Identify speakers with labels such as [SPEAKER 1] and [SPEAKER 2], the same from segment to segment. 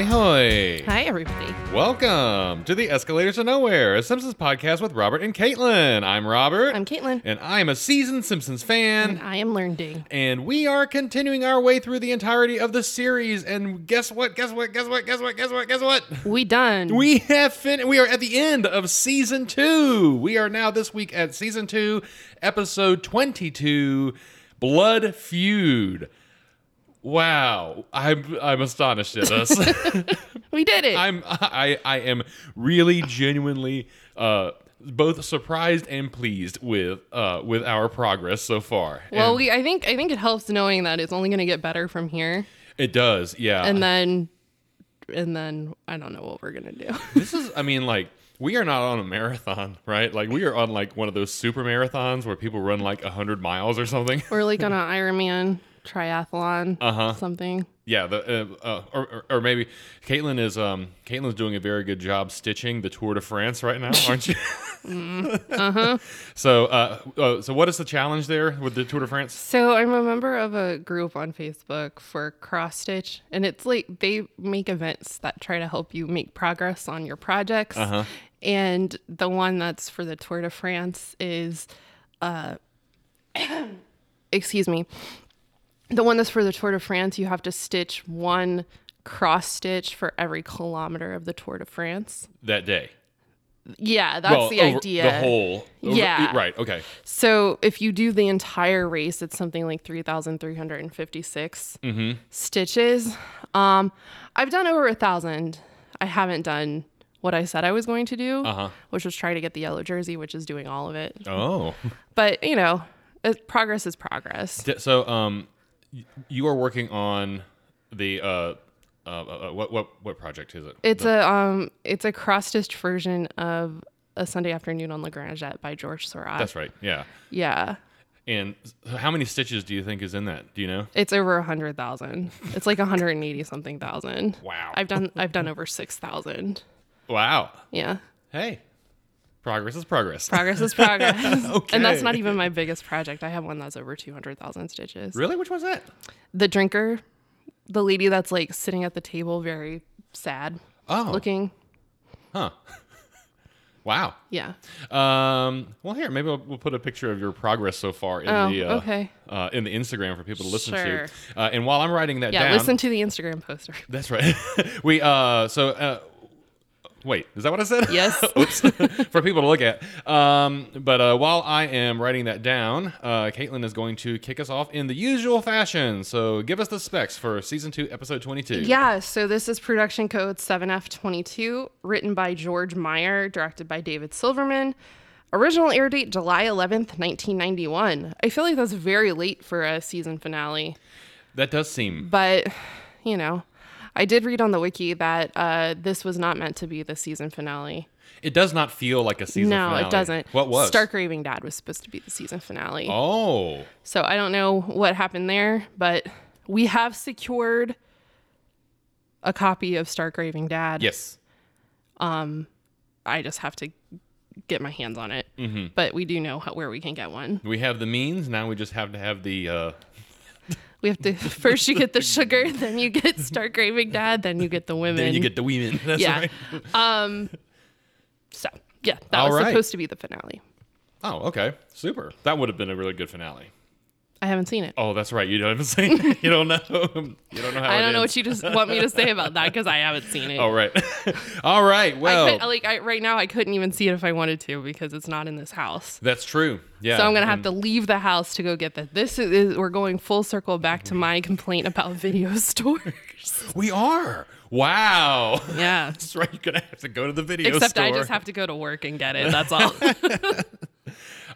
[SPEAKER 1] everybody.
[SPEAKER 2] Hi, everybody.
[SPEAKER 1] Uh, Welcome to the Escalators to Nowhere, a Simpsons podcast with Robert and Caitlin. I'm Robert.
[SPEAKER 2] I'm Caitlin.
[SPEAKER 1] and I'm a seasoned Simpsons fan.
[SPEAKER 2] And I am learning.
[SPEAKER 1] and we are continuing our way through the entirety of the series. And guess what? Guess what? Guess what? Guess what? Guess what? Guess what?
[SPEAKER 2] We done.
[SPEAKER 1] We have fin- we are at the end of season 2. We are now this week at season 2, episode 22, Blood Feud. Wow, I'm I'm astonished at us.
[SPEAKER 2] we did it.
[SPEAKER 1] I'm I I am really genuinely uh both surprised and pleased with uh with our progress so far.
[SPEAKER 2] well,
[SPEAKER 1] And
[SPEAKER 2] we. I think. I think it helps knowing that it's only going to get better from here,
[SPEAKER 1] it does. Yeah.
[SPEAKER 2] and then, and then I don't know what we're gonna do.
[SPEAKER 1] this is i mean like we are not on a marathon right like we are on like one of those super marathons where people run like 100 miles or something
[SPEAKER 2] we're like on an Ironman triathlon, uh-huh. something.
[SPEAKER 1] yeah the, uh, uh, or, or, or maybe caitlin is um caitlin's doing a very good job stitching the tour de france right now aren't you uh-huh
[SPEAKER 2] Mm-hmm. Uh-huh.
[SPEAKER 1] so uh, uh so what is the challenge there with the tour de france
[SPEAKER 2] So I'm a member of a group on Facebook for cross stitch, and it's like they make events that try to help you make progress on your projects.
[SPEAKER 1] Uh-huh.
[SPEAKER 2] And the one that's for the Tour de France is, uh, excuse me, the one that's for the Tour de France, you have to stitch one cross stitch for every kilometer of the Tour de France.
[SPEAKER 1] that day
[SPEAKER 2] Yeah, that's the
[SPEAKER 1] over-
[SPEAKER 2] idea.
[SPEAKER 1] the whole over-
[SPEAKER 2] Yeah.
[SPEAKER 1] right okay
[SPEAKER 2] So if you do the entire race, it's something like 3,356
[SPEAKER 1] Mm-hmm.
[SPEAKER 2] stitches. Um, I've done over a thousand. I haven't done what I said I was going to do,
[SPEAKER 1] Uh-huh.
[SPEAKER 2] which was try to get the yellow jersey, which is doing all of it.
[SPEAKER 1] oh
[SPEAKER 2] But you know, it, progress is progress.
[SPEAKER 1] D- So, um, y- you are working on the uh, uh, uh, uh, what what what project is it?
[SPEAKER 2] It's a um, it's a cross stitched version of a Sunday afternoon on La Grangette by George Seurat.
[SPEAKER 1] That's right. Yeah.
[SPEAKER 2] yeah.
[SPEAKER 1] And so how many stitches do you think is in that? Do you know?
[SPEAKER 2] It's over a hundred thousand. It's like hundred and eighty something thousand.
[SPEAKER 1] Wow.
[SPEAKER 2] I've done I've done over six thousand.
[SPEAKER 1] Wow.
[SPEAKER 2] Yeah.
[SPEAKER 1] Hey, progress is progress.
[SPEAKER 2] Progress is progress. And that's not
[SPEAKER 1] Okay.
[SPEAKER 2] even my biggest project. I have one that's over 200,000 stitches.
[SPEAKER 1] really? Which one's that?
[SPEAKER 2] The drinker, the lady that's like sitting at the table, very sad
[SPEAKER 1] Oh,
[SPEAKER 2] looking.
[SPEAKER 1] huh. wow.
[SPEAKER 2] Yeah.
[SPEAKER 1] Um, well, here maybe we'll, we'll put a picture of your progress so far in
[SPEAKER 2] Oh,
[SPEAKER 1] the uh,
[SPEAKER 2] okay.
[SPEAKER 1] uh, in the Instagram for people to listen
[SPEAKER 2] Sure.
[SPEAKER 1] to. Uh, and while I'm writing that
[SPEAKER 2] Yeah.
[SPEAKER 1] down,
[SPEAKER 2] Listen to the Instagram poster.
[SPEAKER 1] That's right. we uh so uh wait, is that what I said?
[SPEAKER 2] Yes.
[SPEAKER 1] Oops. For people to look at. Um but uh while I am writing that down, uh Caitlin is going to kick us off in the usual fashion. So give us the specs for season 2 episode 22.
[SPEAKER 2] Yeah. So this is production code 7F22, written by George Meyer, directed by David Silverman. Original air date July 11th, 1991. I feel like that's very late for a season finale.
[SPEAKER 1] That does seem
[SPEAKER 2] but you know i did read on the wiki that uh, this was not meant to be the season finale
[SPEAKER 1] it does not feel like a season
[SPEAKER 2] no
[SPEAKER 1] finale.
[SPEAKER 2] it doesn't
[SPEAKER 1] What was?
[SPEAKER 2] stark raving dad was supposed to be the season finale
[SPEAKER 1] Oh.
[SPEAKER 2] so i don't know what happened there but we have secured a copy of stark raving dad
[SPEAKER 1] Yes.
[SPEAKER 2] i just have to get my hands on it
[SPEAKER 1] Mm-hmm.
[SPEAKER 2] but we do know how, where we can get one
[SPEAKER 1] We have the means, now we just have to have the uh
[SPEAKER 2] we have to first you get the sugar then you get stark raving dad then you get the women
[SPEAKER 1] then you get the women. That's
[SPEAKER 2] yeah
[SPEAKER 1] right.
[SPEAKER 2] um so yeah that
[SPEAKER 1] All
[SPEAKER 2] was
[SPEAKER 1] right.
[SPEAKER 2] supposed to be the finale
[SPEAKER 1] Oh, okay. Super. That would have been a really good finale.
[SPEAKER 2] I haven't seen it.
[SPEAKER 1] Oh, that's right. You don't have a saying. you don't know. You don't know how.
[SPEAKER 2] I don't know what you just want me to say about that because I haven't seen it.
[SPEAKER 1] All right. All right.
[SPEAKER 2] I
[SPEAKER 1] Well,
[SPEAKER 2] could, like I, right now, I couldn't even see it if I wanted to because it's not in this house.
[SPEAKER 1] that's true. Yeah.
[SPEAKER 2] So I'm gonna have to leave the house to go get that. This is, is we're going full circle back to my complaint about video stores.
[SPEAKER 1] We are. Wow.
[SPEAKER 2] yeah.
[SPEAKER 1] That's right. You're gonna have to go to the video
[SPEAKER 2] Except
[SPEAKER 1] store.
[SPEAKER 2] I just have to go to work and get it. That's all.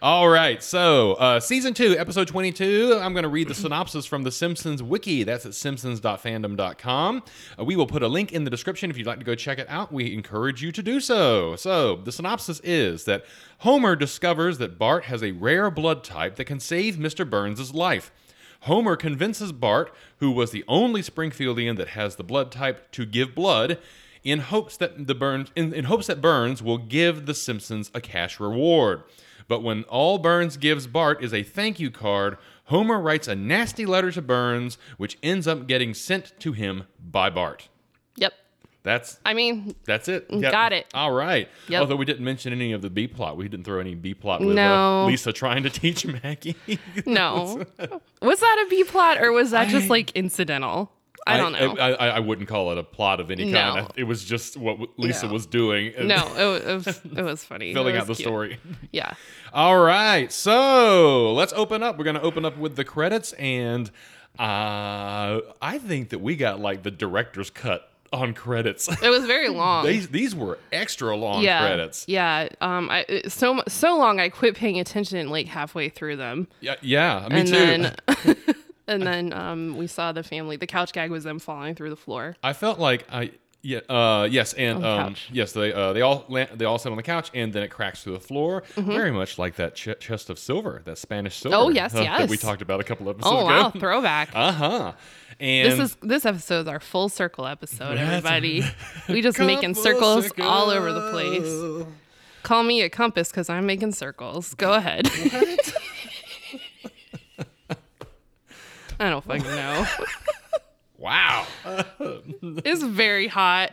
[SPEAKER 1] All right. So, uh, season two, episode 22. I'm going to read the synopsis from the Simpsons wiki. That's at simpsons.fandom.com. Uh, we will put a link in the description if you'd like to go check it out. We encourage you to do so. So, the synopsis is that Homer discovers that Bart has a rare blood type that can save Mr. Burns' life. Homer convinces Bart, who was the only Springfieldian that has the blood type, to give blood in hopes that the Burns in, in hopes that Burns will give the Simpsons a cash reward. But when all Burns gives Bart is a thank you card, Homer writes a nasty letter to Burns, which ends up getting sent to him by Bart.
[SPEAKER 2] yep.
[SPEAKER 1] That's
[SPEAKER 2] I mean,
[SPEAKER 1] that's it.
[SPEAKER 2] Got it.
[SPEAKER 1] All right.
[SPEAKER 2] Yep.
[SPEAKER 1] Although we didn't mention any of the B plot. We didn't throw any B plot with uh,
[SPEAKER 2] No.
[SPEAKER 1] Lisa trying to teach Maggie.
[SPEAKER 2] no. was that a B plot or was that just like incidental? I don't know.
[SPEAKER 1] I, I, I wouldn't call it a plot of any
[SPEAKER 2] No.
[SPEAKER 1] kind. I- It was just what w- Lisa
[SPEAKER 2] No.
[SPEAKER 1] was doing. and
[SPEAKER 2] no, it wa- it was it was funny.
[SPEAKER 1] Filling
[SPEAKER 2] It
[SPEAKER 1] out
[SPEAKER 2] was
[SPEAKER 1] the
[SPEAKER 2] cute.
[SPEAKER 1] story.
[SPEAKER 2] Yeah.
[SPEAKER 1] All right. So let's open up. We're going to open up with the credits. And uh, I think that we got like the director's cut on credits.
[SPEAKER 2] It was very long.
[SPEAKER 1] these, these were extra long
[SPEAKER 2] yeah.
[SPEAKER 1] credits.
[SPEAKER 2] Yeah. Um I it- so mu- so long I quit paying attention like halfway through them.
[SPEAKER 1] Yeah, yeah me
[SPEAKER 2] and
[SPEAKER 1] too.
[SPEAKER 2] then and then um we saw the family. The couch gag was them falling through the floor.
[SPEAKER 1] I felt like I yeah uh yes and
[SPEAKER 2] the
[SPEAKER 1] um
[SPEAKER 2] couch.
[SPEAKER 1] yes they uh, they all la- they all sit on the couch and then it cracks through the floor very much like that ch- chest of silver that Spanish silver
[SPEAKER 2] Mm-hmm. Oh, yes,
[SPEAKER 1] uh, that we
[SPEAKER 2] yes.
[SPEAKER 1] talked about a couple episodes
[SPEAKER 2] Oh wow,
[SPEAKER 1] ago
[SPEAKER 2] throwback.
[SPEAKER 1] uh huh and
[SPEAKER 2] this is this episode's our full circle episode,
[SPEAKER 1] That's-
[SPEAKER 2] everybody. We just making
[SPEAKER 1] Couple
[SPEAKER 2] circles all over the place.
[SPEAKER 1] circles.
[SPEAKER 2] Call me a compass because I'm making circles. Go ahead. I don't fucking know.
[SPEAKER 1] wow
[SPEAKER 2] It's very hot.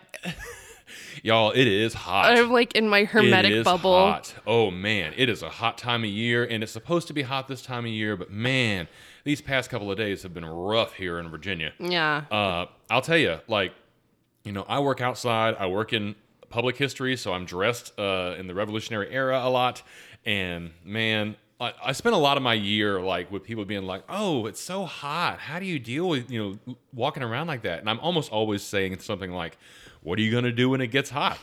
[SPEAKER 1] y'all it is hot.
[SPEAKER 2] I'm like in my
[SPEAKER 1] It
[SPEAKER 2] hermetic
[SPEAKER 1] is
[SPEAKER 2] bubble.
[SPEAKER 1] Hot. Oh man, it is a hot time of year, and it's supposed to be hot this time of year. But man, these past couple of days have been rough here in Virginia.
[SPEAKER 2] Yeah.
[SPEAKER 1] uh, I'll tell you, like, you know, I work outside. I work in public history, so I'm dressed uh, in the Revolutionary era a lot. And man, I, I spent a lot of my year like with people being like, "Oh, it's so hot. How do you deal with you know walking around like that?" And I'm almost always saying something like, "What are you gonna do when it gets hot?"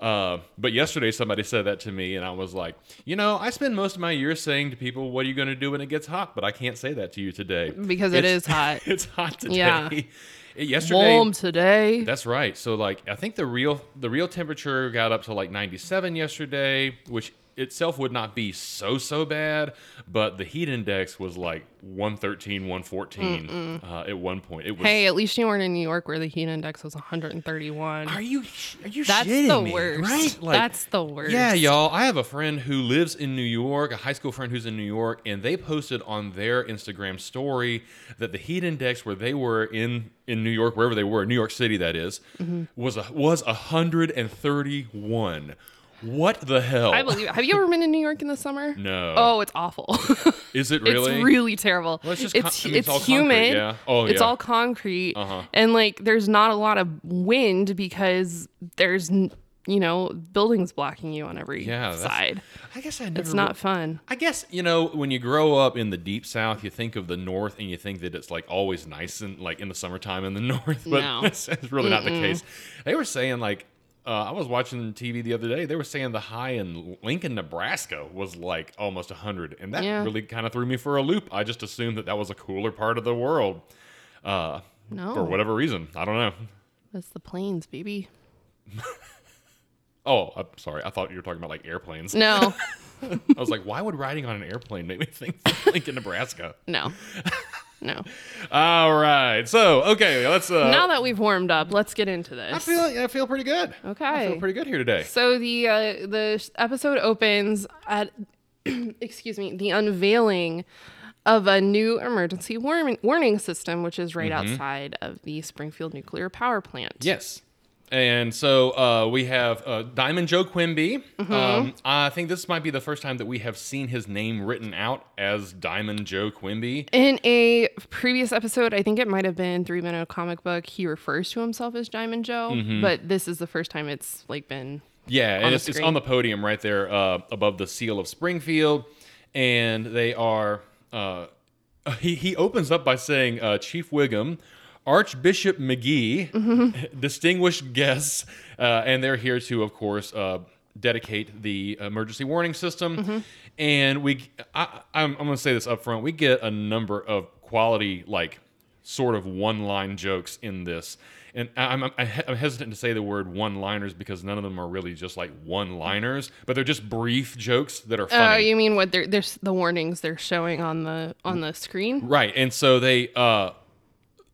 [SPEAKER 1] Uh, but yesterday somebody said that to me, and I was like, "You know, I spend most of my year saying to people, what are you gonna do when it gets hot?' But I can't say that to you today
[SPEAKER 2] Because it
[SPEAKER 1] It's-
[SPEAKER 2] is hot.
[SPEAKER 1] it's hot today.
[SPEAKER 2] Yeah.
[SPEAKER 1] It- yesterday.
[SPEAKER 2] Warm today.
[SPEAKER 1] That's right. So like I think the real the real temperature got up to like 97 yesterday, which itself would not be so so bad, but the heat index was like 113, 114 uh, at one point. It was
[SPEAKER 2] Hey, at least you weren't in New York where the heat index was 131.
[SPEAKER 1] Are you are you
[SPEAKER 2] That's
[SPEAKER 1] shitting
[SPEAKER 2] the
[SPEAKER 1] me?
[SPEAKER 2] worst.
[SPEAKER 1] Right?
[SPEAKER 2] That's the worst.
[SPEAKER 1] Yeah, y'all. I have a friend who lives in New York, a high school friend who's in New York, and they posted on their Instagram story that the heat index where they were in in New York, wherever they were, New York City, that is,
[SPEAKER 2] Mm-hmm.
[SPEAKER 1] was a, was 131. What the hell?
[SPEAKER 2] I believe it. Have you ever been in New York in the summer?
[SPEAKER 1] No.
[SPEAKER 2] Oh, it's awful.
[SPEAKER 1] Is it really?
[SPEAKER 2] It's really terrible.
[SPEAKER 1] Well, it's just
[SPEAKER 2] it's,
[SPEAKER 1] con- I mean, it's
[SPEAKER 2] it's
[SPEAKER 1] all concrete,
[SPEAKER 2] humid.
[SPEAKER 1] yeah. Oh,
[SPEAKER 2] It's
[SPEAKER 1] yeah.
[SPEAKER 2] all concrete.
[SPEAKER 1] Uh-huh.
[SPEAKER 2] And like there's not a lot of wind because there's n- you know, buildings blocking you on every
[SPEAKER 1] Yeah, that's-
[SPEAKER 2] side.
[SPEAKER 1] I guess I never.
[SPEAKER 2] It's not fun.
[SPEAKER 1] I guess you know when you grow up in the deep south, you think of the north and you think that it's like always nice and like in the summertime in the north, but
[SPEAKER 2] No.
[SPEAKER 1] that's, that's really not the case. They were saying like uh, I was watching TV the other day. They were saying the high in Lincoln, Nebraska, was like almost hundred, and that
[SPEAKER 2] Yeah.
[SPEAKER 1] really kind of threw me for a loop. I just assumed that that was a cooler part of the world uh,
[SPEAKER 2] No.
[SPEAKER 1] for whatever reason. I don't know.
[SPEAKER 2] It's the plains, baby.
[SPEAKER 1] Oh, I'm sorry. I thought you were talking about like airplanes.
[SPEAKER 2] No.
[SPEAKER 1] I was like, why would riding on an airplane make me think Lincoln, Nebraska?
[SPEAKER 2] no. No.
[SPEAKER 1] All right. So, okay, let's. Uh,
[SPEAKER 2] now that we've warmed up, let's get into this.
[SPEAKER 1] I feel I feel pretty good. I feel
[SPEAKER 2] Okay.
[SPEAKER 1] pretty good here today.
[SPEAKER 2] So the uh, the sh- episode opens at excuse me the unveiling of a new emergency warning warning system, which is right outside of the Springfield nuclear power plant.
[SPEAKER 1] Yes. And so uh, we have uh, Diamond Joe Quimby. Um, I think this might be the first time that we have seen his name written out as Diamond Joe Quimby.
[SPEAKER 2] In a previous episode, I think it might have been Three Minute Comic Book, he refers to himself as Diamond Joe, but this is the first time it's like been
[SPEAKER 1] Yeah, and
[SPEAKER 2] the
[SPEAKER 1] it's, it's
[SPEAKER 2] screen.
[SPEAKER 1] on the podium right there uh, above the seal of Springfield, and they are. Uh, he he opens up by saying, uh, "Chief Wiggum, Archbishop McGee, distinguished guests, uh, and they're here to, of course." Uh, dedicate the emergency warning system
[SPEAKER 2] Mm-hmm.
[SPEAKER 1] and we I, I'm, I'm gonna say this up front we get a number of quality like sort of one line jokes in this. And I- I'm, I'm, I'm hesitant to say the word one liners because none of them are really just like one liners, but they're just brief jokes that are
[SPEAKER 2] Oh,
[SPEAKER 1] funny.
[SPEAKER 2] you mean what they're there's the warnings they're showing on the on the screen?
[SPEAKER 1] Right. And so they, uh,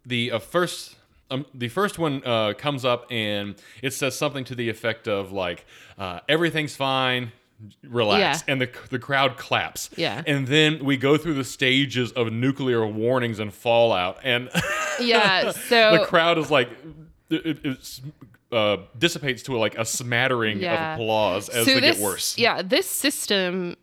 [SPEAKER 1] the uh, first. Um, the first one uh, comes up and it says something to the effect of like uh, everything's fine relax
[SPEAKER 2] Yeah.
[SPEAKER 1] and the, the crowd claps
[SPEAKER 2] Yeah.
[SPEAKER 1] and then we go through the stages of nuclear warnings and fallout and
[SPEAKER 2] Yeah. So
[SPEAKER 1] the crowd is like it, it- it's uh, dissipates to like a smattering
[SPEAKER 2] Yeah.
[SPEAKER 1] of applause as they
[SPEAKER 2] this,
[SPEAKER 1] get worse.
[SPEAKER 2] Yeah, this system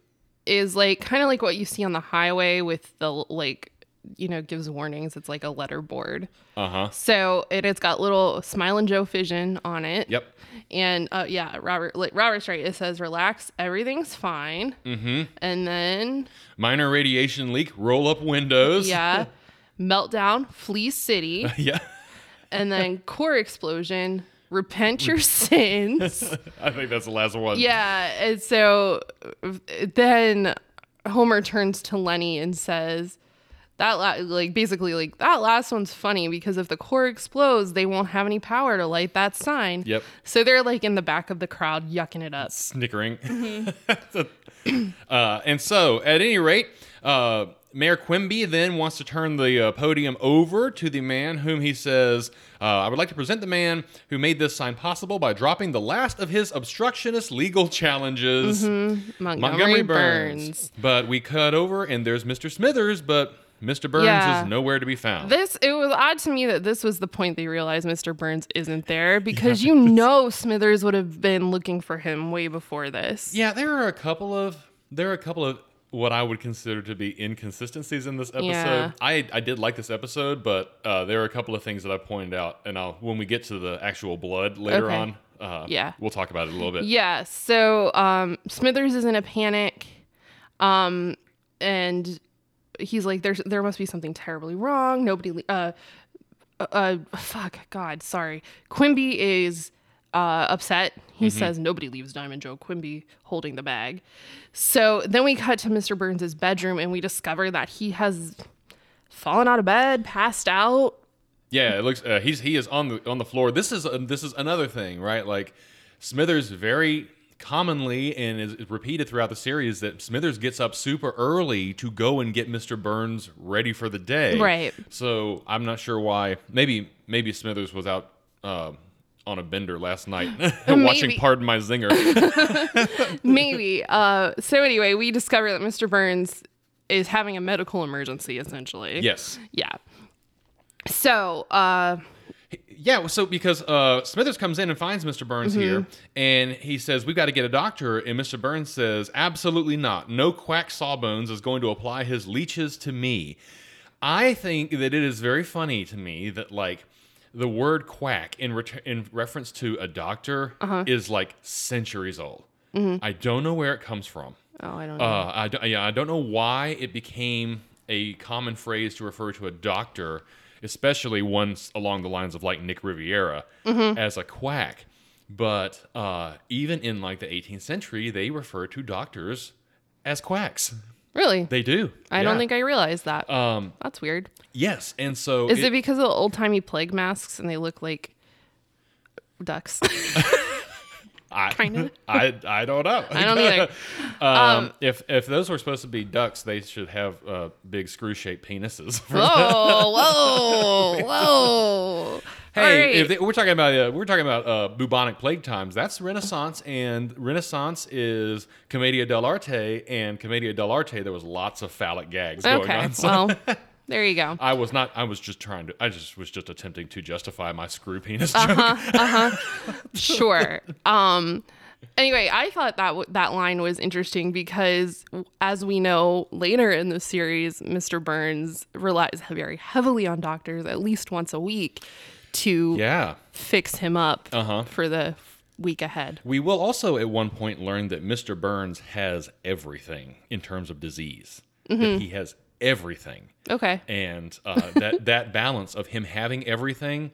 [SPEAKER 2] is like kind of like what you see on the highway with the like you know gives warnings. It's like a letter board.
[SPEAKER 1] Uh huh.
[SPEAKER 2] So it has got little Smile and Joe Vision on it.
[SPEAKER 1] Yep.
[SPEAKER 2] And uh, yeah, Robert like Robert's right. It says relax, everything's fine.
[SPEAKER 1] Mm-hmm.
[SPEAKER 2] And then
[SPEAKER 1] Minor radiation leak. Roll up windows.
[SPEAKER 2] yeah, meltdown, flee city,
[SPEAKER 1] yeah.
[SPEAKER 2] and then core explosion. Repent your sins.
[SPEAKER 1] I think that's the last one.
[SPEAKER 2] Yeah, and so uh, then Homer turns to Lenny and says that la- like basically like that last one's funny because if the core explodes, they won't have any power to light that sign.
[SPEAKER 1] Yep.
[SPEAKER 2] So they're like in the back of the crowd yucking it up.
[SPEAKER 1] snickering.
[SPEAKER 2] Mm-hmm.
[SPEAKER 1] uh, and so, at any rate, uh, Mayor Quimby then wants to turn the uh, podium over to the man whom he says, uh, I would like to present the man who made this sign possible by dropping the last of his obstructionist legal challenges,
[SPEAKER 2] Mm-hmm. Montgomery,
[SPEAKER 1] Montgomery
[SPEAKER 2] Burns.
[SPEAKER 1] Burns. But we cut over, and there's Mr. Smithers, but Mr. Burns
[SPEAKER 2] Yeah.
[SPEAKER 1] is nowhere to be found.
[SPEAKER 2] This it was odd to me that this was the point they realized Mr. Burns isn't there because you know Smithers would have been looking for him way before this.
[SPEAKER 1] Yeah, there are a couple of there are a couple of what I would consider to be inconsistencies in this episode.
[SPEAKER 2] Yeah.
[SPEAKER 1] I I did like this episode, but uh, there are a couple of things that I pointed out, and I'll when we get to the actual blood later
[SPEAKER 2] Okay.
[SPEAKER 1] on. Uh,
[SPEAKER 2] Yeah.
[SPEAKER 1] we'll talk about it a little bit.
[SPEAKER 2] Yeah. So um, Smithers is in a panic, um, and he's like, "There's there must be something terribly wrong. Nobody. le- Uh, uh, uh, fuck. God. Sorry. Quimby is." Uh, upset. He says nobody leaves Diamond Joe Quimby holding the bag. So then we cut to Mr. Burns's bedroom and we discover that he has fallen out of bed, passed out.
[SPEAKER 1] Yeah, it looks uh, he's he is on the on the floor. This is um, this is another thing, right? Like Smithers very commonly and is is repeated throughout the series that Smithers gets up super early to go and get Mr. Burns ready for the day.
[SPEAKER 2] Right.
[SPEAKER 1] So I'm not sure why. Maybe maybe Smithers was out uh, on a bender last night watching
[SPEAKER 2] Maybe.
[SPEAKER 1] Pardon My Zinger.
[SPEAKER 2] Maybe. Uh, so anyway, we discover that Mr. Burns is having a medical emergency, essentially.
[SPEAKER 1] yes.
[SPEAKER 2] Yeah. So uh,
[SPEAKER 1] Yeah, well, so because uh, Smithers comes in and finds Mr. Burns here, and he says, We've got to get a doctor. And Mr. Burns says, Absolutely not. No quack sawbones is going to apply his leeches to me. I think that it is very funny to me that, like, the word quack in, ret- in reference to a doctor is like centuries old. I don't know where it comes from.
[SPEAKER 2] oh, I don't know.
[SPEAKER 1] Uh, I don't, yeah, I don't know why it became a common phrase to refer to a doctor, especially ones along the lines of like Nick Riviera,
[SPEAKER 2] Mm-hmm.
[SPEAKER 1] as a quack. But uh, even in like the 18th century, they refer to doctors as quacks.
[SPEAKER 2] really?
[SPEAKER 1] They do.
[SPEAKER 2] I
[SPEAKER 1] Yeah.
[SPEAKER 2] don't think I realized that.
[SPEAKER 1] Um,
[SPEAKER 2] That's weird.
[SPEAKER 1] yes, and so
[SPEAKER 2] Is it, because of the old timey plague masks and they look like ducks?
[SPEAKER 1] I,
[SPEAKER 2] kinda?
[SPEAKER 1] I I don't know.
[SPEAKER 2] I don't either.
[SPEAKER 1] Um, if if those were supposed to be ducks, they should have uh, big screw shaped penises. for
[SPEAKER 2] whoa, whoa, whoa.
[SPEAKER 1] Hey,
[SPEAKER 2] All right.
[SPEAKER 1] if they, we're talking about uh, we're talking about uh, bubonic plague times. That's Renaissance, and Renaissance is Commedia dell'arte, and Commedia dell'arte. There was lots of phallic gags going
[SPEAKER 2] okay.
[SPEAKER 1] on. So
[SPEAKER 2] Well, there you go.
[SPEAKER 1] I was not. I was just trying to. I just was just attempting to justify my screw penis
[SPEAKER 2] Uh-huh.
[SPEAKER 1] joke.
[SPEAKER 2] sure. Um anyway, I thought that w- that line was interesting because as we know later in the series, Mr. Burns relies very heavily on doctors at least once a week to
[SPEAKER 1] Yeah.
[SPEAKER 2] fix him up
[SPEAKER 1] Uh-huh.
[SPEAKER 2] for the week ahead.
[SPEAKER 1] We will also at one point learn that Mr. Burns has everything in terms of disease.
[SPEAKER 2] Mm-hmm.
[SPEAKER 1] That he has everything.
[SPEAKER 2] Okay.
[SPEAKER 1] and uh, that that balance of him having everything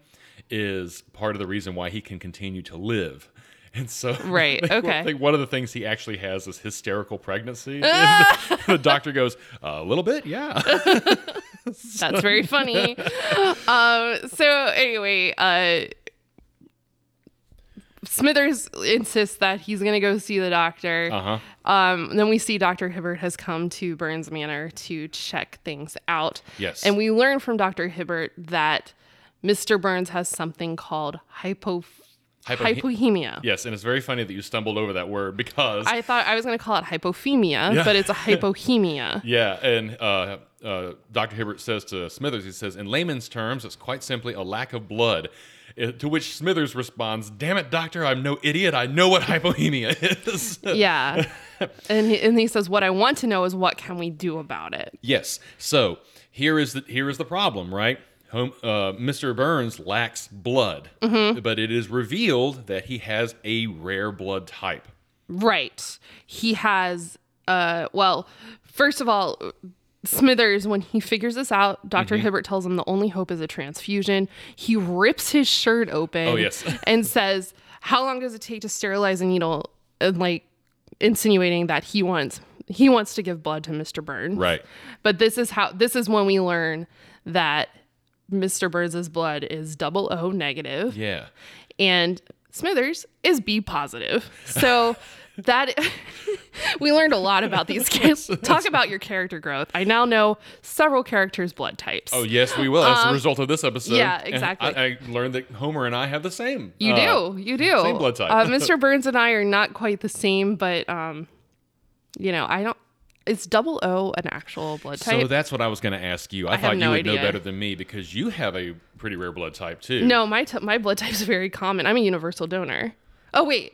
[SPEAKER 1] is part of the reason why he can continue to live. And so,
[SPEAKER 2] Right,
[SPEAKER 1] I think one-
[SPEAKER 2] okay.
[SPEAKER 1] I think one of the things he actually has is hysterical pregnancy. And the, the doctor goes, a little bit, yeah.
[SPEAKER 2] That's very funny. um, so anyway, uh, Smithers insists that he's going to go see the doctor.
[SPEAKER 1] Uh huh.
[SPEAKER 2] Um, then we see Dr. Hibbert has come to Burns Manor to check things out.
[SPEAKER 1] Yes.
[SPEAKER 2] And we learn from Dr. Hibbert that Mr. Burns has something called hypo
[SPEAKER 1] Hypo-
[SPEAKER 2] Hypohemia.
[SPEAKER 1] yes, and it's very funny that you stumbled over that word because
[SPEAKER 2] I thought I was going to call it hypophemia,
[SPEAKER 1] Yeah.
[SPEAKER 2] but it's a hypohemia.
[SPEAKER 1] Yeah, and uh, uh, Dr. Hibbert says to Smithers, he says, in layman's terms, it's quite simply a lack of blood. Uh, To which Smithers responds, "Damn it, doctor! I'm no idiot. I know what hypohemia is."
[SPEAKER 2] yeah. And he, and he says, What I want to know is what can we do about it?
[SPEAKER 1] yes. So here is the here is the problem, right? Home, uh, Mr. Burns lacks blood,
[SPEAKER 2] Mm-hmm.
[SPEAKER 1] but it is revealed that he has a rare blood type.
[SPEAKER 2] Right. He has uh well, first of all, Smithers when he figures this out, doctor
[SPEAKER 1] Mm-hmm.
[SPEAKER 2] Hibbert tells him the only hope is a transfusion. He rips his shirt open
[SPEAKER 1] Oh, yes.
[SPEAKER 2] and says, "How long does it take to sterilize a needle?" and like insinuating that he wants he wants to give blood to Mr. Burns.
[SPEAKER 1] Right.
[SPEAKER 2] But this is how this is when we learn that Mr. Burns' blood is double O negative
[SPEAKER 1] Yeah.
[SPEAKER 2] and Smithers is B positive. So that we learned a lot about these kids. Talk about your character growth. I now know several characters' blood types.
[SPEAKER 1] Oh yes, we will. As a result of this episode,
[SPEAKER 2] Um, yeah,
[SPEAKER 1] And
[SPEAKER 2] exactly.
[SPEAKER 1] I, I learned that Homer and I have the same.
[SPEAKER 2] you
[SPEAKER 1] uh,
[SPEAKER 2] do, you do.
[SPEAKER 1] same blood type.
[SPEAKER 2] Uh, Mr. Burns and I are not quite the same, but um, you know, I don't. It's double O an actual blood type?
[SPEAKER 1] So that's what I was going to ask you. I,
[SPEAKER 2] have
[SPEAKER 1] thought you
[SPEAKER 2] no
[SPEAKER 1] would know
[SPEAKER 2] idea.
[SPEAKER 1] better than me because you have a pretty rare blood type too.
[SPEAKER 2] no, my t- my blood type's very common. I'm a universal donor. Oh wait,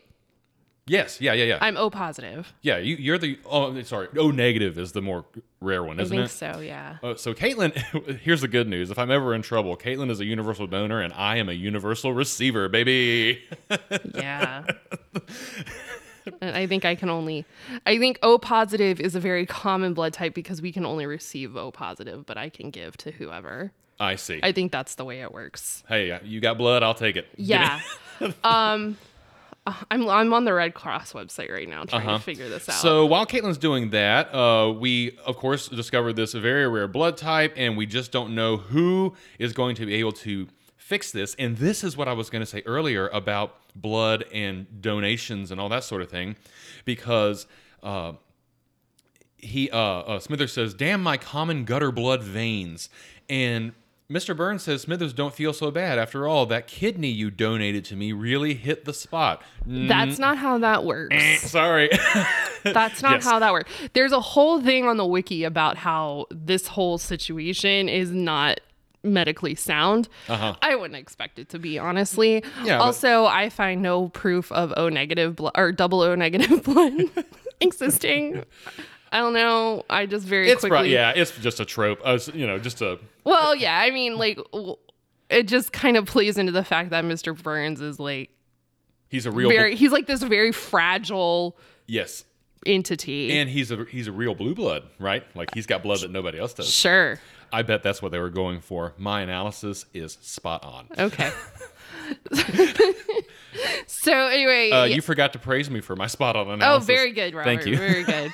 [SPEAKER 1] Yes. Yeah. Yeah. Yeah.
[SPEAKER 2] I'm O positive.
[SPEAKER 1] yeah. You, you're the. Oh, sorry. O negative is the more rare one,
[SPEAKER 2] I
[SPEAKER 1] isn't
[SPEAKER 2] think
[SPEAKER 1] it?
[SPEAKER 2] so. Yeah.
[SPEAKER 1] Uh, so Caitlin, here's the good news. If I'm ever in trouble, Caitlin is a universal donor and I am a universal receiver, baby.
[SPEAKER 2] Yeah. And I think I can only, I think O positive is a very common blood type because we can only receive O positive, but I can give to whoever.
[SPEAKER 1] I see.
[SPEAKER 2] I think that's the way it works.
[SPEAKER 1] hey, you got blood? I'll take it. Give me-
[SPEAKER 2] Yeah. um, uh, I'm I'm on the Red Cross website right now trying
[SPEAKER 1] Uh-huh.
[SPEAKER 2] to figure this out.
[SPEAKER 1] So while Caitlin's doing that, uh, we of course discovered this very rare blood type, and we just don't know who is going to be able to fix this. And this is what I was going to say earlier about blood and donations and all that sort of thing, because. Uh, he uh, uh Smithers says, "Damn my common gutter blood veins," and Mr. Burns says, "Smithers, don't feel so bad. After all, that kidney you donated to me really hit the spot." Mm,
[SPEAKER 2] that's not how that works.
[SPEAKER 1] Sorry.
[SPEAKER 2] That's not
[SPEAKER 1] eh, Yes.
[SPEAKER 2] how that works. There's a whole thing on the wiki about how this whole situation is not medically sound.
[SPEAKER 1] Uh-huh.
[SPEAKER 2] I wouldn't expect it to be, honestly.
[SPEAKER 1] Yeah, but-
[SPEAKER 2] also, I find no proof of O negative blood or double O negative blood existing. I don't know. I just very
[SPEAKER 1] It's
[SPEAKER 2] quickly.
[SPEAKER 1] right. Yeah, it's just a trope. Uh, s- you know, just a
[SPEAKER 2] Well, yeah. I mean, like, w- it just kind of plays into the fact that Mr. Burns is like
[SPEAKER 1] he's a real
[SPEAKER 2] very. He's like this very fragile
[SPEAKER 1] yes,
[SPEAKER 2] entity.
[SPEAKER 1] and he's a he's a real blue blood, right? Like he's got blood that nobody else does.
[SPEAKER 2] sure.
[SPEAKER 1] I bet that's what they were going for. My analysis is spot on. Uh,
[SPEAKER 2] Okay. so anyway,
[SPEAKER 1] Uh,
[SPEAKER 2] yeah-
[SPEAKER 1] You forgot to praise me for my spot on
[SPEAKER 2] oh,
[SPEAKER 1] analysis.
[SPEAKER 2] very good, Robert.
[SPEAKER 1] Thank you.
[SPEAKER 2] Very good.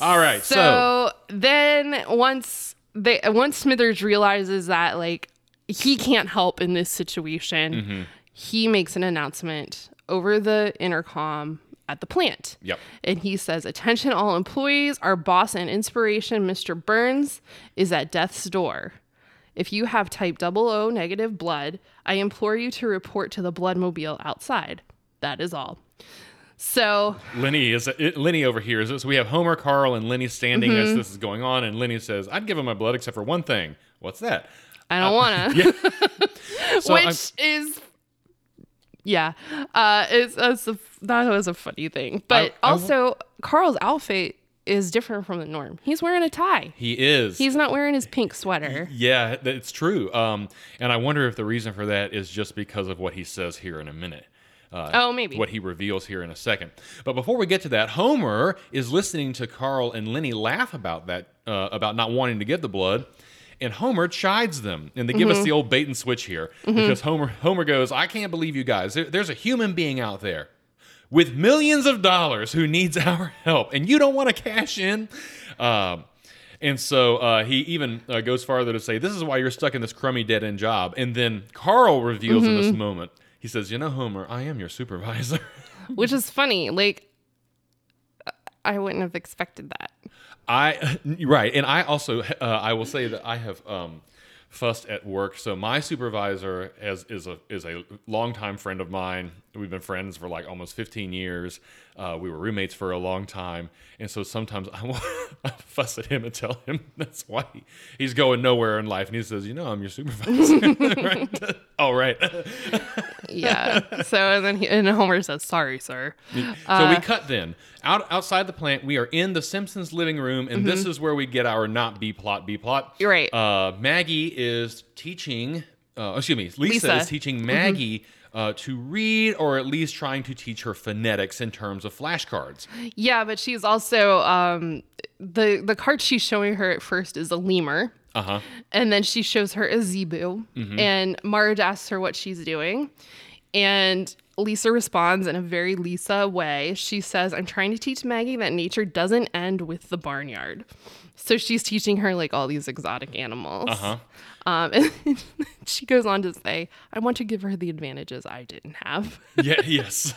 [SPEAKER 1] All right, so,
[SPEAKER 2] so then once they once Smithers realizes that like he can't help in this situation,
[SPEAKER 1] Mm-hmm.
[SPEAKER 2] he makes an announcement over the intercom at the plant.
[SPEAKER 1] Yep.
[SPEAKER 2] And he says, "Attention all employees, our boss and inspiration, Mr. Burns, is at death's door. If you have type double O negative blood, I implore you to report to the bloodmobile outside. That is all." So,
[SPEAKER 1] Lenny is uh, it, Lenny over here is so we have Homer, Carl, and Lenny standing
[SPEAKER 2] Mm-hmm.
[SPEAKER 1] as this is going on, and Lenny says, "I'd give him my blood except for one thing. What's that?"
[SPEAKER 2] I don't want to.
[SPEAKER 1] So I'm-
[SPEAKER 2] which is yeah uh it's, it's a, that was a funny thing but
[SPEAKER 1] I- I w-
[SPEAKER 2] also carl's outfit is different from the norm he's wearing a tie
[SPEAKER 1] he is.
[SPEAKER 2] he's not wearing his pink sweater
[SPEAKER 1] Yeah, th- it's true. Um, and I wonder if the reason for that is just because of what he says here in a minute. Uh,
[SPEAKER 2] Oh, maybe.
[SPEAKER 1] What he reveals here in a second. But before we get to that, Homer is listening to Carl and Lenny laugh about that, uh, about not wanting to give the blood. And Homer chides them, and they give
[SPEAKER 2] Mm-hmm.
[SPEAKER 1] us the old bait and switch here because Homer Homer goes, "I can't believe you guys. There- there's a human being out there with millions of dollars who needs our help, and you don't want to cash in. Um, and so uh, he even uh, goes farther to say, This is why you're stuck in this crummy dead end job. And then Carl reveals in this moment, he says, You know, Homer, I am your supervisor.
[SPEAKER 2] which is funny like uh, i wouldn't have expected that
[SPEAKER 1] I, right. And I also, uh, I will say that I have um, fussed at work. So my supervisor is is a is a longtime friend of mine. We've been friends for like almost 15 years. Uh, we were roommates for a long time, and so sometimes I want to fuss at him and tell him that's why he, he's going nowhere in life. And he says, "You know, I'm your supervisor." right? All right.
[SPEAKER 2] yeah. So and then he, and Homer says, "Sorry, sir."
[SPEAKER 1] So
[SPEAKER 2] Uh,
[SPEAKER 1] we cut then out outside the plant. We are in the Simpsons living room, and this is where we get our not B plot B plot.
[SPEAKER 2] Mm-hmm. You're right.
[SPEAKER 1] Uh, Maggie is teaching. Uh, excuse me, Lisa,
[SPEAKER 2] Lisa. Mm-hmm.
[SPEAKER 1] is teaching Maggie. Uh, to read, or at least trying to teach her phonetics in terms of flashcards.
[SPEAKER 2] Yeah, but she's also um, the the card she's showing her at first is a lemur,
[SPEAKER 1] Uh huh.
[SPEAKER 2] and then she shows her a zebu,
[SPEAKER 1] Mm-hmm.
[SPEAKER 2] and Marge asks her what she's doing, and Lisa responds in a very Lisa way. She says, "I'm trying to teach Maggie that nature doesn't end with the barnyard." So she's teaching her like all these exotic animals.
[SPEAKER 1] Uh-huh.
[SPEAKER 2] Um, and she goes on to say, "I want to give her the advantages I didn't have."
[SPEAKER 1] Yeah. Yes.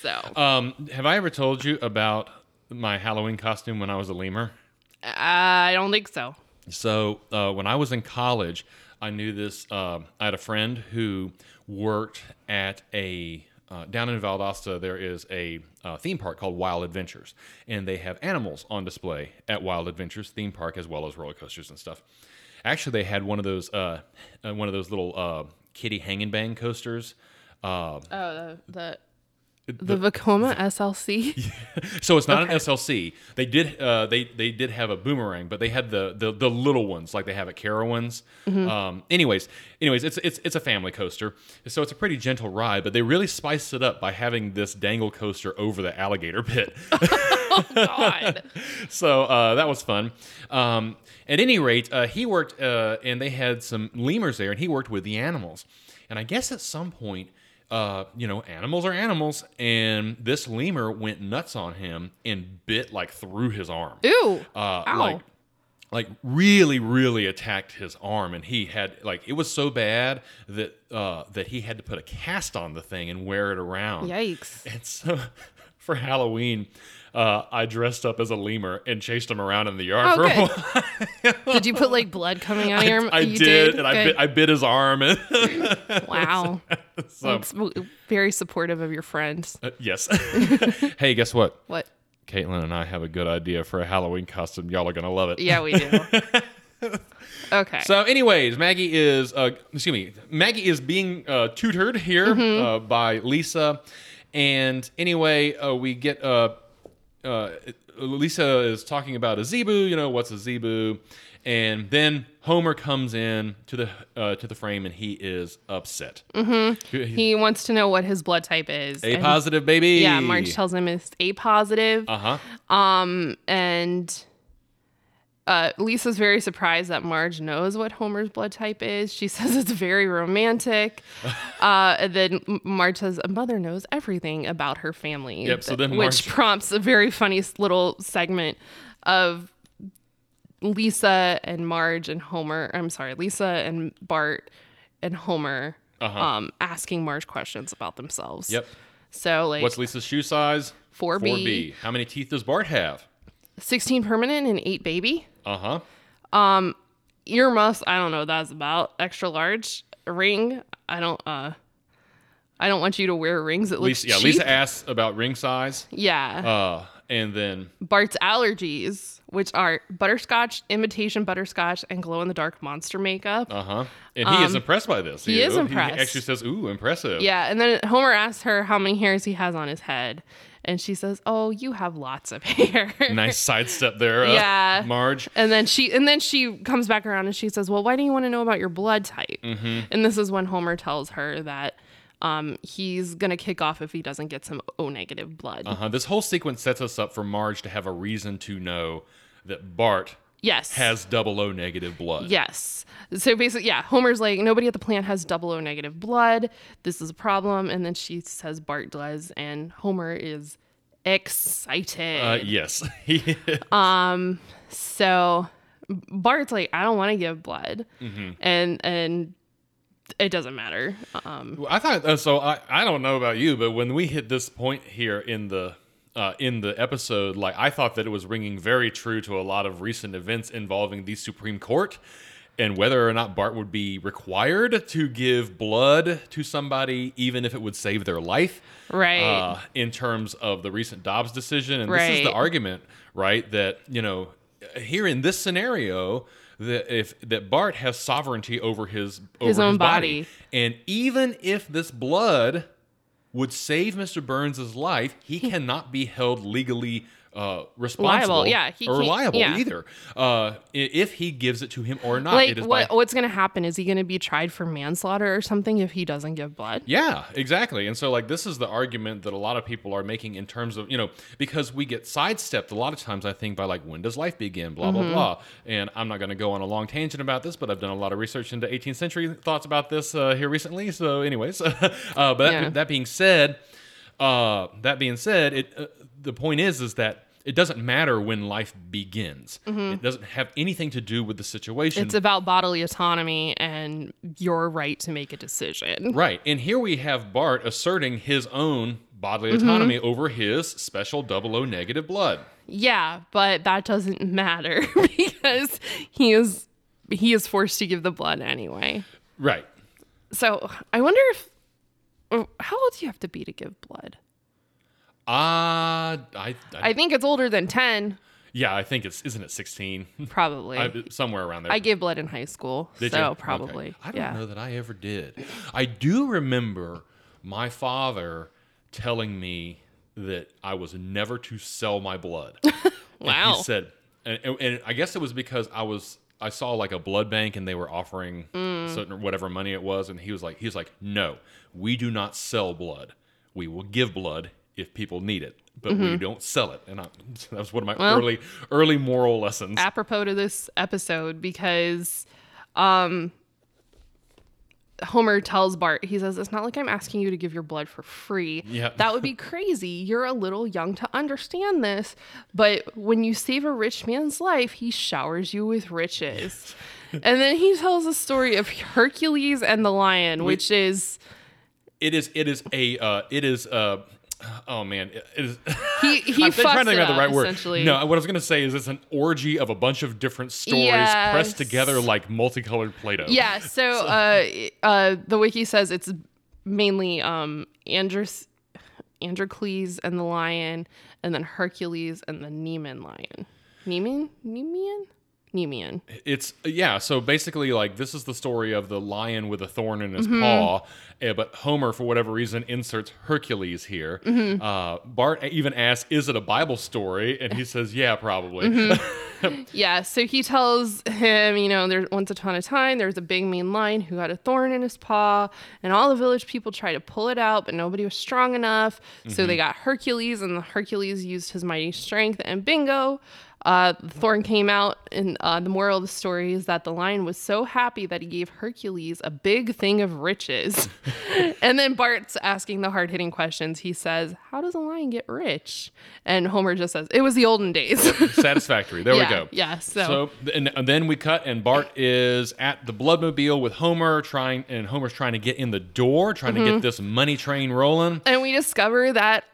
[SPEAKER 2] So
[SPEAKER 1] Um, have I ever told you about my Halloween costume when I was a lemur?
[SPEAKER 2] I don't think so.
[SPEAKER 1] So uh, when I was in college, I knew this. um I had a friend who worked at a uh, down in Valdosta. There is a uh, theme park called Wild Adventures, and they have animals on display at Wild Adventures theme park as well as roller coasters and stuff. Actually, they had one of those uh, uh, one of those little uh, kitty hang and bang coasters. Uh,
[SPEAKER 2] Oh, the the, the, Vacoma SLC.
[SPEAKER 1] So it's not an SLC. They did uh, they they did have a boomerang, but they had the the, the little ones like they have at Carowinds. Um, anyways, anyways, it's it's it's a family coaster, so it's a pretty gentle ride. But they really spiced it up by having this dangle coaster over the alligator pit.
[SPEAKER 2] God.
[SPEAKER 1] so uh, that was fun. Um, at any rate, uh, he worked, uh, and they had some lemurs there, and he worked with the animals. And I guess at some point, uh, you know, animals are animals, and this lemur went nuts on him and bit like through his arm.
[SPEAKER 2] Ew.
[SPEAKER 1] Uh,
[SPEAKER 2] Ow.
[SPEAKER 1] like like really really attacked his arm and he had like it was so bad that uh that he had to put a cast on the thing and wear it around
[SPEAKER 2] Yikes.
[SPEAKER 1] and so for Halloween, uh, I dressed up as a lemur and chased him around in the yard
[SPEAKER 2] Oh,
[SPEAKER 1] for
[SPEAKER 2] good.
[SPEAKER 1] a while.
[SPEAKER 2] Did you put like blood coming out of your?
[SPEAKER 1] I
[SPEAKER 2] you
[SPEAKER 1] did, and I bit, I bit his arm. And
[SPEAKER 2] Good. wow.
[SPEAKER 1] so,
[SPEAKER 2] That's w- very supportive of your friends.
[SPEAKER 1] uh, yes. hey, guess what?
[SPEAKER 2] What?
[SPEAKER 1] Caitlin and I have a good idea for a Halloween costume. Y'all are gonna love it.
[SPEAKER 2] Yeah, we do. Okay.
[SPEAKER 1] So, anyways, Maggie is uh, excuse me, Maggie is being uh, tutored here uh, by Lisa, and anyway, uh, we get uh, uh, Lisa is talking about a zebu. You know what's a zebu? And then Homer comes in to the uh, to the frame, and he is upset. Mm-hmm.
[SPEAKER 2] he wants to know what his blood type is.
[SPEAKER 1] A
[SPEAKER 2] and-
[SPEAKER 1] positive baby.
[SPEAKER 2] Yeah, Marge tells him it's A positive.
[SPEAKER 1] Uh huh.
[SPEAKER 2] Um, and uh, Lisa's very surprised that Marge knows what Homer's blood type is. She says it's very romantic. uh, and then M- Marge says a mother knows everything about her family.
[SPEAKER 1] Yep, so
[SPEAKER 2] th-
[SPEAKER 1] then
[SPEAKER 2] which
[SPEAKER 1] Marge-
[SPEAKER 2] prompts a very funny s- little segment of Lisa and Marge and Homer. I'm sorry, Lisa and Bart and Homer. Um, asking Marge questions about themselves.
[SPEAKER 1] Uh-huh. Yep.
[SPEAKER 2] So like
[SPEAKER 1] What's Lisa's shoe size?
[SPEAKER 2] 4B.
[SPEAKER 1] Four B. How many teeth does Bart have?
[SPEAKER 2] 16 permanent and 8 baby.
[SPEAKER 1] Uh huh.
[SPEAKER 2] earmuffs i don't know what that's about extra large ring i don't uh i don't want you to wear rings it looks
[SPEAKER 1] Lisa. Yeah.
[SPEAKER 2] cheap.
[SPEAKER 1] Lisa asks about ring size.
[SPEAKER 2] yeah
[SPEAKER 1] Uh, and then
[SPEAKER 2] bart's allergies which are butterscotch imitation butterscotch and glow-in-the-dark monster makeup
[SPEAKER 1] Uh huh. And he is impressed by this.
[SPEAKER 2] Um, he
[SPEAKER 1] you
[SPEAKER 2] is
[SPEAKER 1] know?
[SPEAKER 2] impressed.
[SPEAKER 1] He actually says, "Ooh, impressive."
[SPEAKER 2] yeah and then homer asks her how many hairs he has on his head and she says oh you have lots of hair
[SPEAKER 1] Nice sidestep there, uh,
[SPEAKER 2] Yeah.
[SPEAKER 1] Marge.
[SPEAKER 2] And then she and then she comes back around and she says, "Well, why do you want to know about your blood type?"
[SPEAKER 1] Mm-hmm.
[SPEAKER 2] And this is when Homer tells her that um, he's gonna kick off if he doesn't get some O negative blood.
[SPEAKER 1] Uh huh. This whole sequence sets us up for Marge to have a reason to know that Bart
[SPEAKER 2] Yes.
[SPEAKER 1] has double O negative blood.
[SPEAKER 2] Yes. So basically, yeah, Homer's like, nobody at the plant has double O negative blood. This is a problem. And then she says Bart does, and Homer is excited.
[SPEAKER 1] Uh, yes.
[SPEAKER 2] So Bart's like, I don't want to give blood.
[SPEAKER 1] Mm-hmm.
[SPEAKER 2] And and it doesn't matter. Um,
[SPEAKER 1] I thought uh, so. I, I don't know about you, but when we hit this point here in the uh, in the episode, like I thought that it was ringing very true to a lot of recent events involving the Supreme Court and whether or not Bart would be required to give blood to somebody, even if it would save their life.
[SPEAKER 2] Right.
[SPEAKER 1] Uh, in terms of the recent Dobbs decision. And this is the
[SPEAKER 2] Right.
[SPEAKER 1] argument, right? That, you know, here in this scenario, that if that Bart has sovereignty over his over
[SPEAKER 2] His own body.
[SPEAKER 1] And even if this blood would save Mr. Burns' life, he cannot be held legally uh, responsible
[SPEAKER 2] yeah, he
[SPEAKER 1] or
[SPEAKER 2] can't-
[SPEAKER 1] liable
[SPEAKER 2] yeah.
[SPEAKER 1] either uh, i- if he gives it to him or not.
[SPEAKER 2] like
[SPEAKER 1] it is
[SPEAKER 2] what
[SPEAKER 1] by-
[SPEAKER 2] what's gonna happen? Is he gonna be tried for manslaughter or something if he doesn't give blood?
[SPEAKER 1] yeah, exactly. And so, like, this is the argument that a lot of people are making in terms of, you know, because we get sidestepped a lot of times, I think, by like, when does life begin, blah, blah, blah. And I'm not going to go on a long tangent about this, but I've done a lot of research into 18th century thoughts about this uh, here recently. So, anyways, uh, but that,
[SPEAKER 2] Yeah.
[SPEAKER 1] that being said, uh, that being said, it uh, the point is is that it doesn't matter when life begins. It doesn't have anything to do with the situation.
[SPEAKER 2] It's about bodily autonomy and your right to make a decision.
[SPEAKER 1] Right. And here we have Bart asserting his own bodily autonomy over his special double O negative blood.
[SPEAKER 2] Yeah, but that doesn't matter because he is he is forced to give the blood anyway.
[SPEAKER 1] Right.
[SPEAKER 2] So I wonder if oh, how old do you have to be to give blood?
[SPEAKER 1] Uh, I, I,
[SPEAKER 2] I think it's older than ten,
[SPEAKER 1] yeah, I think it's, isn't it 16?
[SPEAKER 2] probably. I,
[SPEAKER 1] I- somewhere around there.
[SPEAKER 2] gave blood in high school,
[SPEAKER 1] Did you?
[SPEAKER 2] so
[SPEAKER 1] Okay.
[SPEAKER 2] probably.
[SPEAKER 1] I don't
[SPEAKER 2] yeah.
[SPEAKER 1] know that I ever did. I do remember my father telling me that I was never to sell my blood.
[SPEAKER 2] Wow.
[SPEAKER 1] And he said, and, and, and I guess it was because I was I saw like a blood bank and they were offering
[SPEAKER 2] Mm.
[SPEAKER 1] certain whatever money it was, and he was like he was like, no, we do not sell blood. We will give blood if people need it, but we
[SPEAKER 2] Mm-hmm.
[SPEAKER 1] don't sell it. And I, that was one of my early early moral lessons.
[SPEAKER 2] apropos to this episode because um Homer tells Bart, he says, It's not like I'm asking you to give your blood for free.
[SPEAKER 1] Yeah.
[SPEAKER 2] That would be crazy. You're a little young to understand this. But when you save a rich man's life, he showers you with riches. and then he tells the story of Hercules and the lion, which is
[SPEAKER 1] It is it is a uh, it is uh, oh man it is.
[SPEAKER 2] he he
[SPEAKER 1] I'm trying
[SPEAKER 2] fucks
[SPEAKER 1] to
[SPEAKER 2] it
[SPEAKER 1] think of the
[SPEAKER 2] up,
[SPEAKER 1] right word.
[SPEAKER 2] essentially.
[SPEAKER 1] No, what I was going to say is it's an orgy of a bunch of different stories pressed
[SPEAKER 2] Yes.
[SPEAKER 1] together like multicolored Play-Doh.
[SPEAKER 2] Yeah. So uh, uh, the wiki says it's mainly um, Andres, Androcles and the lion, and then Hercules and the Nemean lion. Nemean? Nemean? Nemean.
[SPEAKER 1] It's yeah. So basically, like this is the story of the lion with a thorn in his
[SPEAKER 2] Mm-hmm.
[SPEAKER 1] paw, eh, but Homer, for whatever reason, inserts Hercules here.
[SPEAKER 2] Mm-hmm.
[SPEAKER 1] Uh, Bart even asks, "Is it a Bible story?" And he says, "Yeah, probably."
[SPEAKER 2] Mm-hmm. Yeah. So he tells him, you know, there's once upon a time there was a big mean lion who had a thorn in his paw, and all the village people tried to pull it out, but nobody was strong enough. So
[SPEAKER 1] Mm-hmm.
[SPEAKER 2] they got Hercules, and the Hercules used his mighty strength, and bingo, uh, the thorn came out. And uh, the moral of the story is that the lion was so happy that he gave Hercules a big thing of riches. and then Bart's asking the hard hitting questions. He says, "How does a lion get rich?" And Homer just says, "It was the olden days."
[SPEAKER 1] Satisfactory. There
[SPEAKER 2] yeah,
[SPEAKER 1] we go.
[SPEAKER 2] Yeah. So,
[SPEAKER 1] So, th- and, and then we cut, and Bart is at the Bloodmobile with Homer, trying, and Homer's trying to get in the door, trying
[SPEAKER 2] Mm-hmm.
[SPEAKER 1] to get this money train rolling.
[SPEAKER 2] and we discover that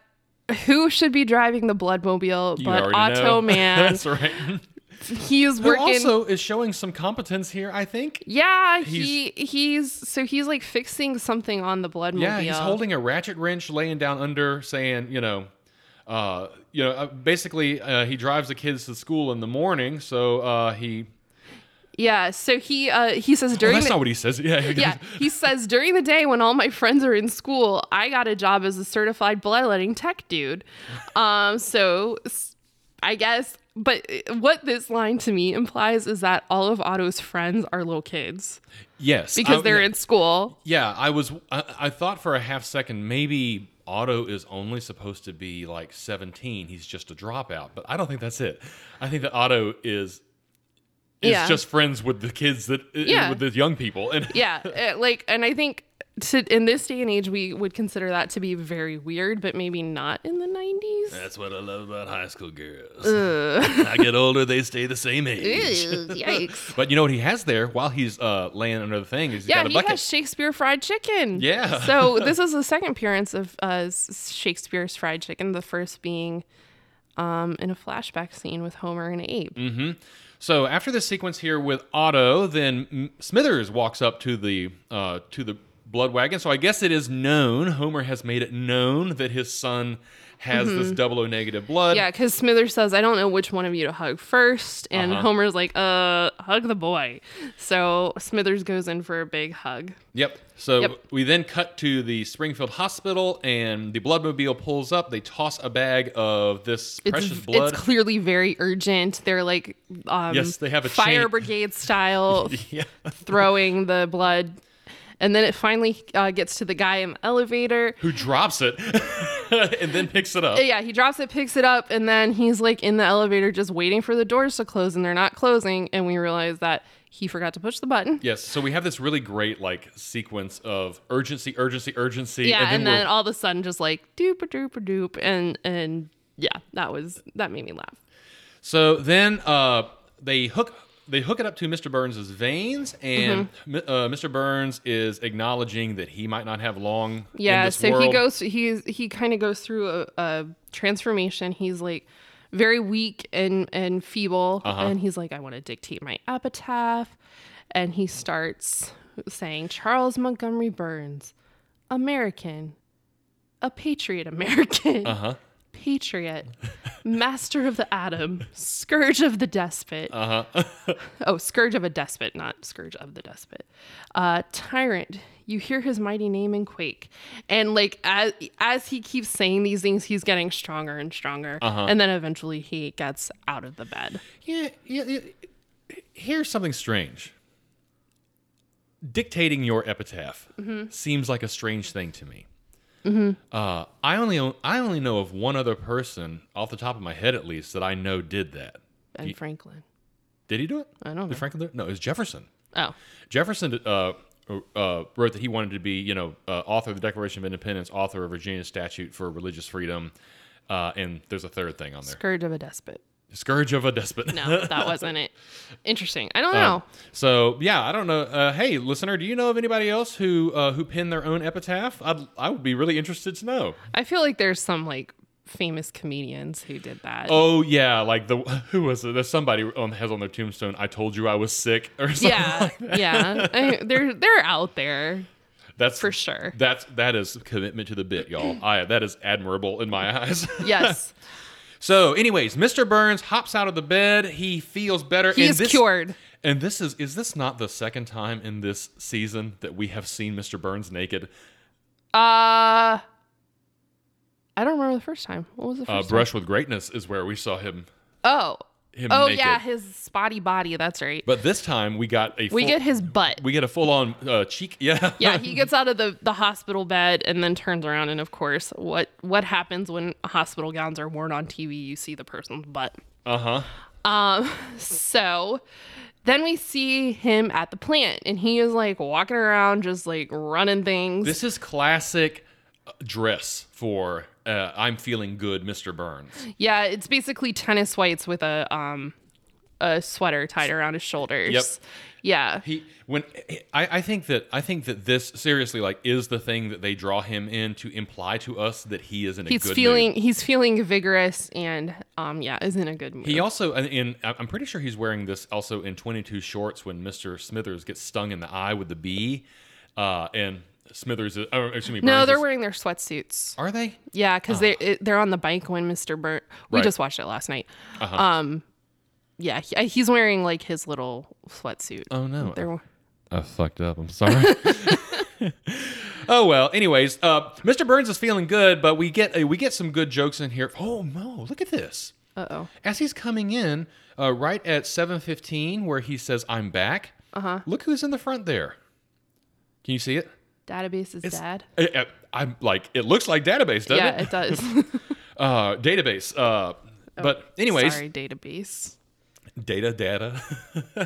[SPEAKER 2] who should be driving the bloodmobile
[SPEAKER 1] You
[SPEAKER 2] but
[SPEAKER 1] already
[SPEAKER 2] Auto
[SPEAKER 1] know.
[SPEAKER 2] Man.
[SPEAKER 1] That's right.
[SPEAKER 2] he's
[SPEAKER 1] Who
[SPEAKER 2] working
[SPEAKER 1] also is showing some competence here, I think.
[SPEAKER 2] Yeah, he he's so he's like fixing something on the bloodmobile.
[SPEAKER 1] Yeah, he's holding a ratchet wrench, laying down under, saying, you know, uh, you know, uh, basically, uh, he drives the kids to school in the morning. So uh, he.
[SPEAKER 2] Yeah, so he uh he says
[SPEAKER 1] Well,
[SPEAKER 2] during
[SPEAKER 1] Oh, that's
[SPEAKER 2] the
[SPEAKER 1] not what he says. Yeah. he goes-
[SPEAKER 2] yeah, he says during the day when all my friends are in school, I got a job as a certified bloodletting tech dude. Um, so s- I guess, but uh, what this line to me implies is that all of Otto's friends are little kids
[SPEAKER 1] Yes.
[SPEAKER 2] because
[SPEAKER 1] I-
[SPEAKER 2] they're
[SPEAKER 1] Oh, yeah,
[SPEAKER 2] in school.
[SPEAKER 1] Yeah, I was. I, I thought for a half second maybe Otto is only supposed to be like seventeen. He's just a dropout, but I don't think that's it. I think that Otto is. Is
[SPEAKER 2] Yeah.
[SPEAKER 1] just friends with the kids that uh,
[SPEAKER 2] Yeah.
[SPEAKER 1] with the young people and
[SPEAKER 2] yeah uh, like and i think to, in this day and age we would consider that to be very weird but maybe not in the 90s
[SPEAKER 1] That's what I love about high school girls. I get older, they stay the same age.
[SPEAKER 2] yikes
[SPEAKER 1] But you know what he has there while he's uh, laying under the thing is he's
[SPEAKER 2] yeah
[SPEAKER 1] got a
[SPEAKER 2] he
[SPEAKER 1] bucket.
[SPEAKER 2] has shakespeare fried chicken
[SPEAKER 1] Yeah.
[SPEAKER 2] so this is the second appearance of uh, S- shakespeare's fried chicken the first being um, in a flashback scene with Homer and Abe.
[SPEAKER 1] Mm-hmm. So after this sequence here with Otto, then M- Smithers walks up to the uh, to the blood wagon. So I guess it is known. Homer has made it known that his son has this double O negative blood.
[SPEAKER 2] Mm-hmm. Yeah, because Smithers says, I don't know which one of you to hug first. And
[SPEAKER 1] Uh-huh.
[SPEAKER 2] Homer's like, uh, hug the boy. So Smithers goes in for a big hug.
[SPEAKER 1] Yep. So
[SPEAKER 2] Yep.
[SPEAKER 1] we then cut to the Springfield Hospital, and the bloodmobile pulls up. They toss a bag of this
[SPEAKER 2] It's,
[SPEAKER 1] precious blood.
[SPEAKER 2] it's clearly very urgent. They're like, um,
[SPEAKER 1] Yes, they have a
[SPEAKER 2] fire
[SPEAKER 1] chain.
[SPEAKER 2] brigade style
[SPEAKER 1] yeah.
[SPEAKER 2] throwing the blood. And then it finally uh, gets to the guy in the elevator.
[SPEAKER 1] Who drops it and then picks it up?
[SPEAKER 2] Yeah, he drops it, picks it up, and then he's like in the elevator just waiting for the doors to close, and they're not closing. And we realize that he forgot to push the button.
[SPEAKER 1] Yes. So we have this really great like sequence of urgency, urgency, urgency.
[SPEAKER 2] Yeah, and, then,
[SPEAKER 1] we're-
[SPEAKER 2] all of a sudden, just like doop a doop a doop, and and yeah, that was that made me laugh.
[SPEAKER 1] So then uh, they hook they hook it up to Mr. Burns' veins, and
[SPEAKER 2] Mm-hmm.
[SPEAKER 1] mi- uh, Mr. Burns is acknowledging that he might not have long. in
[SPEAKER 2] Yeah,
[SPEAKER 1] this
[SPEAKER 2] so he
[SPEAKER 1] world.
[SPEAKER 2] goes, he's he kind of goes through a, a transformation. He's like very weak and and feeble,
[SPEAKER 1] Uh-huh.
[SPEAKER 2] and he's like, I want to dictate my epitaph, and he starts saying Charles Montgomery Burns, American, a patriot American.
[SPEAKER 1] Uh-huh.
[SPEAKER 2] Patriot, master of the atom, scourge of the despot,
[SPEAKER 1] Uh-huh.
[SPEAKER 2] Oh, scourge of a despot, not scourge of the despot. Uh, tyrant, you hear his mighty name and quake. And like as as he keeps saying these things, he's getting stronger and stronger.
[SPEAKER 1] Uh-huh.
[SPEAKER 2] And then eventually he gets out of the bed.
[SPEAKER 1] yeah, yeah, yeah. Here's something strange. Dictating your epitaph
[SPEAKER 2] Mm-hmm.
[SPEAKER 1] seems like a strange thing to me. Uh, I only o- I only know of one other person off the top of my head, at least, that I know did that.
[SPEAKER 2] And Franklin.
[SPEAKER 1] Did he do it?
[SPEAKER 2] I don't
[SPEAKER 1] Did Franklin do it? No, it was Jefferson.
[SPEAKER 2] Oh.
[SPEAKER 1] Jefferson uh, uh, wrote that he wanted to be, you know, uh, author of the Declaration of Independence, author of Virginia's Statute for Religious Freedom, uh, and there's a third thing on there,
[SPEAKER 2] Scourge of a despot.
[SPEAKER 1] Scourge of a Despot.
[SPEAKER 2] No, that wasn't it. Interesting. I don't
[SPEAKER 1] Um,
[SPEAKER 2] know.
[SPEAKER 1] So yeah, I don't know. Uh, hey, listener, do you know of anybody else who uh, who penned their own epitaph? I'd, I would be really interested to know.
[SPEAKER 2] I feel like there's some like famous comedians who did that.
[SPEAKER 1] Oh yeah, like the who was it? There's somebody on has on their tombstone. I told you I was sick or something.
[SPEAKER 2] yeah. yeah. I- they're they're out there
[SPEAKER 1] that's
[SPEAKER 2] for sure.
[SPEAKER 1] That's that is commitment to the bit, y'all. I that is admirable in my eyes.
[SPEAKER 2] Yes.
[SPEAKER 1] So, anyways, Mr. Burns hops out of the bed. He feels better.
[SPEAKER 2] He
[SPEAKER 1] and
[SPEAKER 2] is
[SPEAKER 1] this,
[SPEAKER 2] cured.
[SPEAKER 1] And this is is this not the second time in this season that we have seen Mr. Burns naked?
[SPEAKER 2] Uh I don't remember the first time. What was the
[SPEAKER 1] Uh,
[SPEAKER 2] first
[SPEAKER 1] Brush with Greatness is where we saw him
[SPEAKER 2] time? Oh.
[SPEAKER 1] him
[SPEAKER 2] Oh
[SPEAKER 1] naked.
[SPEAKER 2] yeah, his spotty body, that's right.
[SPEAKER 1] But this time we got a full,
[SPEAKER 2] we get his butt.
[SPEAKER 1] we get a full on uh, cheek. Yeah.
[SPEAKER 2] yeah, he gets out of the, the hospital bed and then turns around and of course what what happens when hospital gowns are worn on TV, you see the person's butt.
[SPEAKER 1] Uh huh.
[SPEAKER 2] Um, so then we see him at the plant and he is like walking around just like running things.
[SPEAKER 1] This is classic uh, dress for uh, I'm feeling good, Mr. Burns.
[SPEAKER 2] Yeah, it's basically tennis whites with a um a sweater tied around his shoulders.
[SPEAKER 1] Yep.
[SPEAKER 2] Yeah.
[SPEAKER 1] He when I, I think that I think that this seriously like is the thing that they draw him in to imply to us that he is in a
[SPEAKER 2] He's
[SPEAKER 1] good
[SPEAKER 2] feeling
[SPEAKER 1] mood.
[SPEAKER 2] he's feeling vigorous and um yeah, is in a good mood.
[SPEAKER 1] He also and- in I'm pretty sure he's wearing this also in 22 shorts when Mr. Smithers gets stung in the eye with the bee, uh, and Smithers is, oh, excuse me.
[SPEAKER 2] no,
[SPEAKER 1] Burns
[SPEAKER 2] they're
[SPEAKER 1] is-
[SPEAKER 2] wearing their sweatsuits.
[SPEAKER 1] are they?
[SPEAKER 2] Yeah, because they it- they're on the bike when Mr. Burn.
[SPEAKER 1] Ah. Right.
[SPEAKER 2] We
[SPEAKER 1] Uh-huh.
[SPEAKER 2] just watched it last night. Um, yeah, he, uh, he's wearing like his little sweatsuit.
[SPEAKER 1] Oh no,
[SPEAKER 2] They're-
[SPEAKER 1] I fucked up. I'm sorry. oh well. Anyways, uh, Mr. Burns is feeling good, but we get a, we get some good jokes in here. Oh no! Look at this.
[SPEAKER 2] Uh oh.
[SPEAKER 1] As he's coming in, uh, right at 7:15, where he says, "I'm back." Uh
[SPEAKER 2] Uh-huh.
[SPEAKER 1] huh. Look who's in the front there. Can you see it?
[SPEAKER 2] Database is dad.
[SPEAKER 1] Uh, uh, I'm like, it looks like database, doesn't
[SPEAKER 2] Yeah,
[SPEAKER 1] it?
[SPEAKER 2] it does.
[SPEAKER 1] Uh, database. Uh, but anyways,
[SPEAKER 2] Sorry, database.
[SPEAKER 1] data data Uh,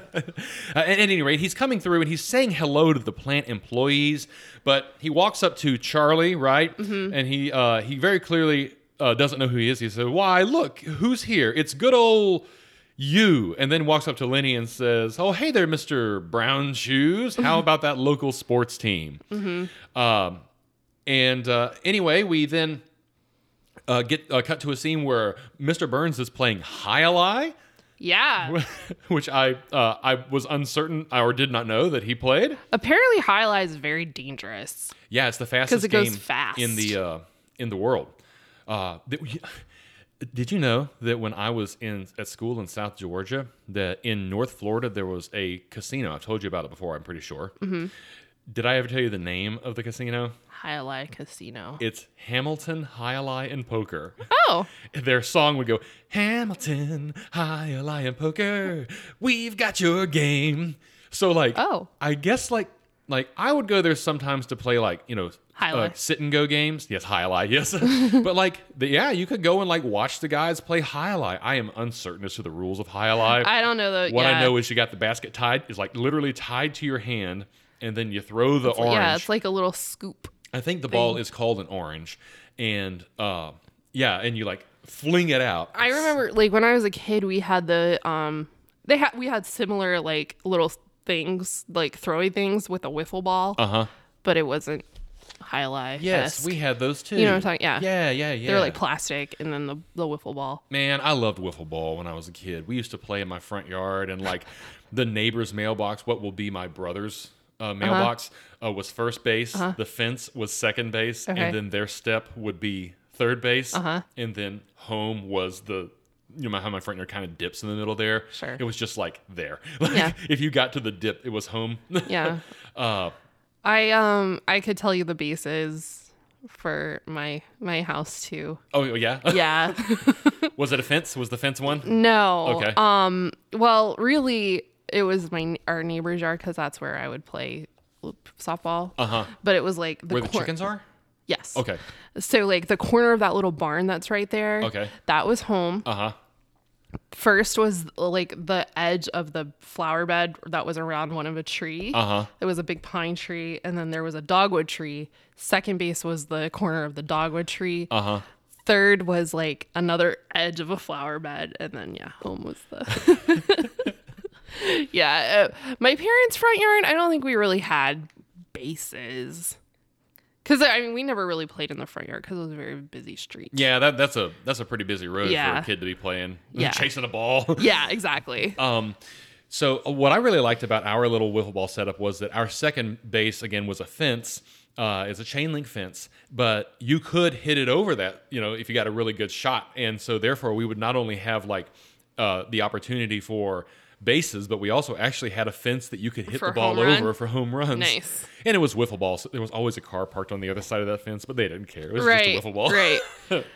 [SPEAKER 1] at any rate he's coming through and he's saying hello to the plant employees but he walks up to charlie right and he uh, he very clearly uh, doesn't know who he is he says why look who's here it's good old you and then walks up to lenny and says oh hey there mr brown shoes how about that local sports team um, and uh, anyway we then uh, get uh, cut to a scene where Mr. Burns is playing Hyali,
[SPEAKER 2] Yeah.
[SPEAKER 1] which I uh, I was uncertain or did not know that he played.
[SPEAKER 2] Apparently, highlight is very dangerous.
[SPEAKER 1] Yeah, it's the fastest
[SPEAKER 2] it goes
[SPEAKER 1] game
[SPEAKER 2] fast.
[SPEAKER 1] in the uh, in the world. Uh, th- did you know that when I was in at school in South Georgia, that in North Florida there was a casino? I've told you about it before. I'm pretty sure.
[SPEAKER 2] Mm-hmm.
[SPEAKER 1] Did I ever tell you the name of the casino?
[SPEAKER 2] Highlight Casino.
[SPEAKER 1] It's Hamilton Highlight and Poker.
[SPEAKER 2] Oh,
[SPEAKER 1] Their song would go Hamilton Highlight and Poker. We've got your game. So like,
[SPEAKER 2] Oh.
[SPEAKER 1] I guess like like I would go there sometimes to play like you know uh,
[SPEAKER 2] High Lie.
[SPEAKER 1] sit and go games. Yes, high lie. Yes, but like the, yeah, you could go and like watch the guys play high lie. I am uncertain as to the rules of high lie.
[SPEAKER 2] I don't know though.
[SPEAKER 1] what
[SPEAKER 2] yeah.
[SPEAKER 1] I know is you got the basket tied is like literally tied to your hand, and then you throw the orange.
[SPEAKER 2] yeah, it's like a little scoop.
[SPEAKER 1] I think the ball is called an orange, and uh, yeah, and you like fling it out.
[SPEAKER 2] I remember like when I was a kid, we had the um, they had we had similar like little things like throwy things with a wiffle ball,
[SPEAKER 1] uh huh.
[SPEAKER 2] but it wasn't highlight.
[SPEAKER 1] Yes, we had those too.
[SPEAKER 2] You know what I'm talking- yeah.
[SPEAKER 1] Yeah, yeah, yeah.
[SPEAKER 2] They were like plastic, and then the the wiffle ball.
[SPEAKER 1] Man, I loved wiffle ball when I was a kid. We used to play in my front yard, and like the neighbor's mailbox, what will be my brother's
[SPEAKER 2] Uh-huh.
[SPEAKER 1] uh, mailbox, uh was first base. The fence was second base,
[SPEAKER 2] Okay. Uh-huh.
[SPEAKER 1] and then their step would be third base, and then home was the. You know how my front yard kind of dips in the middle there.
[SPEAKER 2] Sure.
[SPEAKER 1] It was just like there. Like,
[SPEAKER 2] Yeah.
[SPEAKER 1] If you got to the dip, it was home.
[SPEAKER 2] Yeah,
[SPEAKER 1] uh,
[SPEAKER 2] I um I could tell you the bases for my my house too.
[SPEAKER 1] oh yeah.
[SPEAKER 2] Yeah.
[SPEAKER 1] was it a fence? Was the fence one?
[SPEAKER 2] No.
[SPEAKER 1] Okay.
[SPEAKER 2] Um. Well, really, it was my our neighbor's yard because that's where I would play loop softball.
[SPEAKER 1] Uh huh.
[SPEAKER 2] But it was like the
[SPEAKER 1] Where the
[SPEAKER 2] cor-
[SPEAKER 1] chickens are?
[SPEAKER 2] Yes.
[SPEAKER 1] Okay.
[SPEAKER 2] So like the corner of that little barn that's right there.
[SPEAKER 1] Okay.
[SPEAKER 2] That was home.
[SPEAKER 1] Uh huh.
[SPEAKER 2] First was like the edge of the flower bed that was around one of a tree.
[SPEAKER 1] Uh huh.
[SPEAKER 2] There was a big pine tree, and then there was a dogwood tree. Second base was the corner of the dogwood tree.
[SPEAKER 1] Uh huh.
[SPEAKER 2] Third was like another edge of a flower bed, and then yeah, home was the. yeah, uh, my parents' front yard. I don't think we really had bases, because I mean we never really played in the front yard because it was a very busy street.
[SPEAKER 1] Yeah, that, that's a that's a pretty busy road for
[SPEAKER 2] Yeah.
[SPEAKER 1] a kid to be playing,
[SPEAKER 2] Yeah.
[SPEAKER 1] chasing a ball.
[SPEAKER 2] Yeah, exactly.
[SPEAKER 1] um, so what I really liked about our little wiffle ball setup was that our second base again was a fence. Uh, it's a chain link fence, but you could hit it over that, you know, if you got a really good shot. And so therefore, we would not only have like uh, the opportunity for bases, but we also actually had a fence that you could hit
[SPEAKER 2] For
[SPEAKER 1] the ball
[SPEAKER 2] home run?
[SPEAKER 1] over for home runs.
[SPEAKER 2] Nice.
[SPEAKER 1] And it was wiffle ball, so there was always a car parked on the other side of that fence, but they didn't care. It was
[SPEAKER 2] right.
[SPEAKER 1] just a wiffle ball.
[SPEAKER 2] Right.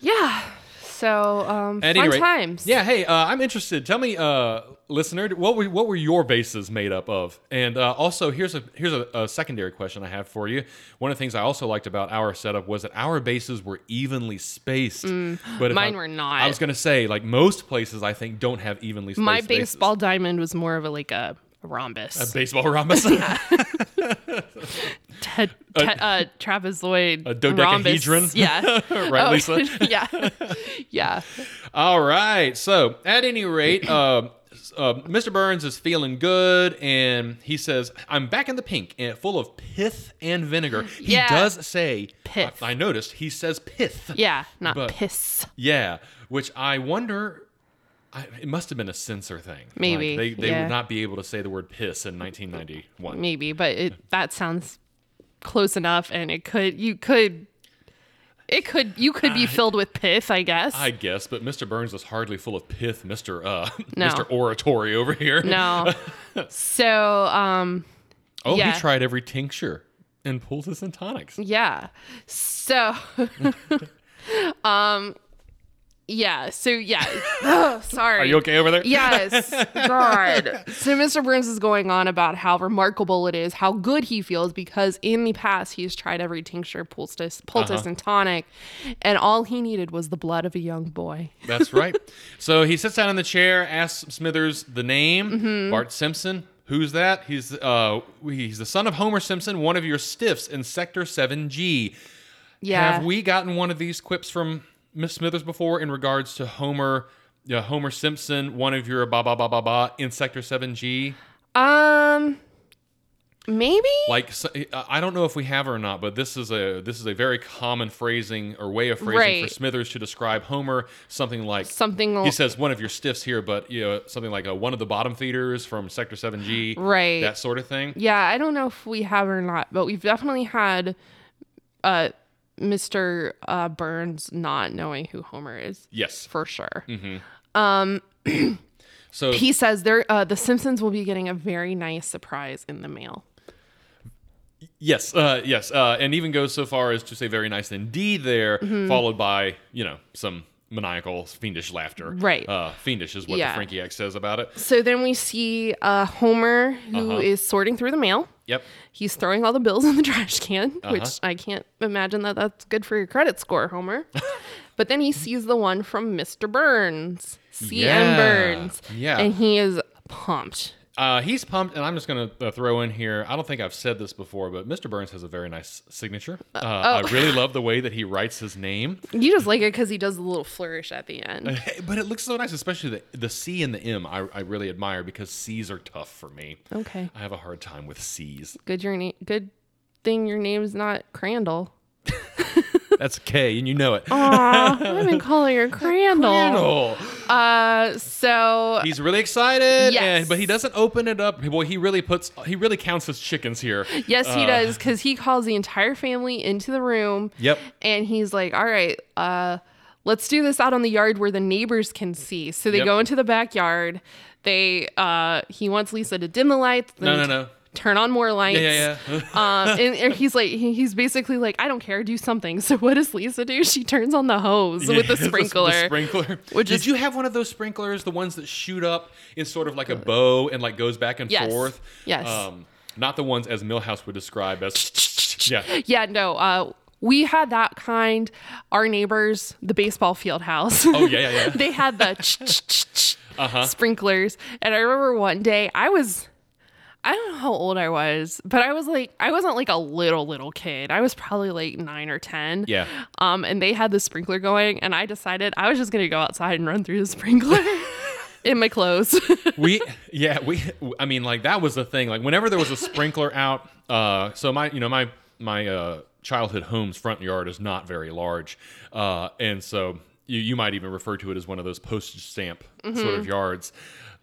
[SPEAKER 2] yeah. So um,
[SPEAKER 1] At
[SPEAKER 2] fun
[SPEAKER 1] any rate,
[SPEAKER 2] times.
[SPEAKER 1] Yeah, hey, uh, I'm interested. Tell me, uh, listener, what were what were your bases made up of? And uh, also, here's a here's a, a secondary question I have for you. One of the things I also liked about our setup was that our bases were evenly spaced. but if
[SPEAKER 2] Mm. mine
[SPEAKER 1] I-
[SPEAKER 2] were not.
[SPEAKER 1] I was gonna say, like most places, I think don't have evenly spaced.
[SPEAKER 2] My
[SPEAKER 1] bases.
[SPEAKER 2] baseball diamond was more of a like a rhombus.
[SPEAKER 1] baseball rhombus,
[SPEAKER 2] te- te- uh, trapezoid
[SPEAKER 1] a dodecahedron?
[SPEAKER 2] rhombus. Yeah.
[SPEAKER 1] right,
[SPEAKER 2] Oh,
[SPEAKER 1] Lisa?
[SPEAKER 2] yeah. Yeah.
[SPEAKER 1] All right. So, at any rate, uh, uh, Mr. Burns is feeling good, and he says, "I'm back in the pink and full of pith and vinegar." He
[SPEAKER 2] Yeah.
[SPEAKER 1] does say
[SPEAKER 2] Pith.
[SPEAKER 1] I, I noticed he says pith.
[SPEAKER 2] Yeah. Not
[SPEAKER 1] But-
[SPEAKER 2] piss.
[SPEAKER 1] Yeah, which I wonder. I, it must have been a censor thing. Like,
[SPEAKER 2] Maybe,
[SPEAKER 1] they they
[SPEAKER 2] yeah.
[SPEAKER 1] would not be able to say the word piss in 1991.
[SPEAKER 2] Maybe, but it, that sounds close enough and it could you could it could you could be filled with pith, I guess.
[SPEAKER 1] I guess, but Mr. Burns was hardly full of pith, Mr. Uh,
[SPEAKER 2] No.
[SPEAKER 1] Mr. Oratory over here.
[SPEAKER 2] no. so, um
[SPEAKER 1] Oh,
[SPEAKER 2] Yeah.
[SPEAKER 1] he tried every tincture and pulses and tonics.
[SPEAKER 2] Yeah. So um yeah, so yeah. Ugh, sorry.
[SPEAKER 1] Are you okay over there?
[SPEAKER 2] Yes. God. So Mr. Burns is going on about how remarkable it is, how good he feels because in the past he's tried every tincture, poultice, poultice
[SPEAKER 1] Uh-huh.
[SPEAKER 2] and tonic, and all he needed was the blood of a young boy.
[SPEAKER 1] That's right. so he sits down in the chair, asks Smithers the name,
[SPEAKER 2] Mm-hmm.
[SPEAKER 1] Bart Simpson. Who's that? He's uh he's the son of Homer Simpson, one of your stiffs in Sector 7G.
[SPEAKER 2] Yeah.
[SPEAKER 1] Have we gotten one of these quips from Miss Smithers before in regards to Homer yeah, Homer Simpson, one of your ba ba ba ba ba in Sector 7G?
[SPEAKER 2] um Maybe?
[SPEAKER 1] like so- I don't know if we have it or not, but this is a this is a very common phrasing or way of phrasing for
[SPEAKER 2] Right.
[SPEAKER 1] Smithers to describe Homer. Something like
[SPEAKER 2] Something
[SPEAKER 1] he
[SPEAKER 2] al-
[SPEAKER 1] says one of your stiffs here, but you know something like uh one of the bottom feeders from Sector Seven G,
[SPEAKER 2] Right.
[SPEAKER 1] That sort of thing.
[SPEAKER 2] Yeah, I don't know if we have or not, but we've definitely had uh Mr. Uh, Burns not knowing who Homer is
[SPEAKER 1] Yes.
[SPEAKER 2] for sure.
[SPEAKER 1] So
[SPEAKER 2] He says there uh, the Simpsons will be getting a very nice surprise in the mail.
[SPEAKER 1] yes, uh, yes, uh, and even goes so far as to say very nice indeed there,
[SPEAKER 2] Mm-hmm.
[SPEAKER 1] followed by you know some maniacal fiendish laughter.
[SPEAKER 2] Right.
[SPEAKER 1] Uh, fiendish is what
[SPEAKER 2] Yeah.
[SPEAKER 1] the Frankie X says about it.
[SPEAKER 2] So then we see uh, Homer who is
[SPEAKER 1] Uh-huh.
[SPEAKER 2] sorting through the mail.
[SPEAKER 1] Yep.
[SPEAKER 2] He's throwing all the bills in the trash can,
[SPEAKER 1] Uh-huh.
[SPEAKER 2] which I can't imagine that that's good for your credit score, Homer. but then he sees the one from Mr. Burns, C.M.
[SPEAKER 1] Yeah,
[SPEAKER 2] Burns,
[SPEAKER 1] yeah.
[SPEAKER 2] and he is pumped.
[SPEAKER 1] Uh, he's pumped, and I'm just going to uh, throw in here. I don't think I've said this before, but Mr. Burns has a very nice signature. Uh,
[SPEAKER 2] oh.
[SPEAKER 1] I really love the way that he writes his name,
[SPEAKER 2] You just like it because he does the little flourish at the end.
[SPEAKER 1] but it looks so nice, especially the, the C and the M. I, I really admire because C's are tough for me.
[SPEAKER 2] Okay,
[SPEAKER 1] I have a hard time with C's.
[SPEAKER 2] good. Your name, good thing your name's not Crandall.
[SPEAKER 1] That's a K, and you know it.
[SPEAKER 2] Aw, I've been calling her Crandall.
[SPEAKER 1] Randall.
[SPEAKER 2] Uh, so
[SPEAKER 1] He's really excited,
[SPEAKER 2] Yes.
[SPEAKER 1] and, but he doesn't open it up. Boy, he really puts he really counts his chickens here.
[SPEAKER 2] yes, he
[SPEAKER 1] Uh,
[SPEAKER 2] does because he calls the entire family into the room.
[SPEAKER 1] Yep.
[SPEAKER 2] and he's like, "All right, uh, let's do this out on the yard where the neighbors can see." So they
[SPEAKER 1] Yep.
[SPEAKER 2] go into the backyard. They uh, he wants Lisa to dim the lights.
[SPEAKER 1] No,
[SPEAKER 2] then
[SPEAKER 1] no,
[SPEAKER 2] t-
[SPEAKER 1] no.
[SPEAKER 2] Turn on more lights.
[SPEAKER 1] Yeah, yeah, yeah.
[SPEAKER 2] um, and, and he's like, he- he's basically like, I don't care, do something. So what does Lisa do? She turns on the hose with
[SPEAKER 1] Yeah,
[SPEAKER 2] the sprinkler.
[SPEAKER 1] sprinkler.
[SPEAKER 2] Which
[SPEAKER 1] Did
[SPEAKER 2] is-
[SPEAKER 1] you have one of those sprinklers, the ones that shoot up in sort of like a bow and like goes back and
[SPEAKER 2] Yes.
[SPEAKER 1] forth?
[SPEAKER 2] Yes.
[SPEAKER 1] Um, not the ones as Millhouse would describe as. yeah.
[SPEAKER 2] yeah, no. Uh, we had that kind. Our neighbors, the baseball field house.
[SPEAKER 1] Oh yeah, yeah, yeah.
[SPEAKER 2] they had the ch- ch- ch- ch-
[SPEAKER 1] Uh-huh.
[SPEAKER 2] sprinklers. And I remember one day I was, I don't know how old I was, but I was like, I wasn't like a little, little kid. I was probably like nine or 10.
[SPEAKER 1] Yeah.
[SPEAKER 2] Um, and they had the sprinkler going, and I decided I was just going to go outside and run through the sprinkler in my clothes.
[SPEAKER 1] we yeah we i mean like that was the thing like whenever there was a sprinkler out uh so my you know my my uh childhood home's front yard is not very large uh and so you, you might even refer to it as one of those postage stamp sort of yards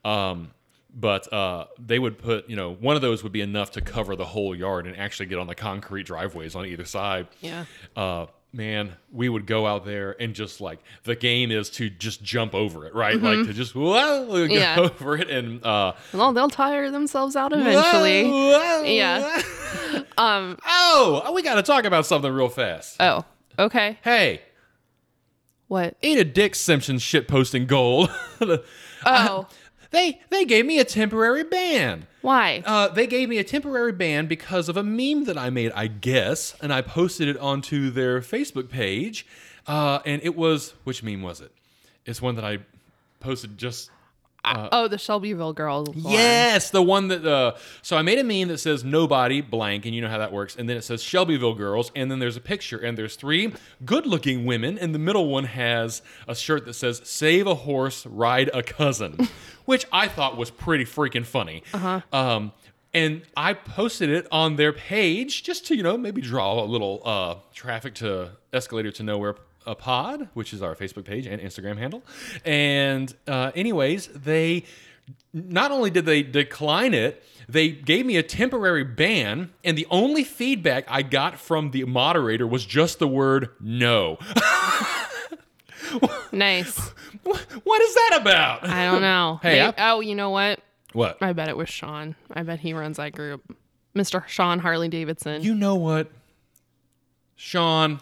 [SPEAKER 1] um but uh, they would put, you know, one of those would be enough to cover the whole yard and actually get on the concrete driveways on either side
[SPEAKER 2] Yeah.
[SPEAKER 1] uh, man, we would go out there and just like the game is to just jump over it, right? Like to just whoa, go
[SPEAKER 2] Mm-hmm. Yeah.
[SPEAKER 1] over it and uh,
[SPEAKER 2] well, they'll tire themselves out eventually.
[SPEAKER 1] whoa, whoa,
[SPEAKER 2] Yeah. Um,
[SPEAKER 1] oh, we got to talk about something real fast.
[SPEAKER 2] Oh, okay.
[SPEAKER 1] hey,
[SPEAKER 2] What?
[SPEAKER 1] eat a dick, Simpson shit posting gold. Uh-huh.
[SPEAKER 2] Oh,
[SPEAKER 1] they they gave me a temporary ban.
[SPEAKER 2] why?
[SPEAKER 1] Uh, they gave me a temporary ban because of a meme that I made, I guess, and I posted it onto their Facebook page. Uh, and it was which meme was it? It's one that I posted just. Uh-huh.
[SPEAKER 2] oh, the Shelbyville girls. one.
[SPEAKER 1] Yes, the one that. Uh, so I made a meme that says nobody blank, and you know how that works. And then it says Shelbyville girls, and then there's a picture, and there's three good-looking women, and the middle one has a shirt that says "Save a horse, ride a cousin," which I thought was pretty freaking funny. Uh-huh. Um, and I posted it on their page just to you know maybe draw a little uh, traffic to escalator to nowhere a pod, which is our Facebook page and Instagram handle. And uh, anyways, they not only did they decline it, they gave me a temporary ban, and the only feedback I got from the moderator was just the word no.
[SPEAKER 2] Nice.
[SPEAKER 1] what is that about?
[SPEAKER 2] I don't know.
[SPEAKER 1] Hey,
[SPEAKER 2] May- oh, you know what?
[SPEAKER 1] what?
[SPEAKER 2] I bet it was Sean. I bet he runs that group. Mr. Sean Harley Davidson.
[SPEAKER 1] You know what, Sean?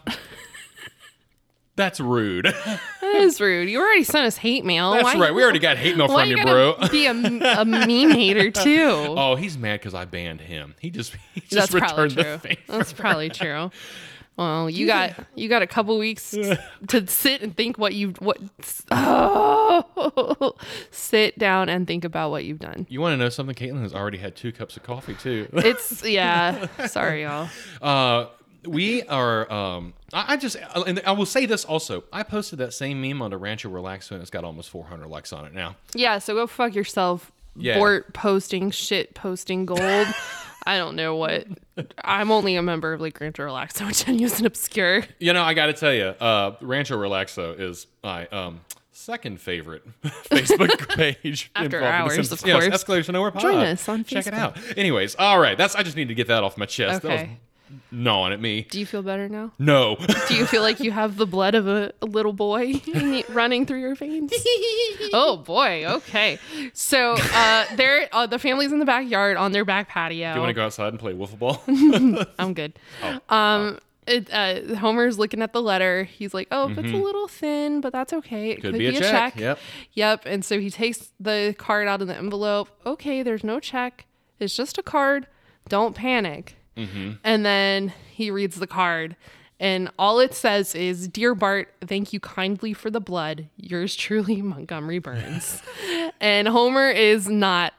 [SPEAKER 1] That's rude.
[SPEAKER 2] that is rude. You already sent us hate mail.
[SPEAKER 1] That's
[SPEAKER 2] Why-
[SPEAKER 1] right. We already got hate mail
[SPEAKER 2] why
[SPEAKER 1] from you,
[SPEAKER 2] gotta
[SPEAKER 1] bro.
[SPEAKER 2] Be a, a meme hater too.
[SPEAKER 1] Oh, he's mad because I banned him. He just he just
[SPEAKER 2] That's probably
[SPEAKER 1] returned
[SPEAKER 2] true.
[SPEAKER 1] the favor.
[SPEAKER 2] That's probably true. Well, you got you got a couple weeks to sit and think what you've what. Oh, sit down and think about what you've done.
[SPEAKER 1] You want to know something? Caitlin has already had two cups of coffee too.
[SPEAKER 2] It's yeah. Sorry, y'all.
[SPEAKER 1] Uh, we are. Um, I, I just and I will say this also. I posted that same meme on the Rancho Relaxo, and it's got almost 400 likes on it now.
[SPEAKER 2] Yeah, so go fuck yourself.
[SPEAKER 1] Yeah.
[SPEAKER 2] Bort posting shit, posting gold. I don't know what. I'm only a member of Lake Rancho Relaxo, which I use an obscure.
[SPEAKER 1] You know, I got to tell you, uh, Rancho Relaxo is my um, second favorite Facebook page. involving
[SPEAKER 2] After
[SPEAKER 1] the
[SPEAKER 2] hours,
[SPEAKER 1] Simpsons.
[SPEAKER 2] of
[SPEAKER 1] Yes,
[SPEAKER 2] course.
[SPEAKER 1] Escalation to Nowhere Pod.
[SPEAKER 2] Join us on
[SPEAKER 1] Check it out. Anyways, all right. That's I just need to get that off my chest. That
[SPEAKER 2] Okay.
[SPEAKER 1] was gnawing at me.
[SPEAKER 2] Do you feel better now?
[SPEAKER 1] No.
[SPEAKER 2] Do you feel like you have the blood of a, a little boy in y- running through your veins? oh boy. Okay. So uh, they're uh, the family's in the backyard on their back patio.
[SPEAKER 1] You want to go outside and play wiffle ball?
[SPEAKER 2] I'm good. um, It, uh, Homer's looking at the letter. He's like, "Oh, it's a little thin, but that's okay. It could, be, a check.
[SPEAKER 1] Yep.
[SPEAKER 2] Yep. And so he takes the card out of the envelope. Okay, there's no check. It's just a card. Don't panic. And then he reads the card. And all it says is, Dear Bart, thank you kindly for the blood. Yours truly, Montgomery Burns. and Homer is not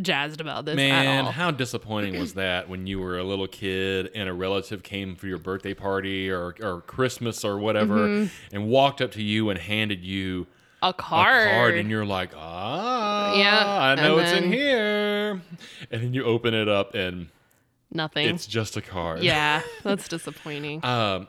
[SPEAKER 2] jazzed about this at
[SPEAKER 1] Man,
[SPEAKER 2] all.
[SPEAKER 1] how disappointing was that when you were a little kid and a relative came for your birthday party or, or Christmas or whatever
[SPEAKER 2] Mm-hmm.
[SPEAKER 1] and walked up to you and handed you
[SPEAKER 2] A
[SPEAKER 1] a
[SPEAKER 2] card.
[SPEAKER 1] card and you're like, ah,
[SPEAKER 2] Yeah,
[SPEAKER 1] I know
[SPEAKER 2] and
[SPEAKER 1] it's in
[SPEAKER 2] then-
[SPEAKER 1] here. And then you open it up and
[SPEAKER 2] Nothing.
[SPEAKER 1] it's just a card.
[SPEAKER 2] Yeah, that's disappointing.
[SPEAKER 1] Um,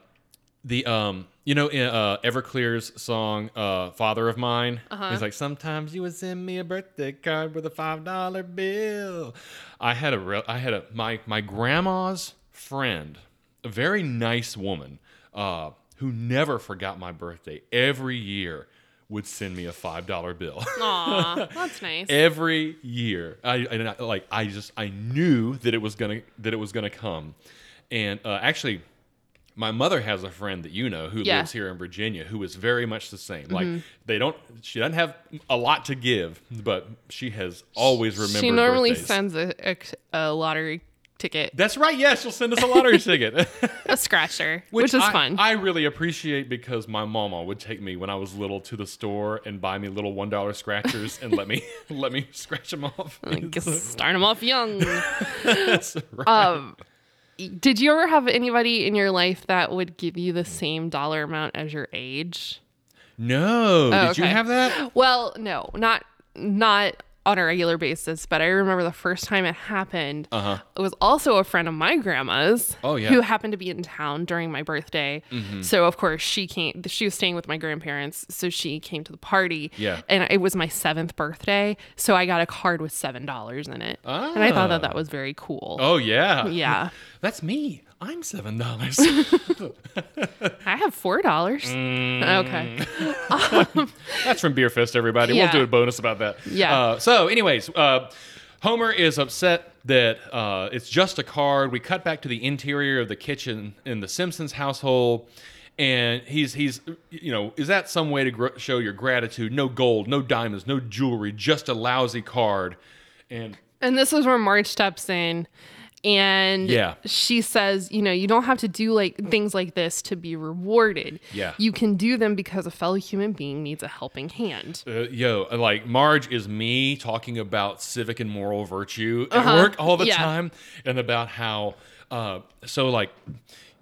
[SPEAKER 1] the um, you know, in, uh, Everclear's song uh, "Father of Mine." uh He's like, "Sometimes you would send me a birthday card with a five dollar bill." I had a re- I had a my my grandma's friend, a very nice woman, uh, who never forgot my birthday. Every year, would send me a five dollar bill.
[SPEAKER 2] Aw, that's nice.
[SPEAKER 1] every year I, and I like i just i knew that it was gonna that it was gonna come and uh, actually my mother has a friend that you know who
[SPEAKER 2] Yeah. Mm-hmm.
[SPEAKER 1] lives here in virginia who is very much the same like they don't she doesn't have a lot to give but she has always remembered
[SPEAKER 2] She normally
[SPEAKER 1] birthdays.
[SPEAKER 2] sends a, a, a lottery ticket,
[SPEAKER 1] that's right yes she'll send us a lottery ticket
[SPEAKER 2] a scratcher, which, is
[SPEAKER 1] I,
[SPEAKER 2] fun.
[SPEAKER 1] I really appreciate because my mama would take me when I was little to the store and buy me little one dollar scratchers and let me let me scratch them off.
[SPEAKER 2] Like, start them off young.
[SPEAKER 1] That's right.
[SPEAKER 2] Um, did you ever have anybody in your life that would give you the same dollar amount as your age?
[SPEAKER 1] No.
[SPEAKER 2] Oh,
[SPEAKER 1] Did you
[SPEAKER 2] okay.
[SPEAKER 1] have that?
[SPEAKER 2] Well, no, not not on a regular basis, but I remember the first time it happened.
[SPEAKER 1] Uh-huh.
[SPEAKER 2] It was also a friend of my grandma's.
[SPEAKER 1] Oh, yeah. Mm-hmm.
[SPEAKER 2] Who happened to be in town during my birthday. So of course she came. She was staying with my grandparents, so she came to the party.
[SPEAKER 1] Yeah.
[SPEAKER 2] And it was my seventh birthday, so I got a card with seven dollars in it, and I thought that
[SPEAKER 1] Ah.
[SPEAKER 2] that was very cool.
[SPEAKER 1] Oh yeah.
[SPEAKER 2] Yeah,
[SPEAKER 1] That's me. I'm seven dollars.
[SPEAKER 2] I have four dollars.
[SPEAKER 1] Mm.
[SPEAKER 2] Okay.
[SPEAKER 1] That's from Beer Fest, everybody.
[SPEAKER 2] Yeah.
[SPEAKER 1] We'll do a bonus about that.
[SPEAKER 2] Yeah.
[SPEAKER 1] Uh, so, anyways, uh, Homer is upset that uh, it's just a card. We cut back to the interior of the kitchen in the Simpsons household. And he's he's you know is that some way to gr- show your gratitude? No gold, no diamonds, no jewelry, just a lousy card. And
[SPEAKER 2] And this is where Marge steps in. And
[SPEAKER 1] Yeah.
[SPEAKER 2] she says, you know, you don't have to do like things like this to be rewarded.
[SPEAKER 1] Yeah.
[SPEAKER 2] You can do them because a fellow human being needs a helping hand.
[SPEAKER 1] Uh, yo, like Marge is me talking about civic and moral virtue at work all the
[SPEAKER 2] Yeah.
[SPEAKER 1] time, and about how uh, so like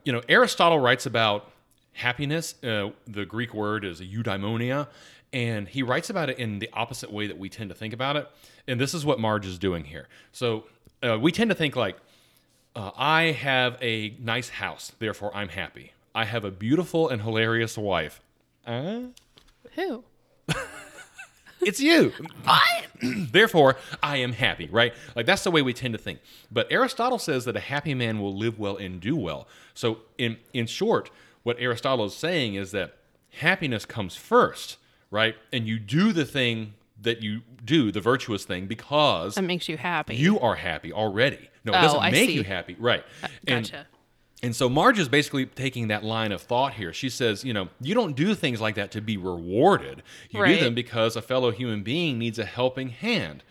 [SPEAKER 1] you know Aristotle writes about happiness. Uh, the Greek word is eudaimonia, and he writes about it in the opposite way that we tend to think about it. And this is what Marge is doing here. So uh, we tend to think like uh, I have a nice house, therefore I'm happy. I have a beautiful and hilarious wife. Uh,
[SPEAKER 2] Who?
[SPEAKER 1] it's you. Therefore, I am happy, right? Like that's the way we tend to think. But Aristotle says that a happy man will live well and do well. So in in short, what Aristotle is saying is that happiness comes first, right? And you do the thing that you do, the virtuous thing, because
[SPEAKER 2] That makes you happy.
[SPEAKER 1] you are happy already. No, it
[SPEAKER 2] Oh,
[SPEAKER 1] doesn't
[SPEAKER 2] I
[SPEAKER 1] make
[SPEAKER 2] see. Uh,
[SPEAKER 1] you happy. Right. And-
[SPEAKER 2] gotcha.
[SPEAKER 1] and so Marge is basically taking that line of thought here. She says, you know, you don't do things like that to be rewarded. You
[SPEAKER 2] Right.
[SPEAKER 1] do them because a fellow human being needs a helping hand.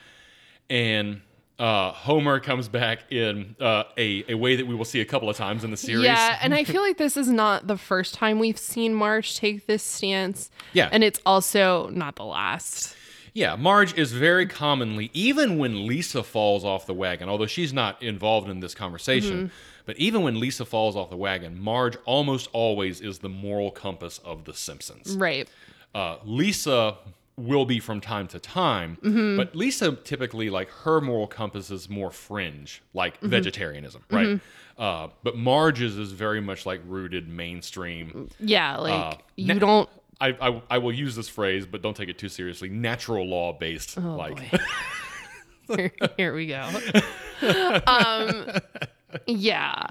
[SPEAKER 1] And uh, Homer comes back in uh, a, a way that we will see a couple of times in the series.
[SPEAKER 2] Yeah, and I feel like this is not the first time we've seen Marge take this stance.
[SPEAKER 1] Yeah.
[SPEAKER 2] And it's also not the last.
[SPEAKER 1] Yeah, Marge is very commonly, even when Lisa falls off the wagon, although she's not involved in this conversation,
[SPEAKER 2] Mm-hmm.
[SPEAKER 1] but even when Lisa falls off the wagon, Marge almost always is the moral compass of The Simpsons.
[SPEAKER 2] Right.
[SPEAKER 1] uh, Lisa will be from time to time. But Lisa typically like her moral compass is more fringe, like vegetarianism, right? Uh, but Marge's is very much like rooted
[SPEAKER 2] Mm.
[SPEAKER 1] mainstream.
[SPEAKER 2] Yeah, like
[SPEAKER 1] Uh,
[SPEAKER 2] you
[SPEAKER 1] na-
[SPEAKER 2] don't.
[SPEAKER 1] I, I I will use this phrase, but don't take it too seriously. Natural law based,
[SPEAKER 2] Oh,
[SPEAKER 1] like
[SPEAKER 2] boy. here we go. um, yeah,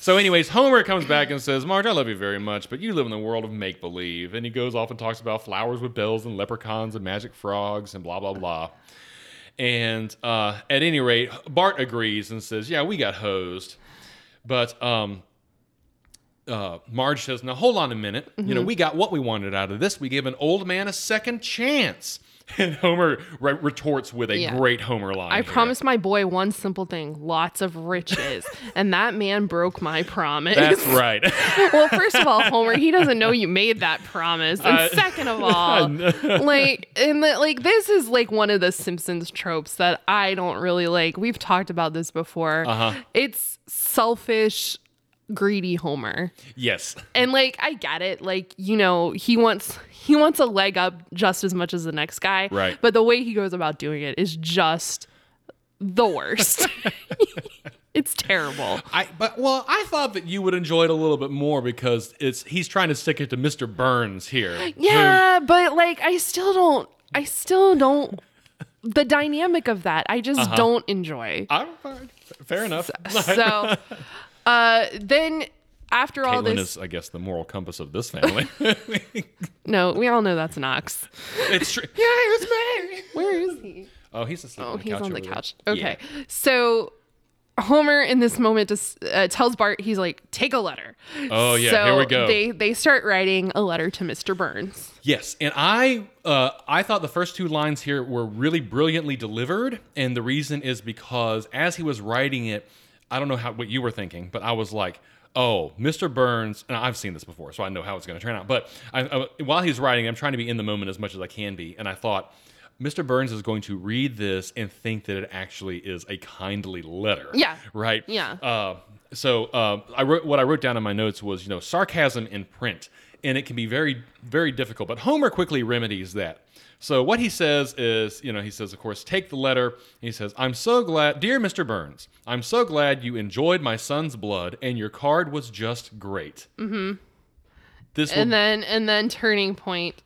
[SPEAKER 1] So, anyways, Homer comes back and says, Marge, I love you very much, but you live in the world of make believe. And he goes off and talks about flowers with bells and leprechauns and magic frogs and blah, blah, blah. And uh, at any rate, Bart agrees and says, Yeah, we got hosed. But um, uh, Marge says, Now hold on a minute. You
[SPEAKER 2] Mm-hmm.
[SPEAKER 1] know, we got what we wanted out of this. We gave an old man a second chance. And Homer re- retorts with a
[SPEAKER 2] Yeah.
[SPEAKER 1] great Homer line.
[SPEAKER 2] I
[SPEAKER 1] here.
[SPEAKER 2] promised my boy one simple thing: lots of riches, and that man broke my promise.
[SPEAKER 1] That's right.
[SPEAKER 2] well, first of all, Homer, he doesn't know you made that promise. And
[SPEAKER 1] I-
[SPEAKER 2] second of all, like and the, like this is like one of the Simpsons tropes that I don't really like. We've talked about this before.
[SPEAKER 1] Uh-huh.
[SPEAKER 2] It's selfish greedy Homer.
[SPEAKER 1] yes.
[SPEAKER 2] And like I get it. Like, you know, he wants he wants a leg up just as much as the next guy.
[SPEAKER 1] Right.
[SPEAKER 2] But the way he goes about doing it is just the worst. it's terrible.
[SPEAKER 1] I but well, I thought that you would enjoy it a little bit more because it's he's trying to stick it to Mr. Burns here. who-
[SPEAKER 2] Yeah, but like I still don't I still don't the dynamic of that I just
[SPEAKER 1] Uh-huh.
[SPEAKER 2] don't enjoy.
[SPEAKER 1] I'm fine. fair enough.
[SPEAKER 2] So uh then after all
[SPEAKER 1] Caitlin
[SPEAKER 2] this
[SPEAKER 1] is, I guess, the moral compass of this family.
[SPEAKER 2] No, we all know that's Knox.
[SPEAKER 1] it's true. Yeah, it's me.
[SPEAKER 2] Where is he?
[SPEAKER 1] Oh, he's asleep.
[SPEAKER 2] Oh,
[SPEAKER 1] on the
[SPEAKER 2] he's
[SPEAKER 1] couch
[SPEAKER 2] on the
[SPEAKER 1] over there.
[SPEAKER 2] couch.
[SPEAKER 1] Yeah.
[SPEAKER 2] Okay. So Homer in this moment just uh, tells Bart he's like take a letter.
[SPEAKER 1] Oh, yeah,
[SPEAKER 2] So
[SPEAKER 1] here we go. Oh.
[SPEAKER 2] They they start writing a letter to Mr. Burns.
[SPEAKER 1] Yes, and I uh, I thought the first two lines here were really brilliantly delivered, and the reason is because as he was writing it, I don't know how what you were thinking, but I was like, oh, Mr. Burns, and I've seen this before, so I know how it's going to turn out. But I, I, while he's writing, I'm trying to be in the moment as much as I can be, and I thought. Mr. Burns is going to read this and think that it actually is a kindly letter.
[SPEAKER 2] Yeah.
[SPEAKER 1] Right?
[SPEAKER 2] Yeah.
[SPEAKER 1] Uh, so uh, I wrote what I wrote down in my notes was you know sarcasm in print, and it can be very very difficult. But Homer quickly remedies that. So what he says is you know he says of course take the letter. And he says I'm so glad, dear Mr. Burns, I'm so glad you enjoyed my son's blood, and your card was just great. Mm-hmm. This will,
[SPEAKER 2] And then and then turning point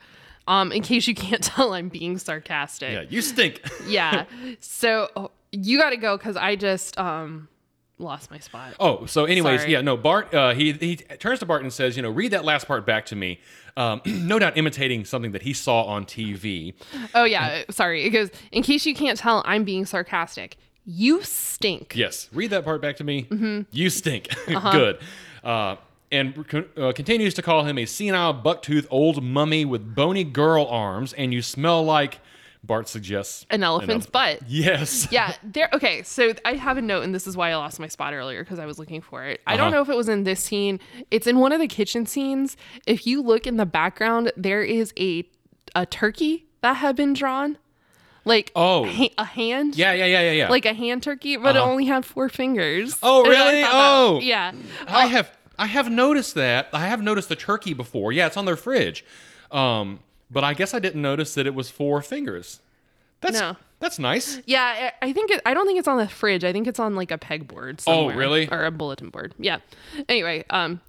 [SPEAKER 2] um in case you can't tell I'm being sarcastic.
[SPEAKER 1] yeah, you stink.
[SPEAKER 2] yeah. So oh, you got to go because I just um lost my spot.
[SPEAKER 1] Oh, so anyways,
[SPEAKER 2] Sorry.
[SPEAKER 1] yeah, no, Bart, uh, he, he turns to Bart and says, you know, read that last part back to me. Um, no doubt imitating something that he saw on TV.
[SPEAKER 2] Oh yeah, sorry. It goes. In case you can't tell, I'm being sarcastic. You stink.
[SPEAKER 1] Yes, read that part back to me.
[SPEAKER 2] Mm-hmm.
[SPEAKER 1] You stink.
[SPEAKER 2] Uh-huh.
[SPEAKER 1] Good. Uh, and con- uh, continues to call him a senile, bucktooth old mummy with bony girl arms, and you smell like, Bart suggests,
[SPEAKER 2] An elephant's butt.
[SPEAKER 1] Yes.
[SPEAKER 2] Yeah, there. Okay, so I have a note, and this is why I lost my spot earlier because I was looking for it. I
[SPEAKER 1] Uh-huh.
[SPEAKER 2] don't know if it was in this scene. It's in one of the kitchen scenes. If you look in the background, there is a a turkey that had been drawn, like
[SPEAKER 1] Oh.
[SPEAKER 2] a, ha- a hand.
[SPEAKER 1] Yeah, yeah, yeah, yeah, yeah.
[SPEAKER 2] like a hand turkey, but it only had four fingers.
[SPEAKER 1] Oh,
[SPEAKER 2] And I
[SPEAKER 1] really?
[SPEAKER 2] thought
[SPEAKER 1] Oh.
[SPEAKER 2] that- yeah. uh,
[SPEAKER 1] I have I have noticed that. I have noticed the turkey before. Yeah, it's on their fridge. Um, but I guess I didn't notice that it was four fingers. That's
[SPEAKER 2] No.
[SPEAKER 1] that's nice.
[SPEAKER 2] Yeah, I I think it, I don't think it's on the fridge. I think it's on like a pegboard. Somewhere,
[SPEAKER 1] Oh, really?
[SPEAKER 2] Or a bulletin board. Yeah. Anyway, um,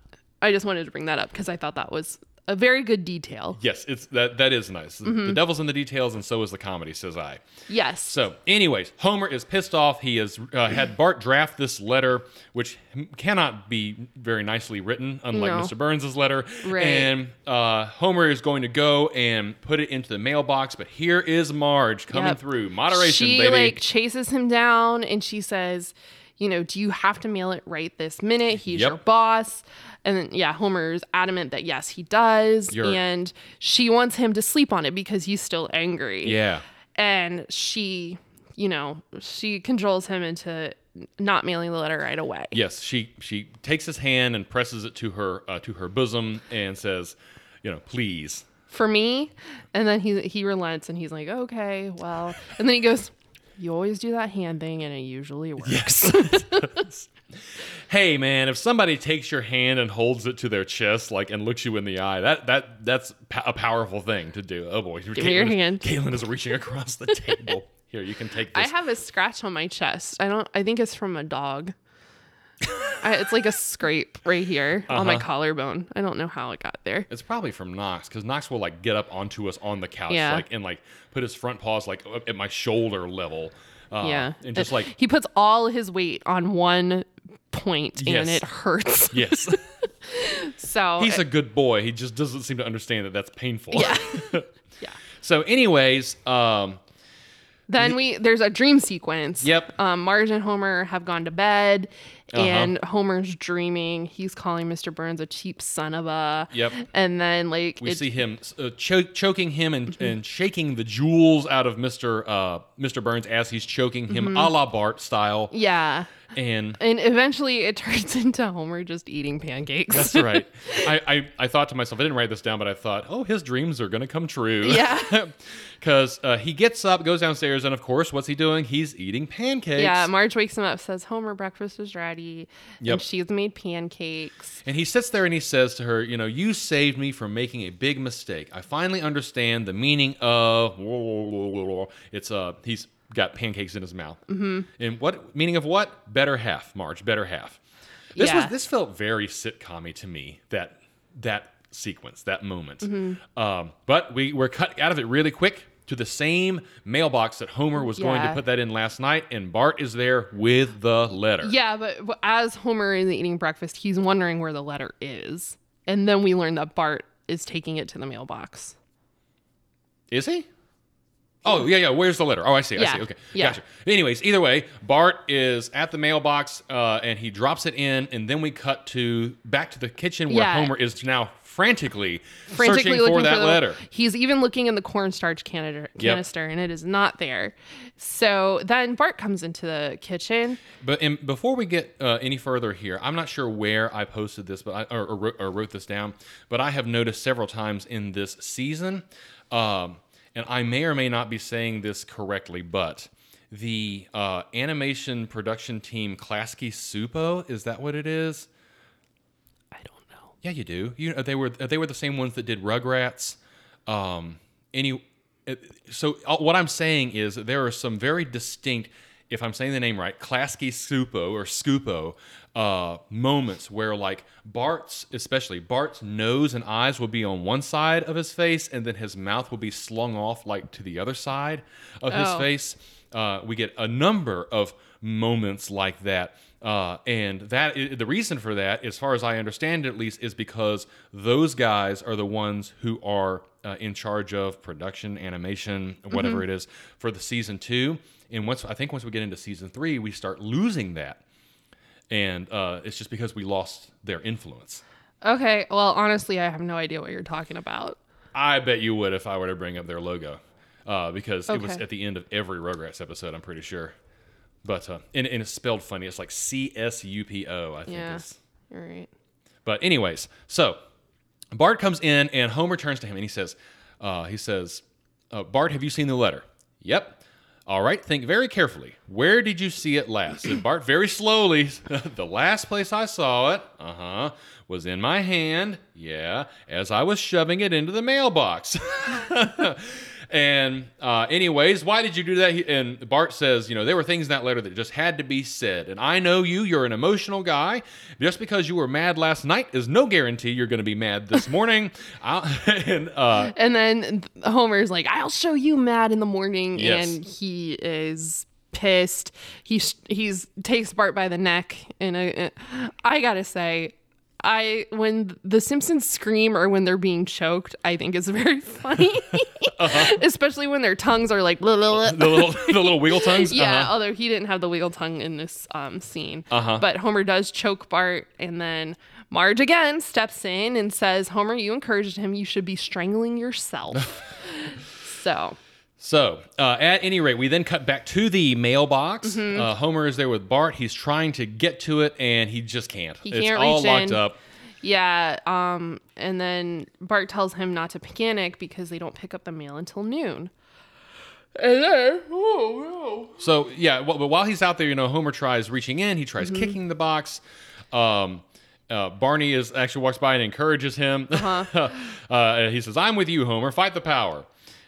[SPEAKER 2] I just wanted to bring that up because I thought that was a very good detail.
[SPEAKER 1] Yes, it's that that is nice.
[SPEAKER 2] Mm-hmm.
[SPEAKER 1] The devil's in the details, and so is the comedy, says I.
[SPEAKER 2] Yes.
[SPEAKER 1] So, anyways, Homer is pissed off. He has uh, had Bart draft this letter, which cannot be very nicely written, unlike
[SPEAKER 2] No.
[SPEAKER 1] Mr. Burns' letter.
[SPEAKER 2] Right.
[SPEAKER 1] And uh, Homer is going to go and put it into the mailbox. But here is Marge coming
[SPEAKER 2] Yep.
[SPEAKER 1] through. Moderation,
[SPEAKER 2] she
[SPEAKER 1] baby.
[SPEAKER 2] like chases him down and she says, you know, do you have to mail it right this minute? He's
[SPEAKER 1] Yep.
[SPEAKER 2] your boss. And then, yeah, Homer's adamant that yes, he does.
[SPEAKER 1] You're-
[SPEAKER 2] and she wants him to sleep on it because he's still angry.
[SPEAKER 1] yeah.
[SPEAKER 2] And she, you know, she controls him into not mailing the letter right away.
[SPEAKER 1] Yes, she she takes his hand and presses it to her uh, to her bosom and says, you know, please.
[SPEAKER 2] For me. And then he he relents and he's like, okay, well. And then he goes, You always do that hand thing, and it usually works.
[SPEAKER 1] Yes. hey man, if somebody takes your hand and holds it to their chest, like and looks you in the eye, that that that's p- a powerful thing to do. Oh boy, give
[SPEAKER 2] me your hand.
[SPEAKER 1] Caitlin is reaching across the table. Here, you can take
[SPEAKER 2] I
[SPEAKER 1] this.
[SPEAKER 2] have a scratch on my chest. I don't. I think it's from a dog. I, it's like a scrape right here on my collarbone. I don't know how it got there.
[SPEAKER 1] Uh-huh. it's probably from Knox because Knox will like get up onto us on the couch,
[SPEAKER 2] Yeah.
[SPEAKER 1] like and like put his front paws like up at my shoulder level. Uh,
[SPEAKER 2] yeah,
[SPEAKER 1] and just
[SPEAKER 2] Uh,
[SPEAKER 1] like
[SPEAKER 2] he puts all his weight on one point,
[SPEAKER 1] Yes.
[SPEAKER 2] and it hurts.
[SPEAKER 1] yes.
[SPEAKER 2] So
[SPEAKER 1] He's
[SPEAKER 2] uh,
[SPEAKER 1] a good boy. He just doesn't seem to understand that that's painful.
[SPEAKER 2] yeah. yeah.
[SPEAKER 1] so, anyways, um,
[SPEAKER 2] Then we there's a dream sequence.
[SPEAKER 1] Yep. Uh-huh.
[SPEAKER 2] Um, Marge and Homer have gone to bed, and Homer's dreaming. He's calling Mr. Burns a cheap son of a.
[SPEAKER 1] Yep.
[SPEAKER 2] And then like
[SPEAKER 1] we
[SPEAKER 2] it-
[SPEAKER 1] see him uh, cho- choking him and,
[SPEAKER 2] Mm-hmm.
[SPEAKER 1] and shaking the jewels out of Mister uh, Mister Burns as he's choking him,
[SPEAKER 2] Mm-hmm.
[SPEAKER 1] a la Bart style.
[SPEAKER 2] yeah.
[SPEAKER 1] And
[SPEAKER 2] And eventually it turns into Homer just eating pancakes.
[SPEAKER 1] that's right. I, I I thought to myself, I didn't write this down, but I thought, oh, his dreams are gonna come true.
[SPEAKER 2] Yeah.
[SPEAKER 1] Because uh, he gets up, goes downstairs, and of course, what's he doing? He's eating pancakes.
[SPEAKER 2] Yeah, Marge wakes him up, says, Homer, breakfast is ready.
[SPEAKER 1] Yep.
[SPEAKER 2] And she's made pancakes.
[SPEAKER 1] And he sits there and he says to her, You know, you saved me from making a big mistake. I finally understand the meaning of. It's, uh, he's got pancakes in his mouth. Mm-hmm. And what, meaning of what? Better half, Marge, better half. This
[SPEAKER 2] Yeah.
[SPEAKER 1] was, this felt very sitcom to me, that, that sequence, that moment.
[SPEAKER 2] Mm-hmm.
[SPEAKER 1] Um, but we were cut out of it really quick to the same mailbox that Homer was going to
[SPEAKER 2] Yeah.
[SPEAKER 1] put that in last night. And Bart is there with the letter.
[SPEAKER 2] Yeah, but w- as Homer is eating breakfast, he's wondering where the letter is. And then we learn that Bart is taking it to the mailbox.
[SPEAKER 1] Is he? Oh yeah, yeah. Where's the letter? Oh, I see. I
[SPEAKER 2] Yeah,
[SPEAKER 1] see. Okay,
[SPEAKER 2] yeah.
[SPEAKER 1] gotcha. Anyways, either way, Bart is at the mailbox uh, and he drops it in, and then we cut to back to the kitchen where
[SPEAKER 2] Yeah.
[SPEAKER 1] Homer is now frantically,
[SPEAKER 2] Frantically
[SPEAKER 1] searching
[SPEAKER 2] looking
[SPEAKER 1] for that
[SPEAKER 2] the-
[SPEAKER 1] letter.
[SPEAKER 2] He's even looking in the cornstarch canister, canister and it is not there. So then Bart comes into the kitchen.
[SPEAKER 1] But and before we get uh, any further here, I'm not sure where I posted this, but I or, or, wrote- or wrote this down. But I have noticed several times in this season, um, and I may or may not be saying this correctly, but the uh, animation production team Klasky Supo is that what it is?
[SPEAKER 2] I don't know.
[SPEAKER 1] Yeah, you do. You they were they were the same ones that did Rugrats. Um, any it- so uh, what I'm saying is that there are some very distinct, if I'm saying the name right, Klasky Supo or Scupo uh, moments where like Bart's especially Bart's nose and eyes will be on one side of his face and then his mouth will be slung off like to the other side of his
[SPEAKER 2] Oh.
[SPEAKER 1] face. Uh, we get a number of moments like that. Uh, and that i- the reason for that, as far as I understand at least, is because those guys are the ones who are uh, in charge of production, animation, whatever it is for the season two. And once I think once we get into season three, we start losing that, and uh, it's just because we lost their influence.
[SPEAKER 2] Okay, well, honestly, I have no idea what you're talking about.
[SPEAKER 1] I bet you would if I were to bring up their logo, uh, because it was
[SPEAKER 2] Okay.
[SPEAKER 1] at the end of every Rugrats episode. I'm pretty sure. But uh, and, and it's spelled funny. It's like C S U P O. I think.
[SPEAKER 2] Yeah.
[SPEAKER 1] Is.
[SPEAKER 2] All right.
[SPEAKER 1] But anyways, so Bart comes in and Homer turns to him and he says, uh, he says, uh, Bart, have you seen the letter? Yep. All right, think very carefully. Where did you see it last? And Bart very slowly, the last place I saw it, uh huh, was in my hand, yeah, as I was shoving it into the mailbox. and uh, anyways, why did you do that? He- And Bart says, you know, there were things in that letter that just had to be said. And I know you, you're an emotional guy. Just because you were mad last night is no guarantee you're going to be mad this morning. I- and uh,
[SPEAKER 2] And then th- Homer's like, "I'll show you mad in the morning,"
[SPEAKER 1] Yes.
[SPEAKER 2] and he is pissed. He sh- he's takes Bart by the neck, and I, I gotta say. I when the Simpsons scream or when they're being choked, I think is very funny, especially when their tongues are like, "Blah, blah, blah."
[SPEAKER 1] the little, the little wiggle tongues.
[SPEAKER 2] yeah.
[SPEAKER 1] Uh-huh.
[SPEAKER 2] Although he didn't have the wiggle tongue in this um, scene, but Homer does choke Bart, and then Marge again steps in and says, "Homer, you encouraged him. You should be strangling yourself." so
[SPEAKER 1] So, uh, at any rate, we then cut back to the mailbox.
[SPEAKER 2] Mm-hmm.
[SPEAKER 1] Uh, Homer is there with Bart. He's trying to get to it, and he just can't.
[SPEAKER 2] He
[SPEAKER 1] it's
[SPEAKER 2] can't
[SPEAKER 1] all
[SPEAKER 2] reach
[SPEAKER 1] locked
[SPEAKER 2] in.
[SPEAKER 1] up.
[SPEAKER 2] yeah, um, and then Bart tells him not to panic because they don't pick up the mail until noon. And then, oh no.
[SPEAKER 1] So yeah, well, but while he's out there, you know, Homer tries reaching in. He tries kicking the box. Um, uh, Barney is actually walks by and encourages him. uh and he says, "I'm with you, Homer. Fight the power."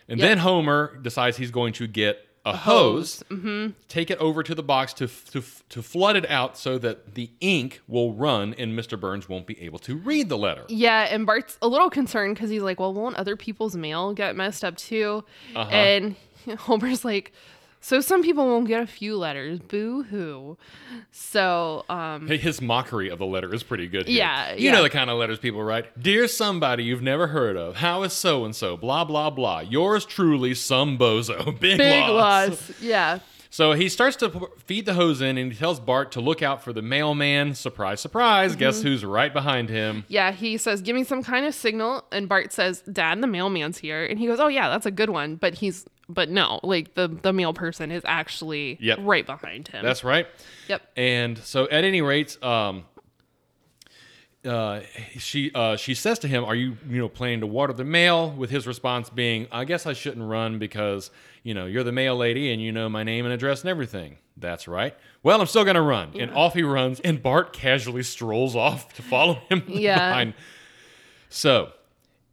[SPEAKER 1] And then Homer decides he's going to get a, hose, Mm-hmm. take it over to the box to, f- to f- to flood it out so that the ink will run and Mr. Burns won't be able to read the letter.
[SPEAKER 2] Yeah, and Bart's a little concerned because he's like, well, won't other people's mail get messed up too? And Homer's like, so some people won't get a few letters. Boo hoo. So, um,
[SPEAKER 1] Hey, His mockery of the letter is pretty good. here.
[SPEAKER 2] Yeah,
[SPEAKER 1] you
[SPEAKER 2] yeah.
[SPEAKER 1] know the kind of letters people write. Dear somebody you've never heard of, how is so and so? Blah blah blah. Yours truly, some bozo. Big,
[SPEAKER 2] big
[SPEAKER 1] loss.
[SPEAKER 2] loss. Yeah.
[SPEAKER 1] So he starts to p- feed the hose in, and he tells Bart to look out for the mailman. Surprise, surprise! Guess
[SPEAKER 2] Mm-hmm.
[SPEAKER 1] who's right behind him?
[SPEAKER 2] Yeah, he says, Give me some kind of signal. And Bart says, Dad, the mailman's here. And he goes, Oh, yeah, that's a good one. But he's, but no, like the, the mail person is actually
[SPEAKER 1] Yep.
[SPEAKER 2] right behind him.
[SPEAKER 1] That's right.
[SPEAKER 2] yep.
[SPEAKER 1] And so, at any rate, um, uh, she uh, she says to him, "Are you you know planning to water the mail?" With his response being, "I guess I shouldn't run because you know you're the mail lady and you know my name and address and everything." That's right. Well, I'm still gonna run, and off he runs, and Bart casually strolls off to follow him
[SPEAKER 2] Yeah.
[SPEAKER 1] behind. So,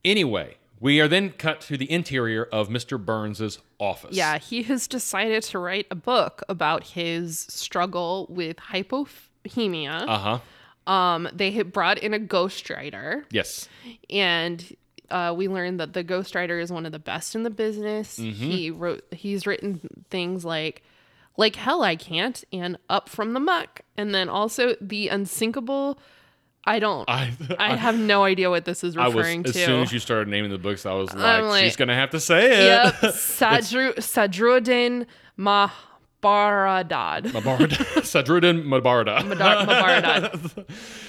[SPEAKER 1] anyway, we are then cut to the interior of Mr. Burns's office.
[SPEAKER 2] Yeah, he has decided to write a book about his struggle with hypothemia.
[SPEAKER 1] Uh huh.
[SPEAKER 2] Um, they had brought in a ghostwriter,
[SPEAKER 1] Yes.
[SPEAKER 2] and uh, we learned that the ghostwriter is one of the best in the business.
[SPEAKER 1] Mm-hmm.
[SPEAKER 2] He wrote, he's written things like, like hell I can't, and up from the muck, and then also the unsinkable. I don't. I,
[SPEAKER 1] I,
[SPEAKER 2] have no idea what this is
[SPEAKER 1] I was
[SPEAKER 2] referring
[SPEAKER 1] as
[SPEAKER 2] to.
[SPEAKER 1] soon as you started naming the books, I was like,
[SPEAKER 2] like,
[SPEAKER 1] she's gonna have to say
[SPEAKER 2] yep,
[SPEAKER 1] it.
[SPEAKER 2] Sadru Sadruddin Mahabaradad.
[SPEAKER 1] Mabarda, Sadruddin Mabarda.
[SPEAKER 2] Madar- Mabaradad.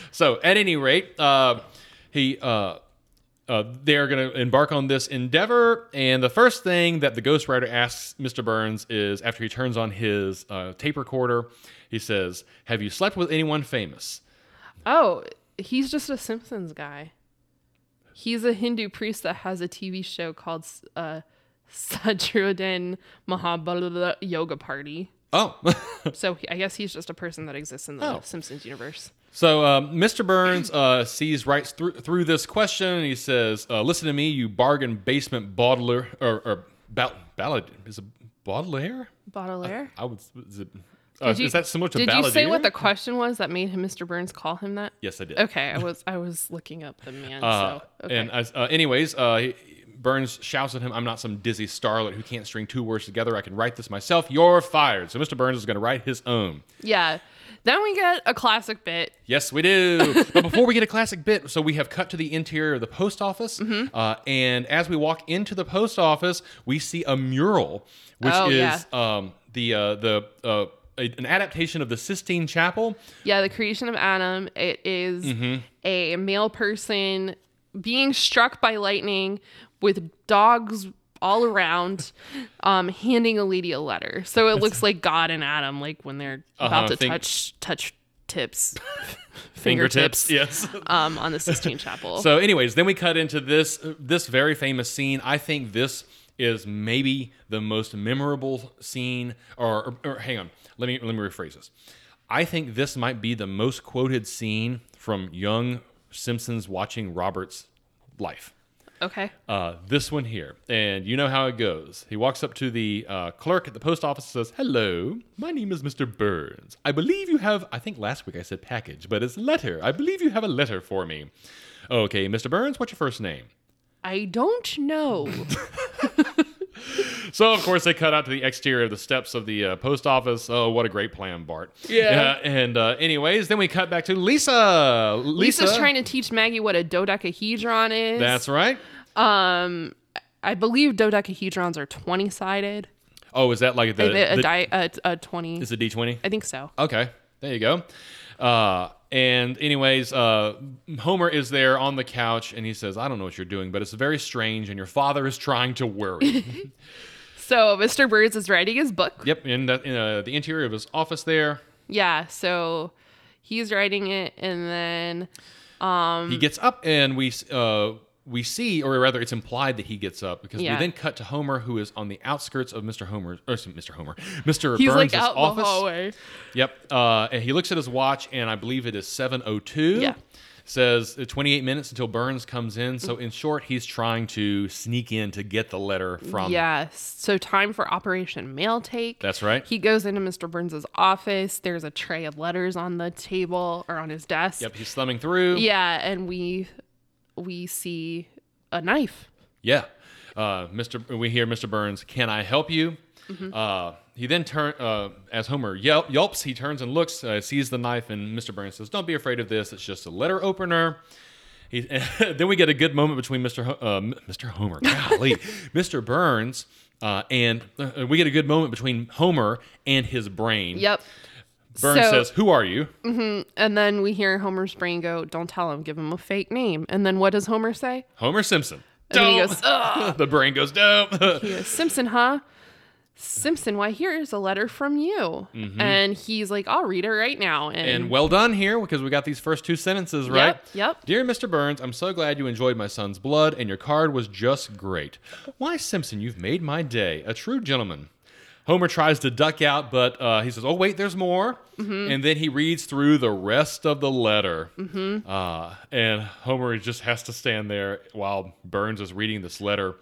[SPEAKER 1] So at any rate, uh, he uh, uh, they're gonna embark on this endeavor, and the first thing that the ghostwriter asks Mr. Burns is after he turns on his uh, tape recorder, he says, "Have you slept with anyone famous?"
[SPEAKER 2] Oh, he's just a Simpsons guy. He's a Hindu priest that has a TV show called uh, Sadruddin Mahabharata Yoga Party.
[SPEAKER 1] Oh,
[SPEAKER 2] So he, I guess he's just a person that exists in the
[SPEAKER 1] Oh.
[SPEAKER 2] Simpsons universe.
[SPEAKER 1] So um, Mr. Burns uh, sees right through through this question, and he says, uh, "Listen to me, you bargain basement bottler or, or ba- ballad is it Baudelaire?
[SPEAKER 2] Baudelaire?
[SPEAKER 1] I would is, it, uh,
[SPEAKER 2] Did you-
[SPEAKER 1] is that similar to
[SPEAKER 2] Did
[SPEAKER 1] balladeer?
[SPEAKER 2] you say what the question was that made him Mr. Burns call him that?
[SPEAKER 1] yes, I did.
[SPEAKER 2] Okay, I was I was looking up the man.
[SPEAKER 1] Uh,
[SPEAKER 2] so okay.
[SPEAKER 1] And as, uh, anyways, uh, he- Burns shouts at him, "I'm not some dizzy starlet who can't string two words together. I can write this myself. You're fired." So Mr. Burns is going to write his own.
[SPEAKER 2] yeah. Then we get a classic bit
[SPEAKER 1] Yes, we do. but before we get a classic bit, so we have cut to the interior of the post office,
[SPEAKER 2] Mm-hmm.
[SPEAKER 1] uh, and as we walk into the post office, we see a mural, which
[SPEAKER 2] Oh,
[SPEAKER 1] is
[SPEAKER 2] yeah.
[SPEAKER 1] um, the uh, the uh, a, an adaptation of the Sistine Chapel.
[SPEAKER 2] Yeah, the creation of Adam. It is
[SPEAKER 1] Mm-hmm.
[SPEAKER 2] a male person being struck by lightning with dogs all around, um, handing a lady a letter. So it looks like God and Adam, like when they're
[SPEAKER 1] Uh-huh,
[SPEAKER 2] about to
[SPEAKER 1] fing-
[SPEAKER 2] touch touch tips,
[SPEAKER 1] yes.
[SPEAKER 2] um, on the Sistine Chapel.
[SPEAKER 1] so, anyways, then we cut into this this very famous scene. I think this is maybe the most memorable scene. Or, or, or hang on, let me let me rephrase this. I think this might be the most quoted scene from young Simpsons watching Robert's life.
[SPEAKER 2] okay.
[SPEAKER 1] Uh, this one here, and you know how it goes. He walks up to the uh, clerk at the post office and says, "Hello, my name is Mr. Burns. I believe you have. I think last week I said package, but it's letter. I believe you have a letter for me. Okay, Mr. Burns, what's your first name?"
[SPEAKER 2] I don't know.
[SPEAKER 1] So of course they cut out to the exterior of the steps of the uh, post office. Oh, what a great plan, Bart.
[SPEAKER 2] Yeah.
[SPEAKER 1] Uh, and uh, anyways, then we cut back to Lisa. Lisa,
[SPEAKER 2] Lisa's trying to teach Maggie what a dodecahedron is.
[SPEAKER 1] That's right.
[SPEAKER 2] um I believe dodecahedrons are twenty sided.
[SPEAKER 1] Oh, is that like the?
[SPEAKER 2] A,
[SPEAKER 1] the-
[SPEAKER 2] di- a, a twenty.
[SPEAKER 1] is it D twenty?
[SPEAKER 2] I think so.
[SPEAKER 1] Okay, there you go. Uh, and anyways, uh, Homer is there on the couch, and he says, "I don't know what you're doing, but it's very strange, and your father is trying to worry."
[SPEAKER 2] So Mr. Burns is writing his book.
[SPEAKER 1] yep, in, the, in uh, the interior of his office there,
[SPEAKER 2] Yeah, so he's writing it and then Um,
[SPEAKER 1] he gets up, and we uh, we see, or rather, it's implied that he gets up because
[SPEAKER 2] Yeah.
[SPEAKER 1] we then cut to Homer, who is on the outskirts of Mr. Homer's, or Mr. Homer, Mr.
[SPEAKER 2] He's
[SPEAKER 1] Burns'
[SPEAKER 2] like out
[SPEAKER 1] office.
[SPEAKER 2] the hallway.
[SPEAKER 1] Yep. Uh, and he looks at his watch, and I believe it is 7:02.
[SPEAKER 2] Yeah.
[SPEAKER 1] Says uh, 28 minutes until Burns comes in. So in short, he's trying to sneak in to get the letter from.
[SPEAKER 2] Yes. So time for Operation Mail Take.
[SPEAKER 1] Um, That's right.
[SPEAKER 2] He goes into Mr. Burns's office. There's a tray of letters on the table or on his desk.
[SPEAKER 1] Yep. He's thumbing through.
[SPEAKER 2] Yeah, and we we see a knife.
[SPEAKER 1] Yeah. Uh, Mr. We hear Mr. Burns. Can I help you?
[SPEAKER 2] Mm-hmm.
[SPEAKER 1] Uh, he then turn uh, as Homer yelp, yelps. He turns and looks, uh, sees the knife, and Mr. Burns says, "Don't be afraid of this. It's just a letter opener." He, then we get a good moment between Mr. Ho- uh, M- Mr. Homer, golly, Mr. Burns, uh, and uh, we get a good moment between Homer and his brain.
[SPEAKER 2] Yep.
[SPEAKER 1] Burns
[SPEAKER 2] So-
[SPEAKER 1] says, "Who are you?"
[SPEAKER 2] And then we hear Homer's brain go, "Don't tell him. Give him a fake name." And then what does Homer say?
[SPEAKER 1] Homer Simpson.
[SPEAKER 2] And then he
[SPEAKER 1] Dope.
[SPEAKER 2] goes, "Oh, "Ugh."
[SPEAKER 1] the brain goes, "Dope."
[SPEAKER 2] He goes, "Simpson, huh?" Simpson, why here's a letter from you.
[SPEAKER 1] Mm-hmm.
[SPEAKER 2] And he's like, I'll read it right now. And,
[SPEAKER 1] And well done here because we got these first two sentences right.
[SPEAKER 2] Mm-hmm. yep.
[SPEAKER 1] Dear Mr. Burns, I'm so glad you enjoyed my son's blood and your card was just great. Why, Simpson, you've made my day. A true gentleman. Homer tries to duck out, but uh, he says, Oh, wait, there's more.
[SPEAKER 2] Mm-hmm.
[SPEAKER 1] And then he reads through the rest of the letter.
[SPEAKER 2] Mm-hmm.
[SPEAKER 1] Uh, and Homer just has to stand there while Burns is reading this letter.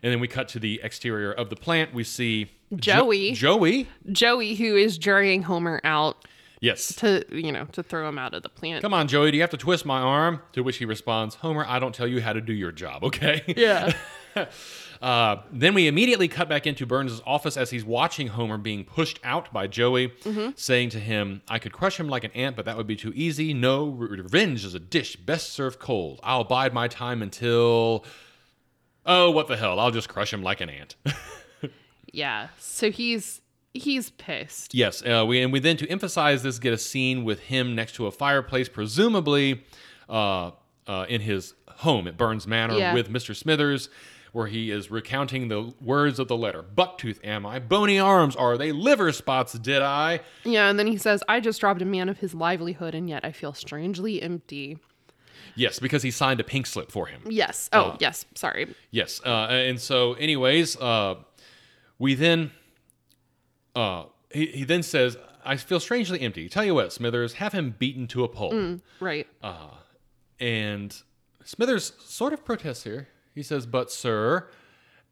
[SPEAKER 1] And then we cut to the exterior of the plant. We see Jo-
[SPEAKER 2] Joey.
[SPEAKER 1] Joey?
[SPEAKER 2] Joey, who is dragging Homer out
[SPEAKER 1] Yes.
[SPEAKER 2] to, you know, to throw him out of the plant.
[SPEAKER 1] Come on, Joey, do you have to twist my arm? To which he responds, Homer, I don't tell you how to do your job, okay?
[SPEAKER 2] Yeah.
[SPEAKER 1] Uh, then we immediately cut back into Burns' office as he's watching Homer being pushed out by Joey, saying to him, I could crush him like an ant, but that would be too easy. No, re- revenge is a dish best served cold. I'll bide my time until. Oh, what the hell? I'll just crush him like an ant.
[SPEAKER 2] yeah. So he's he's pissed.
[SPEAKER 1] Yes, uh, we and we then to emphasize this get a scene with him next to a fireplace, presumably uh, uh, in his home at Burns Manor
[SPEAKER 2] Yeah.
[SPEAKER 1] with Mister Smithers, where he is recounting the words of the letter. Bucktooth am I? Bony arms are they? Liver spots did I?
[SPEAKER 2] Yeah, and then he says, I just robbed a man of his livelihood and yet I feel strangely empty.
[SPEAKER 1] Yes, because he signed a pink slip for him.
[SPEAKER 2] Yes. Oh, yes. Sorry.
[SPEAKER 1] Yes, uh, and so anyways, uh, we then uh, he, he then says, "I feel strangely empty." Tell you what, Smithers, have him beaten to a pulp.
[SPEAKER 2] Right.
[SPEAKER 1] Uh, And Smithers sort of protests here. He says, "But sir,"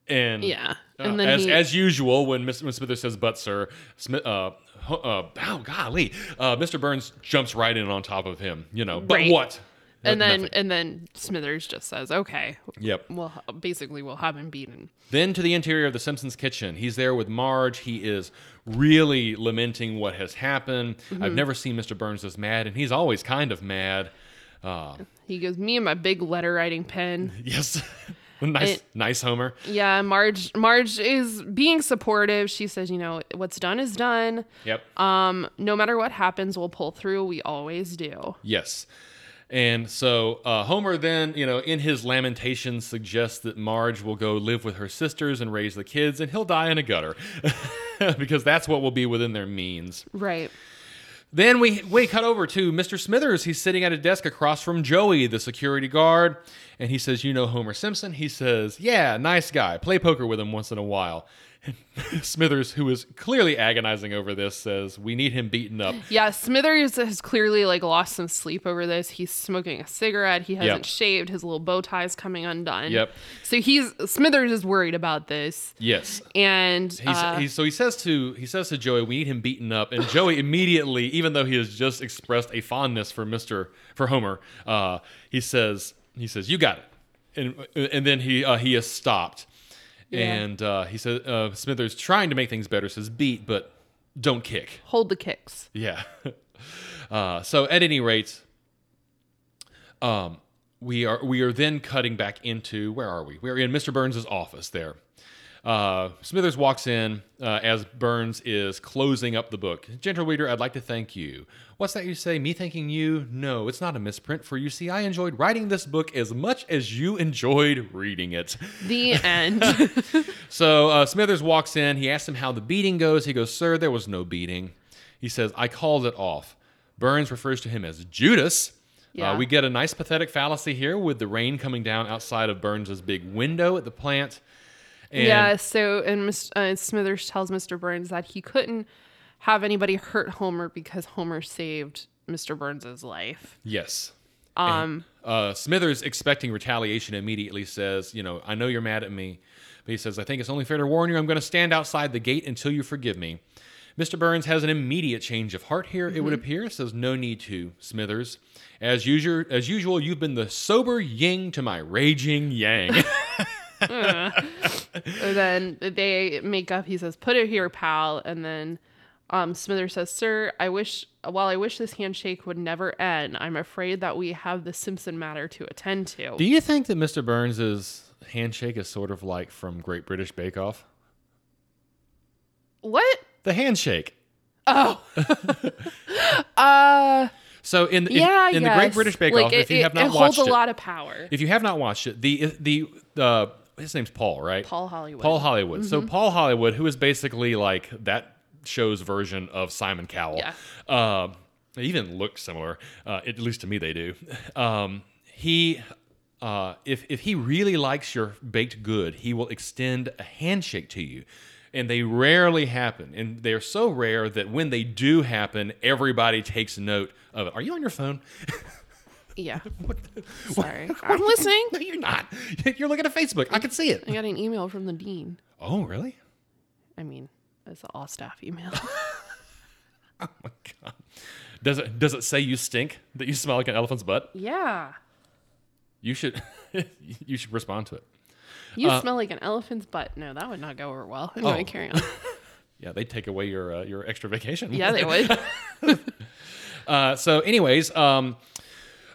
[SPEAKER 1] and
[SPEAKER 2] Yeah.
[SPEAKER 1] uh,
[SPEAKER 2] And then
[SPEAKER 1] as
[SPEAKER 2] he-
[SPEAKER 1] as usual, when Miss, when Smithers says "but sir," Smith, uh, ho- uh, oh golly, uh, Mr. Burns jumps right in on top of him. You know, but
[SPEAKER 2] Right.
[SPEAKER 1] what?
[SPEAKER 2] and
[SPEAKER 1] Uh,
[SPEAKER 2] then
[SPEAKER 1] nothing.
[SPEAKER 2] and then Smithers just says, Okay.
[SPEAKER 1] yep.
[SPEAKER 2] Well basically we'll have him beaten.
[SPEAKER 1] Then to the interior of the Simpsons kitchen. He's there with Marge. He is really lamenting what has happened.
[SPEAKER 2] Mm-hmm.
[SPEAKER 1] I've never seen Mr. Burns this mad, and he's always kind of mad. Uh,
[SPEAKER 2] He goes, Me and my big letter writing pen.
[SPEAKER 1] yes, nice,
[SPEAKER 2] It-
[SPEAKER 1] nice Homer.
[SPEAKER 2] Yeah, Marge Marge is being supportive. She says, you know, what's done is done.
[SPEAKER 1] Yep.
[SPEAKER 2] Um, no matter what happens, we'll pull through. We always do.
[SPEAKER 1] Yes. And so uh, Homer then, you know, in his lamentation suggests that Marge will go live with her sisters and raise the kids, and he'll die in a gutter because that's what will be within their means.
[SPEAKER 2] Right.
[SPEAKER 1] Then we we cut over to Mr. Smithers. He's sitting at a desk across from Joey, the security guard, and he says, "You know Homer Simpson?" He says, "Yeah, nice guy. Play poker with him once in a while." And Smithers, who is clearly agonizing over this, says, "We need him beaten up."
[SPEAKER 2] Yeah, Smithers has clearly like lost some sleep over this. He's smoking a cigarette. He hasn't
[SPEAKER 1] Yep.
[SPEAKER 2] shaved. His little bow tie's coming undone.
[SPEAKER 1] Yep.
[SPEAKER 2] So he's Smithers is worried about this.
[SPEAKER 1] Yes.
[SPEAKER 2] And
[SPEAKER 1] He's,
[SPEAKER 2] uh,
[SPEAKER 1] he's, so he says to he says to Joey, "We need him beaten up." And Joey immediately, even though he has just expressed a fondness for Mister for Homer, uh, he says he says, "You got it," and and then he uh, he is stopped, and uh, he says uh, Smithers trying to make things better says, "Beat, but don't kick."
[SPEAKER 2] hold the kicks.
[SPEAKER 1] Yeah. Uh, so at any rate, um, we are we are then cutting back into where are we? We are in Mr. Burns' office there. Uh, Smithers walks in uh, as Burns is closing up the book. Gentle reader, I'd like to thank you. What's that you say? Me thanking you? No, it's not a misprint, for you see, I enjoyed writing this book as much as you enjoyed reading it.
[SPEAKER 2] The end.
[SPEAKER 1] So uh, Smithers walks in. He asks him how the beating goes. He goes, Sir, there was no beating. He says, I called it off. Burns refers to him as Judas. Uh,
[SPEAKER 2] Yeah.
[SPEAKER 1] we get a nice pathetic fallacy here with the rain coming down outside of Burns's big window at the plant. And
[SPEAKER 2] yeah. So, and Mis- uh, Smithers tells Mr. Burns that he couldn't have anybody hurt Homer because Homer saved Mr. Burns's life.
[SPEAKER 1] Yes. Um, uh, Smithers, expecting retaliation, immediately says, You know, I know you're mad at me. But he says, I think it's only fair to warn you, I'm going to stand outside the gate until you forgive me. Mr. Burns has an immediate change of heart here, it would
[SPEAKER 2] Mm-hmm.
[SPEAKER 1] appear. Says, No need to, Smithers. As usual, as usual, you've been the sober ying to my raging yang.
[SPEAKER 2] And then they make up. He says, "Put it here, pal." And then um, Smithers says, "Sir, I wish. While I wish this handshake would never end, I'm afraid that we have the Simpson matter to attend to."
[SPEAKER 1] Do you think that Mr. Burns's handshake is sort of like from Great British Bake Off?
[SPEAKER 2] what?
[SPEAKER 1] The handshake.
[SPEAKER 2] Oh. uh.
[SPEAKER 1] So in, in,
[SPEAKER 2] yeah.
[SPEAKER 1] in
[SPEAKER 2] yes.
[SPEAKER 1] the Great British Bake
[SPEAKER 2] Like,
[SPEAKER 1] Off, if
[SPEAKER 2] it-
[SPEAKER 1] you have
[SPEAKER 2] it-
[SPEAKER 1] not
[SPEAKER 2] it
[SPEAKER 1] watched
[SPEAKER 2] holds
[SPEAKER 1] it,
[SPEAKER 2] a lot of power.
[SPEAKER 1] If you have not watched it, the the uh, his name's Paul, right?
[SPEAKER 2] Paul Hollywood. Mm-hmm.
[SPEAKER 1] Paul Hollywood. So Paul Hollywood, who is basically like that show's version of Simon Cowell.
[SPEAKER 2] Yeah.
[SPEAKER 1] Uh, they even look similar. Uh, at least to me, they do. Um, he. Uh, if if he really likes your baked good, he will extend a handshake to you, and they rarely happen. And they are so rare that when they do happen, everybody takes note of it. Are you on your phone?
[SPEAKER 2] yeah.
[SPEAKER 1] what the-
[SPEAKER 2] Sorry. I'm listening.
[SPEAKER 1] No, you're not. You're looking at Facebook. I can see it.
[SPEAKER 2] I got an email from the dean.
[SPEAKER 1] Oh, really?
[SPEAKER 2] I mean, it's an all staff email.
[SPEAKER 1] Oh my god. Does it does it say you stink? That you smell like an elephant's butt?
[SPEAKER 2] yeah.
[SPEAKER 1] You should you should respond to it.
[SPEAKER 2] You smell like an elephant's butt. No, that would not go over well. Anyway,
[SPEAKER 1] Uh, Oh.
[SPEAKER 2] carry on.
[SPEAKER 1] Yeah, they take away your uh, your extra vacation.
[SPEAKER 2] Yeah, they would.
[SPEAKER 1] Uh, so, anyways, um,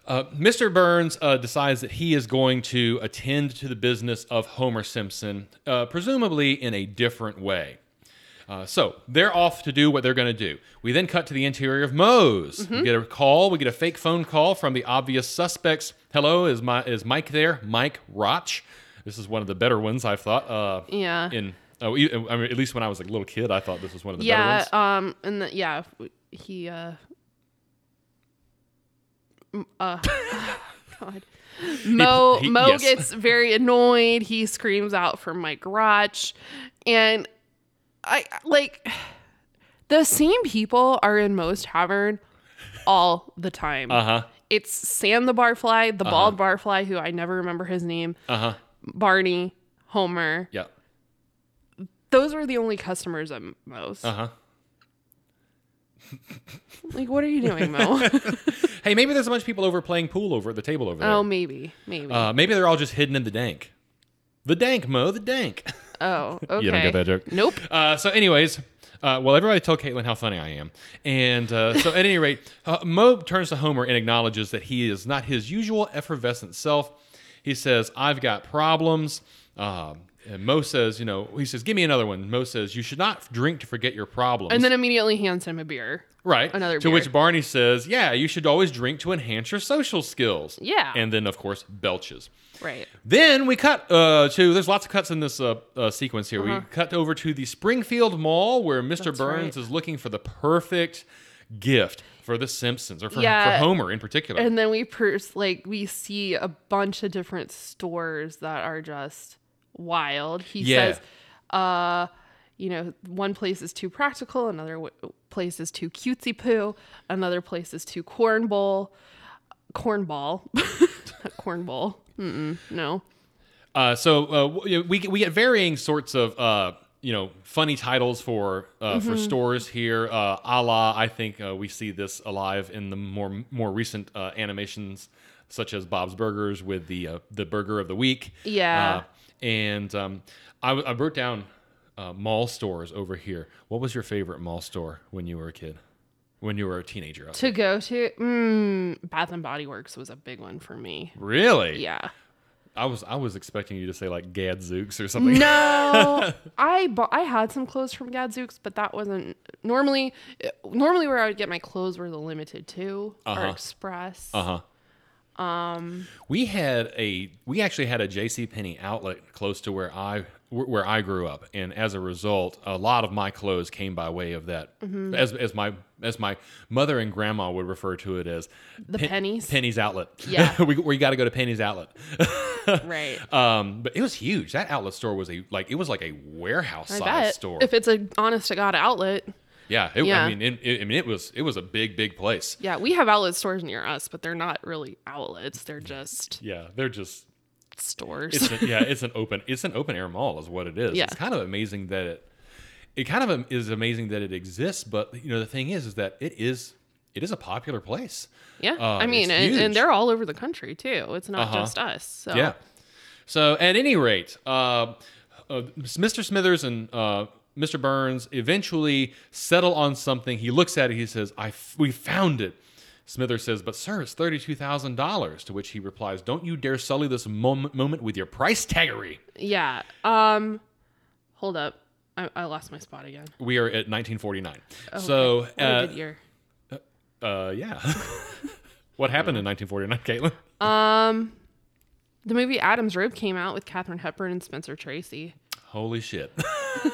[SPEAKER 1] uh, Mr. Burns uh, decides that he is going to attend to the business of Homer Simpson, uh, presumably in a different way. Uh, so they're off to do what they're going to do. We then cut to the interior of Moe's.
[SPEAKER 2] Mm-hmm.
[SPEAKER 1] We get a call. We get a fake phone call from the obvious suspects. Hello, is my is Mike there? Mike Roch. This is one of the better ones I've thought. Uh,
[SPEAKER 2] Yeah.
[SPEAKER 1] In oh, e- I mean, at least when I was a little kid, I thought this was one of the better
[SPEAKER 2] yeah.
[SPEAKER 1] ones.
[SPEAKER 2] Um. And the, yeah, w- he. Uh. m- Uh. God. Mo
[SPEAKER 1] he-
[SPEAKER 2] Mo
[SPEAKER 1] yes.
[SPEAKER 2] gets very annoyed. He screams out for Mike Roch, and I like the same people are in Mo's Tavern all the time.
[SPEAKER 1] Uh huh.
[SPEAKER 2] it's Sam the Barfly,
[SPEAKER 1] Uh-huh.
[SPEAKER 2] the bald barfly who I never remember his name,
[SPEAKER 1] Uh huh.
[SPEAKER 2] Barney, Homer.
[SPEAKER 1] Yeah.
[SPEAKER 2] Those were the only customers at Mo's.
[SPEAKER 1] Uh huh.
[SPEAKER 2] Like, what are you doing, Mo?
[SPEAKER 1] Hey, maybe there's a bunch of people over playing pool over at the table over there.
[SPEAKER 2] oh, maybe, maybe.
[SPEAKER 1] uh, maybe they're all just hidden in the dank. The dank, Mo, the dank.
[SPEAKER 2] oh, okay.
[SPEAKER 1] You don't get that joke.
[SPEAKER 2] Nope.
[SPEAKER 1] Uh, so, anyways, uh, well, everybody tell Caitlin how funny I am. And uh, so, at any rate, uh, Mo turns to Homer and acknowledges that he is not his usual effervescent self. He says, I've got problems. Um, and Mo says, you know, he says, give me another one. Mo says, you should not drink to forget your problems.
[SPEAKER 2] And then immediately hands him a beer.
[SPEAKER 1] Right.
[SPEAKER 2] Another
[SPEAKER 1] to
[SPEAKER 2] beer.
[SPEAKER 1] which Barney says, "Yeah, you should always drink to enhance your social skills."
[SPEAKER 2] Yeah.
[SPEAKER 1] And then of course belches.
[SPEAKER 2] Right.
[SPEAKER 1] Then we cut uh, to there's lots of cuts in this uh, uh, sequence here. We cut over to the Springfield Mall where Mr. Burns is looking for the perfect gift for the Simpsons or for,
[SPEAKER 2] Yeah.
[SPEAKER 1] for Homer in particular.
[SPEAKER 2] And then we pers- like we see a bunch of different stores that are just wild. He
[SPEAKER 1] Yeah.
[SPEAKER 2] says, uh, you know, one place is too practical, another w- place is too cutesy poo, another place is too cornball, cornball, Not cornball. Mm-mm, no.
[SPEAKER 1] Uh, so uh, w- we we get varying sorts of uh, you know funny titles for uh, for
[SPEAKER 2] Mm-hmm.
[SPEAKER 1] stores here. Uh, a la, I think uh, we see this alive in the more more recent uh, animations, such as Bob's Burgers with the uh, the burger of the week.
[SPEAKER 2] Yeah.
[SPEAKER 1] Uh, and um, I, w- I wrote down uh, mall stores over here. What was your favorite mall store when you were a kid? When you were a teenager? I
[SPEAKER 2] To go to mm, Bath and Body Works was a big one for me.
[SPEAKER 1] Really?
[SPEAKER 2] Yeah.
[SPEAKER 1] I was I was expecting you to say like Gadzooks or something.
[SPEAKER 2] No, I bought, I had some clothes from Gadzooks, but that wasn't normally. Normally, where I would get my clothes were the limited to or express.
[SPEAKER 1] Uh-huh. Um we had a we actually had a JC Penney outlet close to where I wh- where I grew up, and as a result, a lot of my clothes came by way of that.
[SPEAKER 2] Mm-hmm.
[SPEAKER 1] As as my as my mother and grandma would refer to it as
[SPEAKER 2] The pennies?
[SPEAKER 1] Penny's Outlet.
[SPEAKER 2] Yeah.
[SPEAKER 1] we, we got to go to Penny's Outlet.
[SPEAKER 2] Right.
[SPEAKER 1] Um, but it was huge. That outlet store was a like it was like a warehouse
[SPEAKER 2] I
[SPEAKER 1] size
[SPEAKER 2] bet.
[SPEAKER 1] store.
[SPEAKER 2] If it's an honest to God outlet.
[SPEAKER 1] yeah, it, I
[SPEAKER 2] Yeah.
[SPEAKER 1] mean, it, it- I mean, it was it was a big, big place.
[SPEAKER 2] Yeah, we have outlet stores near us, but they're not really outlets. They're just
[SPEAKER 1] Yeah, they're just
[SPEAKER 2] stores.
[SPEAKER 1] it's a, yeah, it's an open it's an open air mall is what it is.
[SPEAKER 2] Yeah.
[SPEAKER 1] It's kind of amazing that it it kind of am- is amazing that it exists, but you know the thing is is that it is it is a popular place.
[SPEAKER 2] yeah.
[SPEAKER 1] Uh,
[SPEAKER 2] I mean,
[SPEAKER 1] it's
[SPEAKER 2] and,
[SPEAKER 1] huge.
[SPEAKER 2] and they're all over the country too. It's not
[SPEAKER 1] Uh-huh.
[SPEAKER 2] just us. So
[SPEAKER 1] Yeah. So at any rate, uh, uh, Mr. Smithers and uh, Mr. Burns eventually settle on something. He looks at it. He says, "I f- we found it." Smithers says, "But sir, it's thirty-two thousand dollars." To which he replies, "Don't you dare sully this moment, moment with your price taggery."
[SPEAKER 2] Yeah. Um, hold up. I, I lost my spot again.
[SPEAKER 1] We are at nineteen forty-nine.
[SPEAKER 2] Okay.
[SPEAKER 1] So
[SPEAKER 2] Oh, What a
[SPEAKER 1] uh,
[SPEAKER 2] good year.
[SPEAKER 1] uh, yeah, what happened in nineteen forty-nine, Caitlin?
[SPEAKER 2] The movie Adam's Rib came out with Katharine Hepburn and Spencer Tracy.
[SPEAKER 1] Holy shit!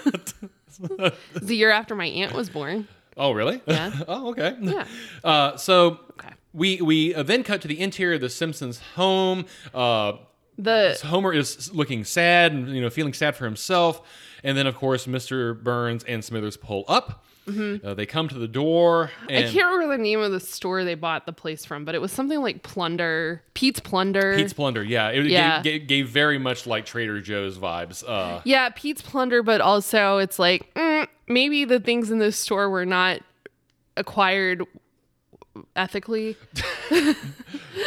[SPEAKER 2] It's the year after my aunt was born.
[SPEAKER 1] oh, really?
[SPEAKER 2] Yeah.
[SPEAKER 1] oh, okay.
[SPEAKER 2] Yeah.
[SPEAKER 1] Uh, so.
[SPEAKER 2] Okay.
[SPEAKER 1] We, we uh, then cut to the interior of the Simpsons home. Uh,
[SPEAKER 2] The
[SPEAKER 1] Homer is looking sad and you know feeling sad for himself, and then of course Mr. Burns and Smithers pull up. Uh, they come to the door,
[SPEAKER 2] Mm-hmm. I
[SPEAKER 1] and
[SPEAKER 2] can't remember the name of the store they bought the place from, but it was something like Plunder, Pete's Plunder.
[SPEAKER 1] Pete's Plunder. Yeah, it
[SPEAKER 2] Yeah.
[SPEAKER 1] Gave, gave, gave very much like Trader Joe's vibes. Uh,
[SPEAKER 2] yeah, Pete's Plunder, but also it's like mm, maybe the things in this store were not acquired ethically.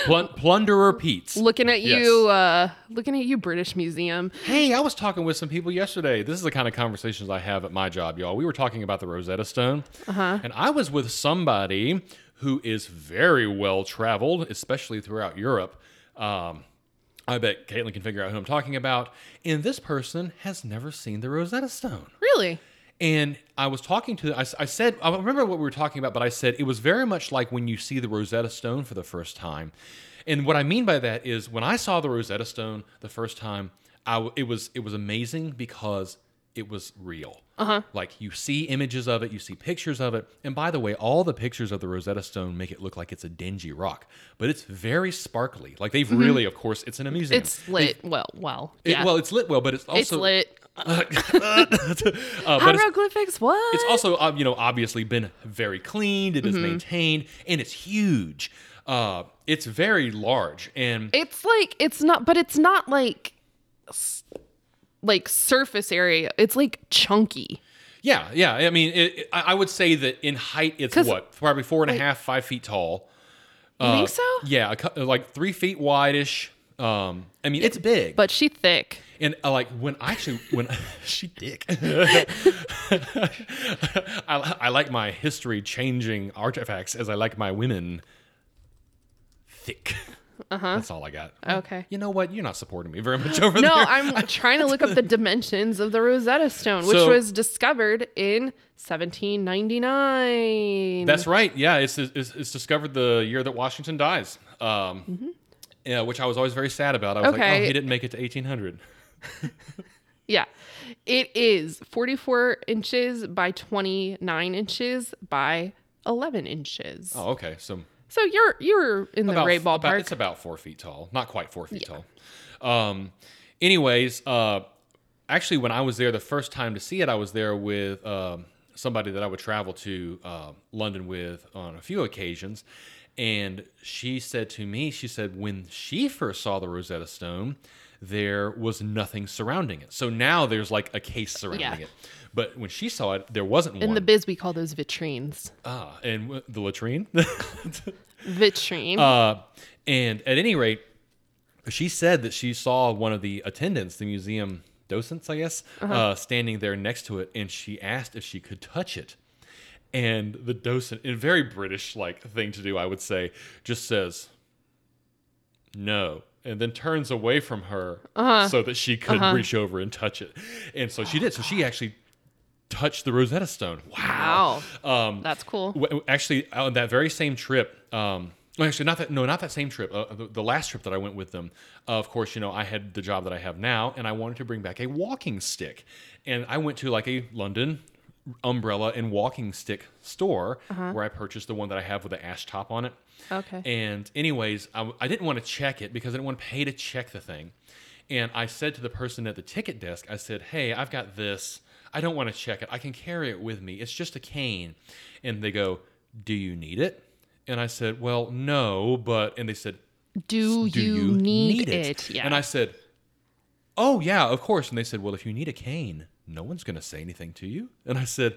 [SPEAKER 1] plun- plunderer Pete's.
[SPEAKER 2] Looking at you,
[SPEAKER 1] Yes.
[SPEAKER 2] uh, looking at you, British Museum.
[SPEAKER 1] Hey, I was talking with some people yesterday. This is the kind of conversations I have at my job, y'all. We were talking about the Rosetta Stone, and I was with somebody who is very well traveled, especially throughout Europe. Um, I bet Caitlin can figure out who I'm talking about. And this person has never seen the Rosetta Stone.
[SPEAKER 2] Really?
[SPEAKER 1] And I was talking to, I, s- I said, I remember what we were talking about, but I said it was very much like when you see the Rosetta Stone for the first time. And what I mean by that is when I saw the Rosetta Stone the first time, I, w- it was it was amazing because it was real. Uh-huh. Like you see images of it, you see pictures of it. And by the way, all the pictures of the Rosetta Stone make it look like it's a dingy rock, but it's very sparkly. Like they've really, of course, it's in a museum.
[SPEAKER 2] Mm-hmm. It's lit. well, well,
[SPEAKER 1] It-
[SPEAKER 2] yeah.
[SPEAKER 1] well, it's lit well, but it's also
[SPEAKER 2] it's lit.
[SPEAKER 1] uh, but it's-
[SPEAKER 2] Hieroglyphics. What?
[SPEAKER 1] it's also uh, you know obviously been very cleaned it is maintained and it's huge uh it's very large and
[SPEAKER 2] It's like it's not, but it's not like s- like surface area. It's like chunky.
[SPEAKER 1] yeah yeah i mean it, it- i I would say that in height it's
[SPEAKER 2] 'Cause-
[SPEAKER 1] what probably four and a half, five feet tall
[SPEAKER 2] You
[SPEAKER 1] Uh,
[SPEAKER 2] think so?
[SPEAKER 1] yeah a cou- like three feet wideish um i mean it's big
[SPEAKER 2] But she thick.
[SPEAKER 1] And uh, like when I actually when she dick, I, I like my history changing artifacts as I like my women thick. Uh huh. That's all I got.
[SPEAKER 2] Okay.
[SPEAKER 1] You know what? You're not supporting me very much over
[SPEAKER 2] No,
[SPEAKER 1] there.
[SPEAKER 2] I'm trying to look up the dimensions of the Rosetta Stone, which
[SPEAKER 1] So-
[SPEAKER 2] was discovered in 1799.
[SPEAKER 1] That's right. Yeah, it's, it's it's discovered the year that Washington dies. Um, yeah, which I was always very sad about. I was like, oh,
[SPEAKER 2] Mm-hmm. Okay.
[SPEAKER 1] he didn't make it to 1800.
[SPEAKER 2] yeah. It is 44 inches by 29 inches by 11 inches.
[SPEAKER 1] Oh, okay. So
[SPEAKER 2] So you're you're in the
[SPEAKER 1] about-
[SPEAKER 2] right ballpark.
[SPEAKER 1] about- it's about four feet tall, not quite four feet tall. Um, anyways, uh, actually, when I was there the first time to see it, I was there with um, somebody that I would travel to uh, London with on a few occasions. And she said to me, she said, when she first saw the Rosetta Stone, there was nothing surrounding it. So now there's like a case surrounding
[SPEAKER 2] Yeah.
[SPEAKER 1] it. But when she saw it, there wasn't
[SPEAKER 2] in
[SPEAKER 1] one.
[SPEAKER 2] the biz we call those vitrines.
[SPEAKER 1] ah, and w- the latrine.
[SPEAKER 2] Vitrine.
[SPEAKER 1] Uh, and at any rate, she said that she saw one of the attendants, the museum docents, I guess, uh standing there next to it, and she asked if she could touch it. And the docent, in a very British like thing to do, I would say, just says, no and then turns away from her so that she could reach over and touch it and so she did so she actually touched the rosetta stone wow
[SPEAKER 2] Wow. That's cool.
[SPEAKER 1] uh, W- actually on that very same trip um Well, Actually, not that. No, not that same trip. Uh, the, the last trip that I went with them. Uh, of course, you know, I had the job that I have now, and I wanted to bring back a walking stick, and I went to like a London umbrella and walking stick store where I purchased the one that I have with the ash top on it.
[SPEAKER 2] Okay.
[SPEAKER 1] And anyways, I, I didn't want to check it because I didn't want to pay to check the thing. And I said to the person at the ticket desk, I said, "Hey, I've got this. I don't want to check it. I can carry it with me. It's just a cane." And they go, "Do you need it?" And I said, "Well, no, but..." And they said,
[SPEAKER 2] Do,
[SPEAKER 1] "Do
[SPEAKER 2] you, need, it? Yeah.
[SPEAKER 1] And I said, "Oh yeah, of course." And they said, "Well, if you need a cane, no one's going to say anything to you." And I said,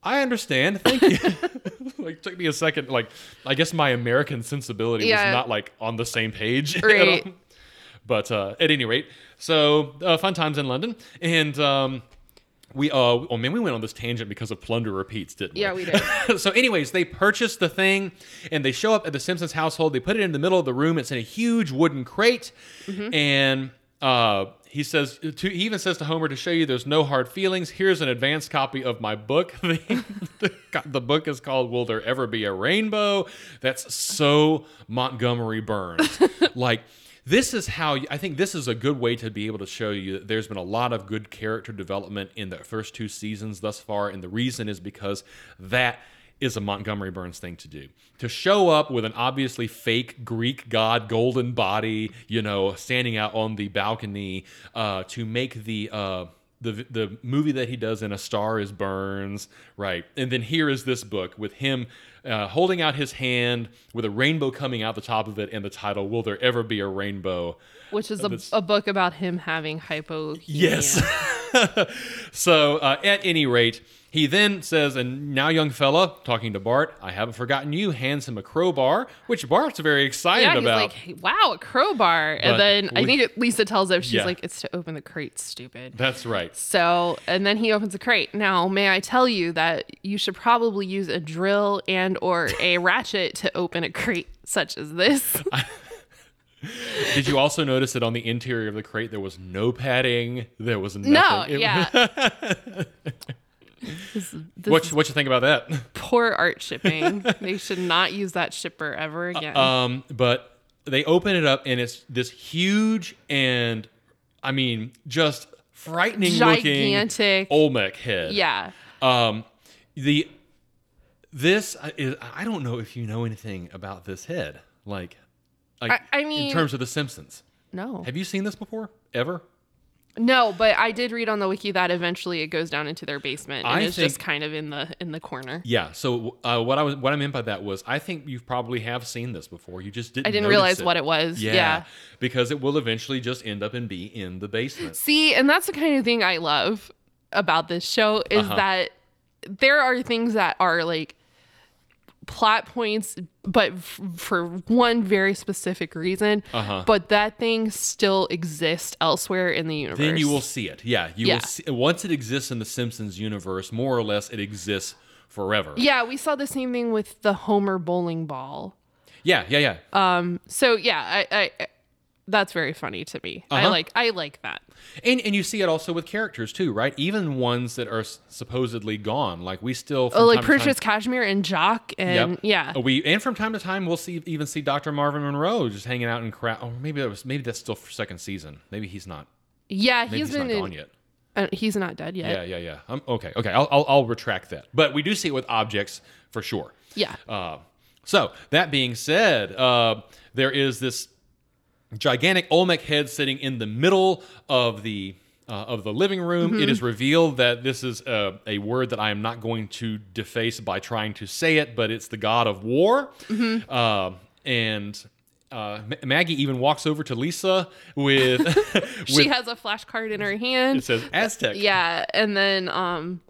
[SPEAKER 1] "I understand. Thank you." like took me a second. Like I guess my American sensibility
[SPEAKER 2] Yeah.
[SPEAKER 1] was not like on the same page. at
[SPEAKER 2] Right.
[SPEAKER 1] all. But uh, at any rate, so uh, fun times in London, and um, we uh, oh man, we went on this tangent because of plunder repeats, didn't we?
[SPEAKER 2] Yeah, we did.
[SPEAKER 1] so, anyways, they purchase the thing and they show up at the Simpsons household. They put it in the middle of the room. It's in a huge wooden crate.
[SPEAKER 2] Mm-hmm.
[SPEAKER 1] And uh, he says, to, he even says to Homer, to show you there's no hard feelings, here's an advanced copy of my book. the, the book is called Will There Ever Be a Rainbow? That's so Montgomery Burns. like, this is how you- I think this is a good way to be able to show you that there's been a lot of good character development in the first two seasons thus far, and the reason is because that is a Montgomery Burns thing to do. To show up with an obviously fake Greek god golden body, you know, standing out on the balcony uh, to make the. Uh, the, the movie that he does in A Star is Burns, right? And then here is this book with him uh, holding out his hand with a rainbow coming out the top of it and the title, Will There Ever Be a Rainbow?
[SPEAKER 2] Which is a, a book about him having hypo.
[SPEAKER 1] Yes. so, uh, at any rate, he then says, and now, young fella, talking to Bart, I haven't forgotten you, hands him a crowbar, which Bart's very excited
[SPEAKER 2] Yeah, he's
[SPEAKER 1] about.
[SPEAKER 2] like, "Hey, wow, a crowbar.
[SPEAKER 1] But
[SPEAKER 2] and then I
[SPEAKER 1] we-
[SPEAKER 2] think it, Lisa tells him, she's
[SPEAKER 1] Yeah.
[SPEAKER 2] like, it's to open the crate, stupid.
[SPEAKER 1] That's right.
[SPEAKER 2] So, and then he opens the crate. Now, may I tell you that you should probably use a drill and or a ratchet to open a crate such as this.
[SPEAKER 1] Did you also notice that on the interior of the crate there was no padding? There was nothing.
[SPEAKER 2] no,
[SPEAKER 1] It-
[SPEAKER 2] yeah. this this
[SPEAKER 1] What what you think about that?
[SPEAKER 2] poor art shipping. they should not use that shipper ever again.
[SPEAKER 1] Um, but they open it up and it's this huge and I mean just frightening
[SPEAKER 2] Gigantic.
[SPEAKER 1] looking Olmec head.
[SPEAKER 2] yeah.
[SPEAKER 1] Um, the this uh, is I don't know if you know anything about this head, like, like
[SPEAKER 2] I- I mean-
[SPEAKER 1] in terms of the Simpsons.
[SPEAKER 2] No.
[SPEAKER 1] Have you seen this before? Ever?
[SPEAKER 2] No, but I did read on the wiki that eventually it goes down into their basement and
[SPEAKER 1] I
[SPEAKER 2] it's just
[SPEAKER 1] think-
[SPEAKER 2] kind of in the in the corner.
[SPEAKER 1] Yeah. So uh, what I was what I meant by that was I think you probably have seen this before. You just didn't.
[SPEAKER 2] I didn't
[SPEAKER 1] notice
[SPEAKER 2] realize
[SPEAKER 1] it.
[SPEAKER 2] what it was.
[SPEAKER 1] Yeah,
[SPEAKER 2] Yeah.
[SPEAKER 1] Because it will eventually just end up and be in the basement.
[SPEAKER 2] See, and that's the kind of thing I love about this show is
[SPEAKER 1] Uh-huh.
[SPEAKER 2] that there are things that are like plot points but f- for one very specific reason
[SPEAKER 1] Uh-huh.
[SPEAKER 2] but that thing still exists elsewhere in the universe
[SPEAKER 1] Then you will see it. Yeah. You
[SPEAKER 2] Yeah.
[SPEAKER 1] will see, once it exists in the Simpsons universe, more or less, it exists forever.
[SPEAKER 2] yeah we saw the same thing with the homer bowling ball
[SPEAKER 1] Yeah. Yeah. Yeah.
[SPEAKER 2] so yeah i, I- I that's very funny to me i
[SPEAKER 1] Uh-huh.
[SPEAKER 2] like i like that
[SPEAKER 1] And and you see it also with characters too, right? Even ones that are s- supposedly gone, like we still
[SPEAKER 2] Oh,
[SPEAKER 1] from
[SPEAKER 2] like
[SPEAKER 1] time to time-
[SPEAKER 2] Purchase Cashmere and Jock
[SPEAKER 1] Yep.
[SPEAKER 2] and
[SPEAKER 1] Uh,
[SPEAKER 2] yeah.
[SPEAKER 1] we and Oh, from time to time we'll see even see Dr. Marvin Monroe just hanging out in crowd. Or maybe that was maybe that's still for second season. Maybe he's not.
[SPEAKER 2] Yeah,
[SPEAKER 1] Maybe
[SPEAKER 2] he's
[SPEAKER 1] he's,
[SPEAKER 2] been
[SPEAKER 1] not gone
[SPEAKER 2] in,
[SPEAKER 1] yet.
[SPEAKER 2] uh, he's not dead yet.
[SPEAKER 1] Yeah, yeah, yeah. Um, okay, okay. I'll, I'll I'll retract that. But we do see it with objects for sure.
[SPEAKER 2] Yeah.
[SPEAKER 1] Uh, so that being said, uh, there is this gigantic Olmec head sitting in the middle of the uh, of the living room.
[SPEAKER 2] Mm-hmm.
[SPEAKER 1] It is revealed that this is uh, a word that I am not going to deface by trying to say it, but it's the god of war.
[SPEAKER 2] Mm-hmm.
[SPEAKER 1] Uh, and uh, Ma- Maggie even walks over to Lisa with,
[SPEAKER 2] she
[SPEAKER 1] with
[SPEAKER 2] has a flashcard in her
[SPEAKER 1] it
[SPEAKER 2] hand.
[SPEAKER 1] says Aztec.
[SPEAKER 2] Yeah, and then um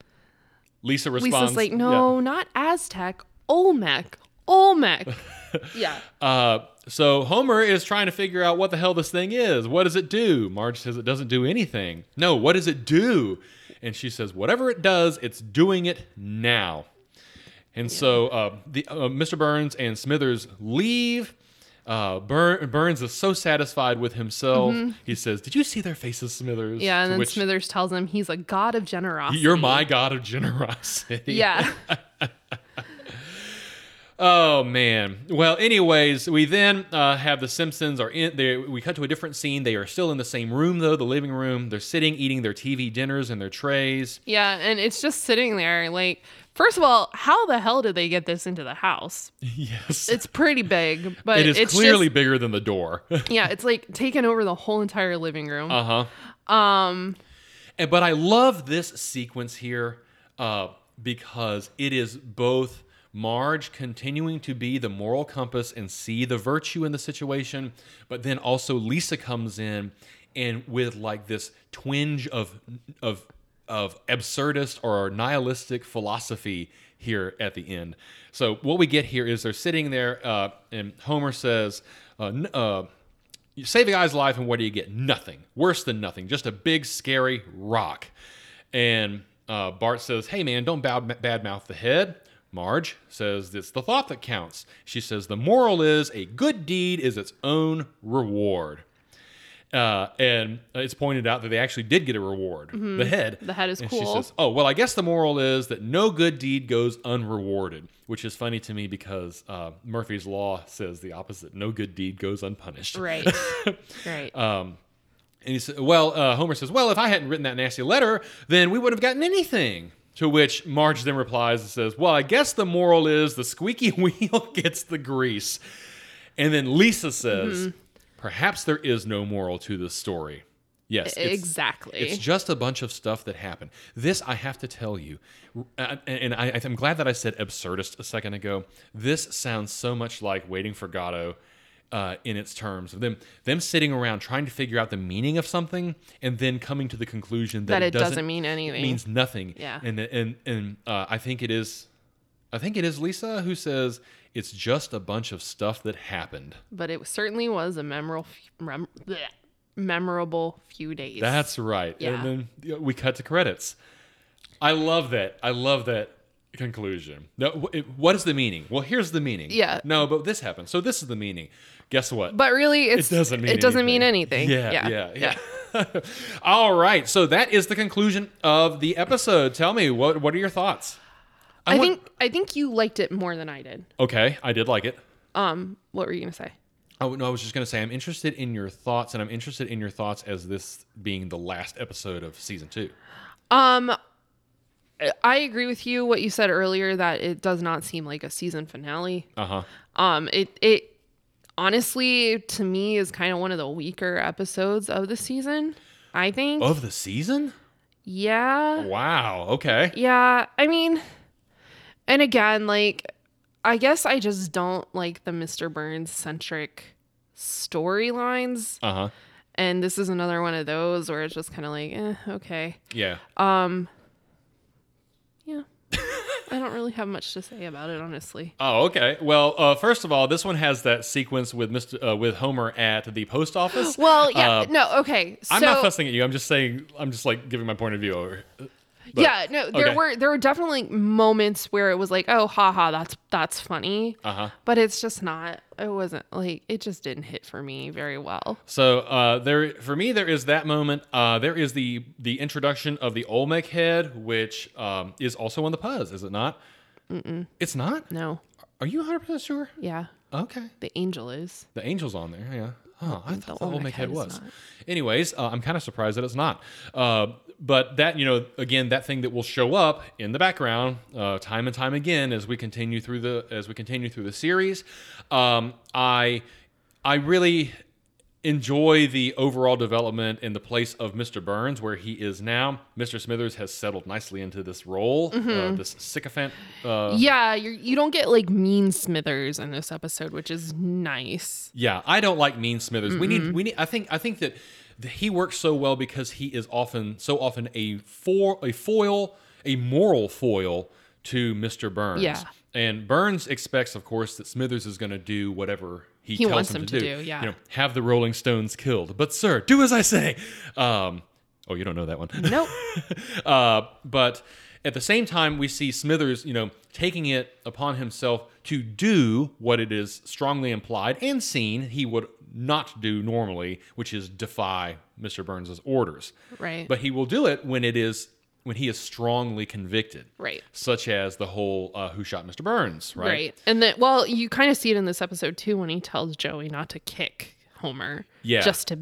[SPEAKER 1] Lisa responds.
[SPEAKER 2] Lisa's like,
[SPEAKER 1] yeah.
[SPEAKER 2] "No, not Aztec, Olmec, Olmec." yeah.
[SPEAKER 1] Uh, so Homer is trying to figure out what the hell this thing is. What does it do? Marge says it doesn't do anything. No, what does it do? And she says, whatever it does, it's doing it now. And so uh, the, uh, Mr. Burns and Smithers leave. Uh, Bur- Burns is so satisfied with himself. He says, "Did you see their faces, Smithers?"
[SPEAKER 2] Mm-hmm. Yeah,
[SPEAKER 1] To
[SPEAKER 2] and then
[SPEAKER 1] which,
[SPEAKER 2] Smithers tells him he's a god of generosity.
[SPEAKER 1] "You're my god of generosity."
[SPEAKER 2] Yeah.
[SPEAKER 1] Oh man. Well, anyways, we then uh, have the Simpsons are in. They, we cut to a different scene. They are still in the same room though, the living room. They're sitting, eating their TV dinners and their trays.
[SPEAKER 2] Yeah, and it's just sitting there. Like, first of all, how the hell did they get this into the house?
[SPEAKER 1] Yes,
[SPEAKER 2] It's pretty big, but
[SPEAKER 1] it is
[SPEAKER 2] it's
[SPEAKER 1] clearly
[SPEAKER 2] just,
[SPEAKER 1] bigger than the door. uh
[SPEAKER 2] yeah, it's like taking over the whole entire living room.
[SPEAKER 1] huh.
[SPEAKER 2] um,
[SPEAKER 1] Uh-huh. And but I love this sequence here uh, because it is both Marge continuing to be the moral compass and see the virtue in the situation, but then also Lisa comes in and with like this twinge of of of absurdist or nihilistic philosophy here at the end. So what we get here is they're sitting there, uh, and Homer says. Uh, n- uh, you save a guy's life, and what do you get? Nothing. Worse than nothing. Just a big, scary rock. And uh, Bart says, Hey, man, don't bow, badmouth the head. Marge says, It's the thought that counts. She says, The moral is a good deed is its own reward. Uh, and it's pointed out that they actually did get a reward the head.
[SPEAKER 2] Mm-hmm. The head is
[SPEAKER 1] and She
[SPEAKER 2] cool.
[SPEAKER 1] says, Oh, well, I guess the moral is that no good deed goes unrewarded, which is funny to me because uh, Murphy's Law says the opposite no good deed goes unpunished.
[SPEAKER 2] right, right.
[SPEAKER 1] Uh, And he said, "Well, uh, Homer says, well, if I hadn't written that nasty letter, then we wouldn't have gotten anything." To which Marge then replies and says, "Well, I guess the moral is the squeaky wheel gets the grease." And then Lisa says, "Perhaps there is no moral to this story." Yes, it's-
[SPEAKER 2] exactly.
[SPEAKER 1] it's just a bunch of stuff that happened. This, I have to tell you, uh, and I, I'm glad that I said absurdist a second ago. This sounds so much like Waiting for Godot uh, in its terms of them them sitting around trying to figure out the meaning of something and then coming to the conclusion that,
[SPEAKER 2] That it doesn't mean anything.
[SPEAKER 1] It means nothing.
[SPEAKER 2] Yeah.
[SPEAKER 1] And and and uh, I think it is, I think it is Lisa who says it's just a bunch of stuff that happened.
[SPEAKER 2] but it certainly was a memorable, mem- bleh, memorable few days.
[SPEAKER 1] That's right.
[SPEAKER 2] Yeah.
[SPEAKER 1] And then we cut to credits. I love that. I love that conclusion. No, wh- it- what is the meaning? Well, here's the meaning.
[SPEAKER 2] Yeah.
[SPEAKER 1] No, but this happened. So this is the meaning. Guess what?
[SPEAKER 2] but really, it's,
[SPEAKER 1] it doesn't mean
[SPEAKER 2] it doesn't mean anything.
[SPEAKER 1] Yeah, yeah, yeah. All right. So that is the conclusion of the episode. Tell me what what are your thoughts?
[SPEAKER 2] I,
[SPEAKER 1] want-
[SPEAKER 2] think I think you liked it more than I did.
[SPEAKER 1] Okay, I did like it.
[SPEAKER 2] Um, what were you gonna say?
[SPEAKER 1] Oh no, I was just gonna say I'm interested in your thoughts, and I'm interested in your thoughts as this being the last episode of season two.
[SPEAKER 2] Um, Uh, I agree with you what you said earlier that it does not seem like a season finale.
[SPEAKER 1] Uh huh.
[SPEAKER 2] Um, it it honestly to me is kind of one of the weaker episodes of the season. I think.
[SPEAKER 1] Of the season?
[SPEAKER 2] Yeah.
[SPEAKER 1] Wow. Okay.
[SPEAKER 2] Yeah, I mean, and again, like, I guess I just don't like the Mr. Burns centric storylines.
[SPEAKER 1] Uh huh.
[SPEAKER 2] And this is another one of those where it's just kind of like, eh, okay.
[SPEAKER 1] Yeah.
[SPEAKER 2] Um, yeah. I don't really have much to say about it, honestly.
[SPEAKER 1] Oh, okay. Well, uh, first of all, this one has that sequence with Mr. Uh, with Homer at the post office.
[SPEAKER 2] Well, yeah,
[SPEAKER 1] Uh,
[SPEAKER 2] no, okay. So,
[SPEAKER 1] I'm not fussing at you. I'm just saying. I'm just like giving my point of view over. but-
[SPEAKER 2] yeah, no, there
[SPEAKER 1] okay.
[SPEAKER 2] were there were definitely moments where it was like, oh, haha, that's that's funny,
[SPEAKER 1] Uh huh.
[SPEAKER 2] but it's just not. It wasn't like it just didn't hit for me very well.
[SPEAKER 1] So uh, there, for me, there is that moment. Uh, there is the the introduction of the Olmec head, which um, is also on the Puzz, is it not? Mm-mm. It's not.
[SPEAKER 2] No.
[SPEAKER 1] Are you 100 percent sure?
[SPEAKER 2] Yeah.
[SPEAKER 1] Okay.
[SPEAKER 2] The angel is.
[SPEAKER 1] The angel's on there, yeah. Huh, I thought the
[SPEAKER 2] Olmec
[SPEAKER 1] Olmec
[SPEAKER 2] head
[SPEAKER 1] head
[SPEAKER 2] is
[SPEAKER 1] was.
[SPEAKER 2] not.
[SPEAKER 1] Anyways, uh, I'm kind of surprised that it's not. Uh, but that, you know, again, that thing that will show up in the background uh, time and time again as we continue through the as we continue through the series. Um, I I really enjoy the overall development in the place of Mr. Burns where he is now. Mr. Smithers has settled nicely into this role, uh, this sycophant. Uh,
[SPEAKER 2] Yeah, you you don't get like mean Smithers in this episode, which is nice.
[SPEAKER 1] Yeah, I don't like Mean Smithers. We need we need I think I think that th- he works so well because he is often so often a for a foil, a moral foil to Mr. Burns.
[SPEAKER 2] Yeah.
[SPEAKER 1] And Burns expects of course that Smithers is going to do whatever he,
[SPEAKER 2] He
[SPEAKER 1] tells
[SPEAKER 2] wants
[SPEAKER 1] him,
[SPEAKER 2] him
[SPEAKER 1] to,
[SPEAKER 2] to
[SPEAKER 1] do.
[SPEAKER 2] do, yeah.
[SPEAKER 1] You know, have the Rolling Stones killed. But sir, do as I say. Um Oh, you don't know that one.
[SPEAKER 2] Nope.
[SPEAKER 1] Uh, but at the same time, we see Smithers, you know, taking it upon himself to do what it is strongly implied and seen he would not do normally, which is defy Mr. Burns's orders.
[SPEAKER 2] Right.
[SPEAKER 1] But he will do it when it is when he is strongly convicted,
[SPEAKER 2] Right.
[SPEAKER 1] Such as the whole uh, "Who shot Mr. Burns," right?
[SPEAKER 2] Right. And then, well, you kind of see it in this episode too when he tells Joey not to kick Homer.
[SPEAKER 1] Yeah.
[SPEAKER 2] Just to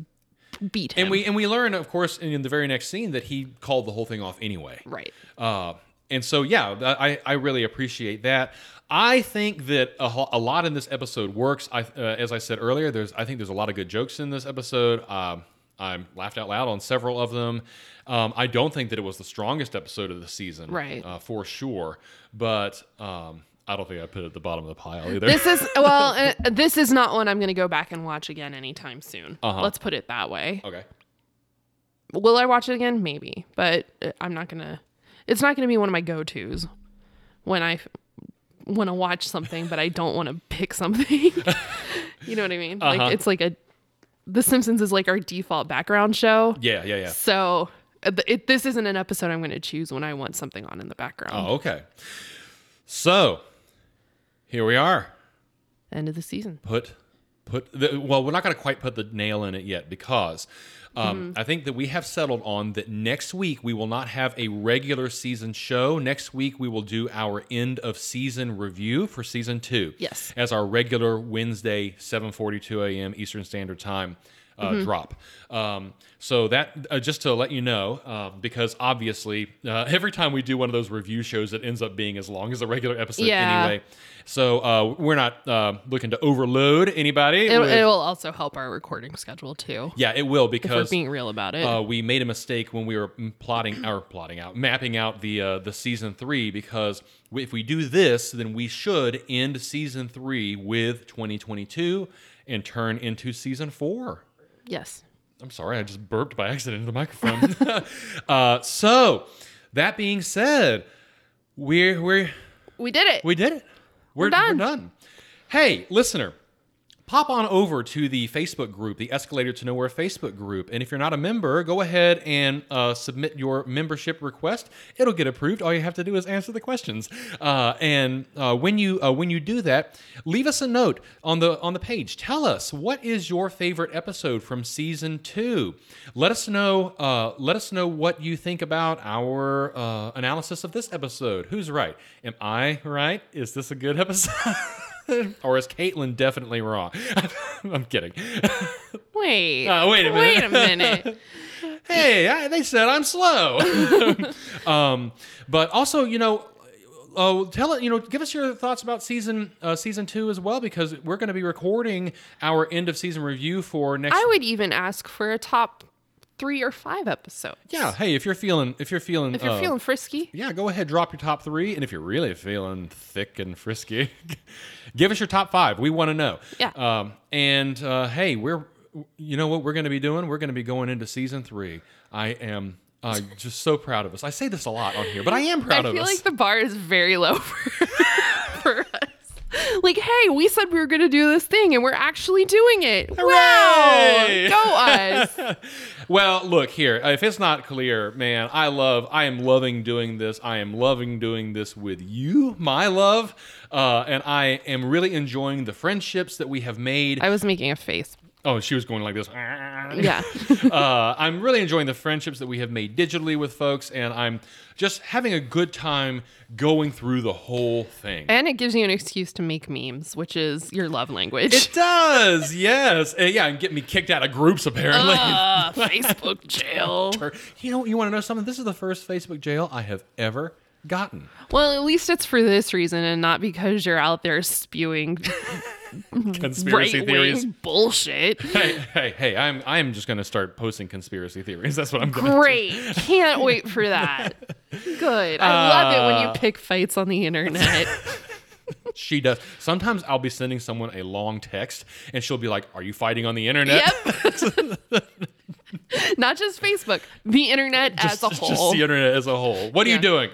[SPEAKER 2] beat him.
[SPEAKER 1] And we and we learn, of course, in, in the very next scene that he called the whole thing off anyway.
[SPEAKER 2] Right.
[SPEAKER 1] Uh, and so, yeah, th- I, I really appreciate that. I think that a, ho- a lot in this episode works. I, uh, as I said earlier, there's I think there's a lot of good jokes in this episode. Um, I laughed out loud on several of them. Um, I don't think that it was the strongest episode of the season,
[SPEAKER 2] Right.
[SPEAKER 1] Uh, for sure, but um, I don't think I put it at the bottom of the pile either.
[SPEAKER 2] This is, well, uh, this is not one I'm going to go back and watch again anytime soon.
[SPEAKER 1] Uh-huh.
[SPEAKER 2] Let's put it that way.
[SPEAKER 1] okay,
[SPEAKER 2] Will I watch it again? Maybe. But uh, I'm not going to, it's not going to be one of my go tos when I want to watch something, but I don't want to pick something. you know what I mean?
[SPEAKER 1] Uh-huh.
[SPEAKER 2] Like, it's like a, The Simpsons is like our default background show.
[SPEAKER 1] yeah, yeah, yeah.
[SPEAKER 2] So uh, th- it, this isn't an episode I'm going to choose when I want something on in the background.
[SPEAKER 1] Oh, okay. So here we are. Oh.
[SPEAKER 2] End of the season.
[SPEAKER 1] put put the, well we're not going to quite put the nail in it yet because um,
[SPEAKER 2] Mm-hmm.
[SPEAKER 1] i think that we have settled on that next week we will not have a regular season show next week we will do our end of season review for season two
[SPEAKER 2] Yes.
[SPEAKER 1] as our regular wednesday 7.42 a.m eastern standard time uh,
[SPEAKER 2] Mm-hmm.
[SPEAKER 1] drop um, so that uh, just to let you know uh, because obviously uh, every time we do one of those review shows it ends up being as long as a regular episode
[SPEAKER 2] Yeah.
[SPEAKER 1] anyway so uh, we're not uh, looking to overload anybody.
[SPEAKER 2] It,
[SPEAKER 1] with-
[SPEAKER 2] it will also help our recording schedule too.
[SPEAKER 1] yeah, it will
[SPEAKER 2] If we're
[SPEAKER 1] because
[SPEAKER 2] being real about it.
[SPEAKER 1] uh, we made a mistake when we were m- plotting our plotting out, mapping out the uh, the season three. Because we, if we do this, then we should end season three with 2022 and turn into season four.
[SPEAKER 2] yes.
[SPEAKER 1] I'm sorry, I just burped by accident into the microphone. uh, so that being said, we're we're
[SPEAKER 2] We did it.
[SPEAKER 1] we did it. We're,
[SPEAKER 2] done.
[SPEAKER 1] We're done. Hey, listener, pop on over to the Facebook group, the Escalator to Nowhere Facebook group. And if you're not a member, go ahead and uh, submit your membership request. It'll get approved. All you have to do is answer the questions. Uh, and uh, when you uh, when you do that, leave us a note on the on the page. Tell us what is your favorite episode from season two. Let us know. Uh, let us know what you think about our uh, analysis of this episode. Who's right? Am I right? Is this a good episode? or is Caitlyn definitely wrong? I'm kidding.
[SPEAKER 2] Wait.
[SPEAKER 1] Uh, wait a minute.
[SPEAKER 2] Wait a minute.
[SPEAKER 1] hey, I, they said I'm slow. um, but also, you know, uh, tell it. You know, give us your thoughts about season uh, season two as well, because we're going to be recording our end of season review for next.
[SPEAKER 2] I would even ask for a top three or five episodes.
[SPEAKER 1] yeah. Hey, if you're feeling, if you're feeling,
[SPEAKER 2] If you're
[SPEAKER 1] uh,
[SPEAKER 2] feeling frisky,
[SPEAKER 1] yeah, go ahead, drop your top three, and if you're really feeling thick and frisky, give us your top five. We want to know.
[SPEAKER 2] Yeah.
[SPEAKER 1] Um, and uh, hey, we're you know what we're going to be doing? We're going to be going into season three. I am uh, just so proud of us. I say this a lot on here, but I am
[SPEAKER 2] I
[SPEAKER 1] proud of
[SPEAKER 2] feel
[SPEAKER 1] us.
[SPEAKER 2] like the bar is very low for, for us. Like, hey, we said we were going to do this thing and we're actually doing it.
[SPEAKER 1] Hooray!
[SPEAKER 2] Wow. Go us.
[SPEAKER 1] well, look here. If it's not clear, man, I love. I am loving doing this. I am loving doing this with you, my love, uh, and I am really enjoying the friendships that we have made.
[SPEAKER 2] I was making a face.
[SPEAKER 1] oh, she was going like this.
[SPEAKER 2] Yeah.
[SPEAKER 1] uh, I'm really enjoying the friendships that we have made digitally with folks, and I'm just having a good time going through the whole thing.
[SPEAKER 2] And it gives you an excuse to make memes, which is your love language.
[SPEAKER 1] it does, yes, Uh, yeah, and get me kicked out of groups apparently.
[SPEAKER 2] Ah, Facebook jail.
[SPEAKER 1] Or- you know, you want to know something? This is the first Facebook jail I have ever gotten.
[SPEAKER 2] Well, at least it's for this reason and not because you're out there spewing
[SPEAKER 1] Conspiracy
[SPEAKER 2] right
[SPEAKER 1] theories.
[SPEAKER 2] wing bullshit.
[SPEAKER 1] Hey, hey, hey! I'm I'm just gonna start posting conspiracy theories. That's what I'm gonna.
[SPEAKER 2] Great. Can't wait for that. Good. I love
[SPEAKER 1] Uh,
[SPEAKER 2] it when you pick fights on the internet.
[SPEAKER 1] She does. Sometimes I'll be sending someone a long text, and she'll be like, "Are you fighting on the internet?"
[SPEAKER 2] yep. not just Facebook, the internet as a
[SPEAKER 1] Just- just
[SPEAKER 2] whole.
[SPEAKER 1] the internet as a whole. What are you
[SPEAKER 2] Yeah.
[SPEAKER 1] doing?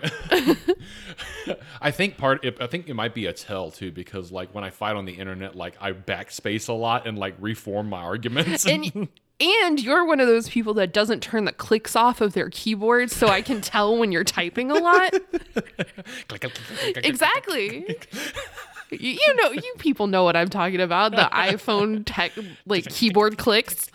[SPEAKER 1] I think part. I think it might be a tell too, because like when I fight on the internet, like I backspace a lot and like reform my arguments.
[SPEAKER 2] and and you're one of those people that doesn't turn the clicks off of their keyboard so I can tell when you're typing a lot.
[SPEAKER 1] Click, click, click, click, click.
[SPEAKER 2] exactly. You, you know, you people know what I'm talking about, the iPhone tech like keyboard clicks.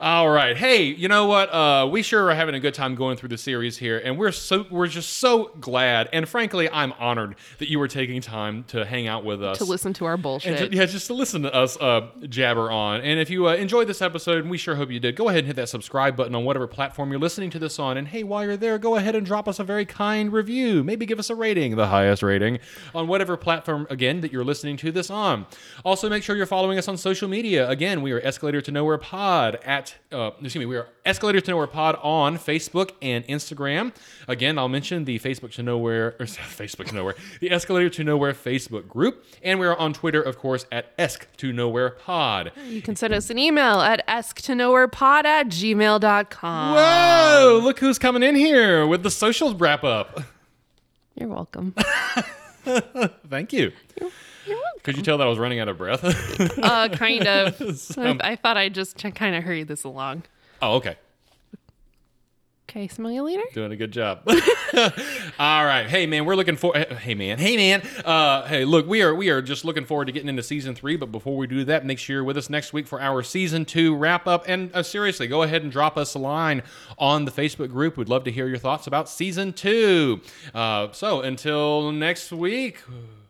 [SPEAKER 1] All right. Hey, you know what? Uh, we sure are having a good time going through the series here, and we're so we're just so glad, and frankly, I'm honored that you were taking time to hang out with us.
[SPEAKER 2] to listen to our bullshit.
[SPEAKER 1] And to- yeah, just to listen to us uh, jabber on. And if you uh, enjoyed this episode, and we sure hope you did, go ahead and hit that subscribe button on whatever platform you're listening to this on. And hey, while you're there, go ahead and drop us a very kind review. Maybe give us a rating, the highest rating, on whatever platform, again, that you're listening to this on. Also, make sure you're following us on social media. Again, we are Escalator to Nowhere Pod at, uh, excuse me, we are Escalator to Nowhere Pod on Facebook and Instagram. Again, I'll mention the Facebook to Nowhere, or Facebook to Nowhere, the Escalator to Nowhere Facebook group. And we are on Twitter, of course, at Esc to Nowhere Pod.
[SPEAKER 2] You can send us an email at esktoknowherepod at gmail.com.
[SPEAKER 1] Whoa, Oh, look who's coming in here with the socials wrap up.
[SPEAKER 2] You're welcome.
[SPEAKER 1] Thank you. Could you tell that I was running out of breath?
[SPEAKER 2] uh, kind of. I, I thought I'd just kind of hurry this along.
[SPEAKER 1] oh, okay.
[SPEAKER 2] Okay, smell you later.
[SPEAKER 1] Doing a good job. All right, hey man, we're looking for. eh, Hey man, hey man. Uh, hey, look, we are we are just looking forward to getting into season three. But before we do that, make sure you're with us next week for our season two wrap up. And uh, seriously, go ahead and drop us a line on the Facebook group. We'd love to hear your thoughts about season two. Uh, so until next week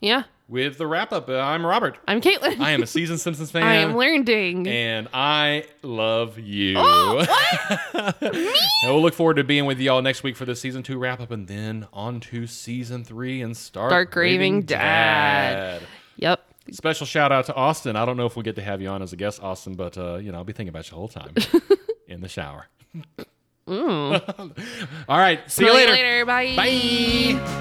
[SPEAKER 2] Yeah,
[SPEAKER 1] with the wrap up, uh, I'm Robert.
[SPEAKER 2] I'm Caitlin.
[SPEAKER 1] I am a season Simpsons fan.
[SPEAKER 2] I am learning.
[SPEAKER 1] and I love you.
[SPEAKER 2] Oh,
[SPEAKER 1] And we'll look forward to being with y'all next week for the season two wrap up and then on to season three and Stark,
[SPEAKER 2] Stark Raving Dad. yep.
[SPEAKER 1] Special shout out to Austin. I don't know if we'll get to have you on as a guest, Austin, but uh, you know, I'll be thinking about you the whole time in the shower. All right. See
[SPEAKER 2] Mm. Smell
[SPEAKER 1] you later.
[SPEAKER 2] later. Bye.
[SPEAKER 1] Bye.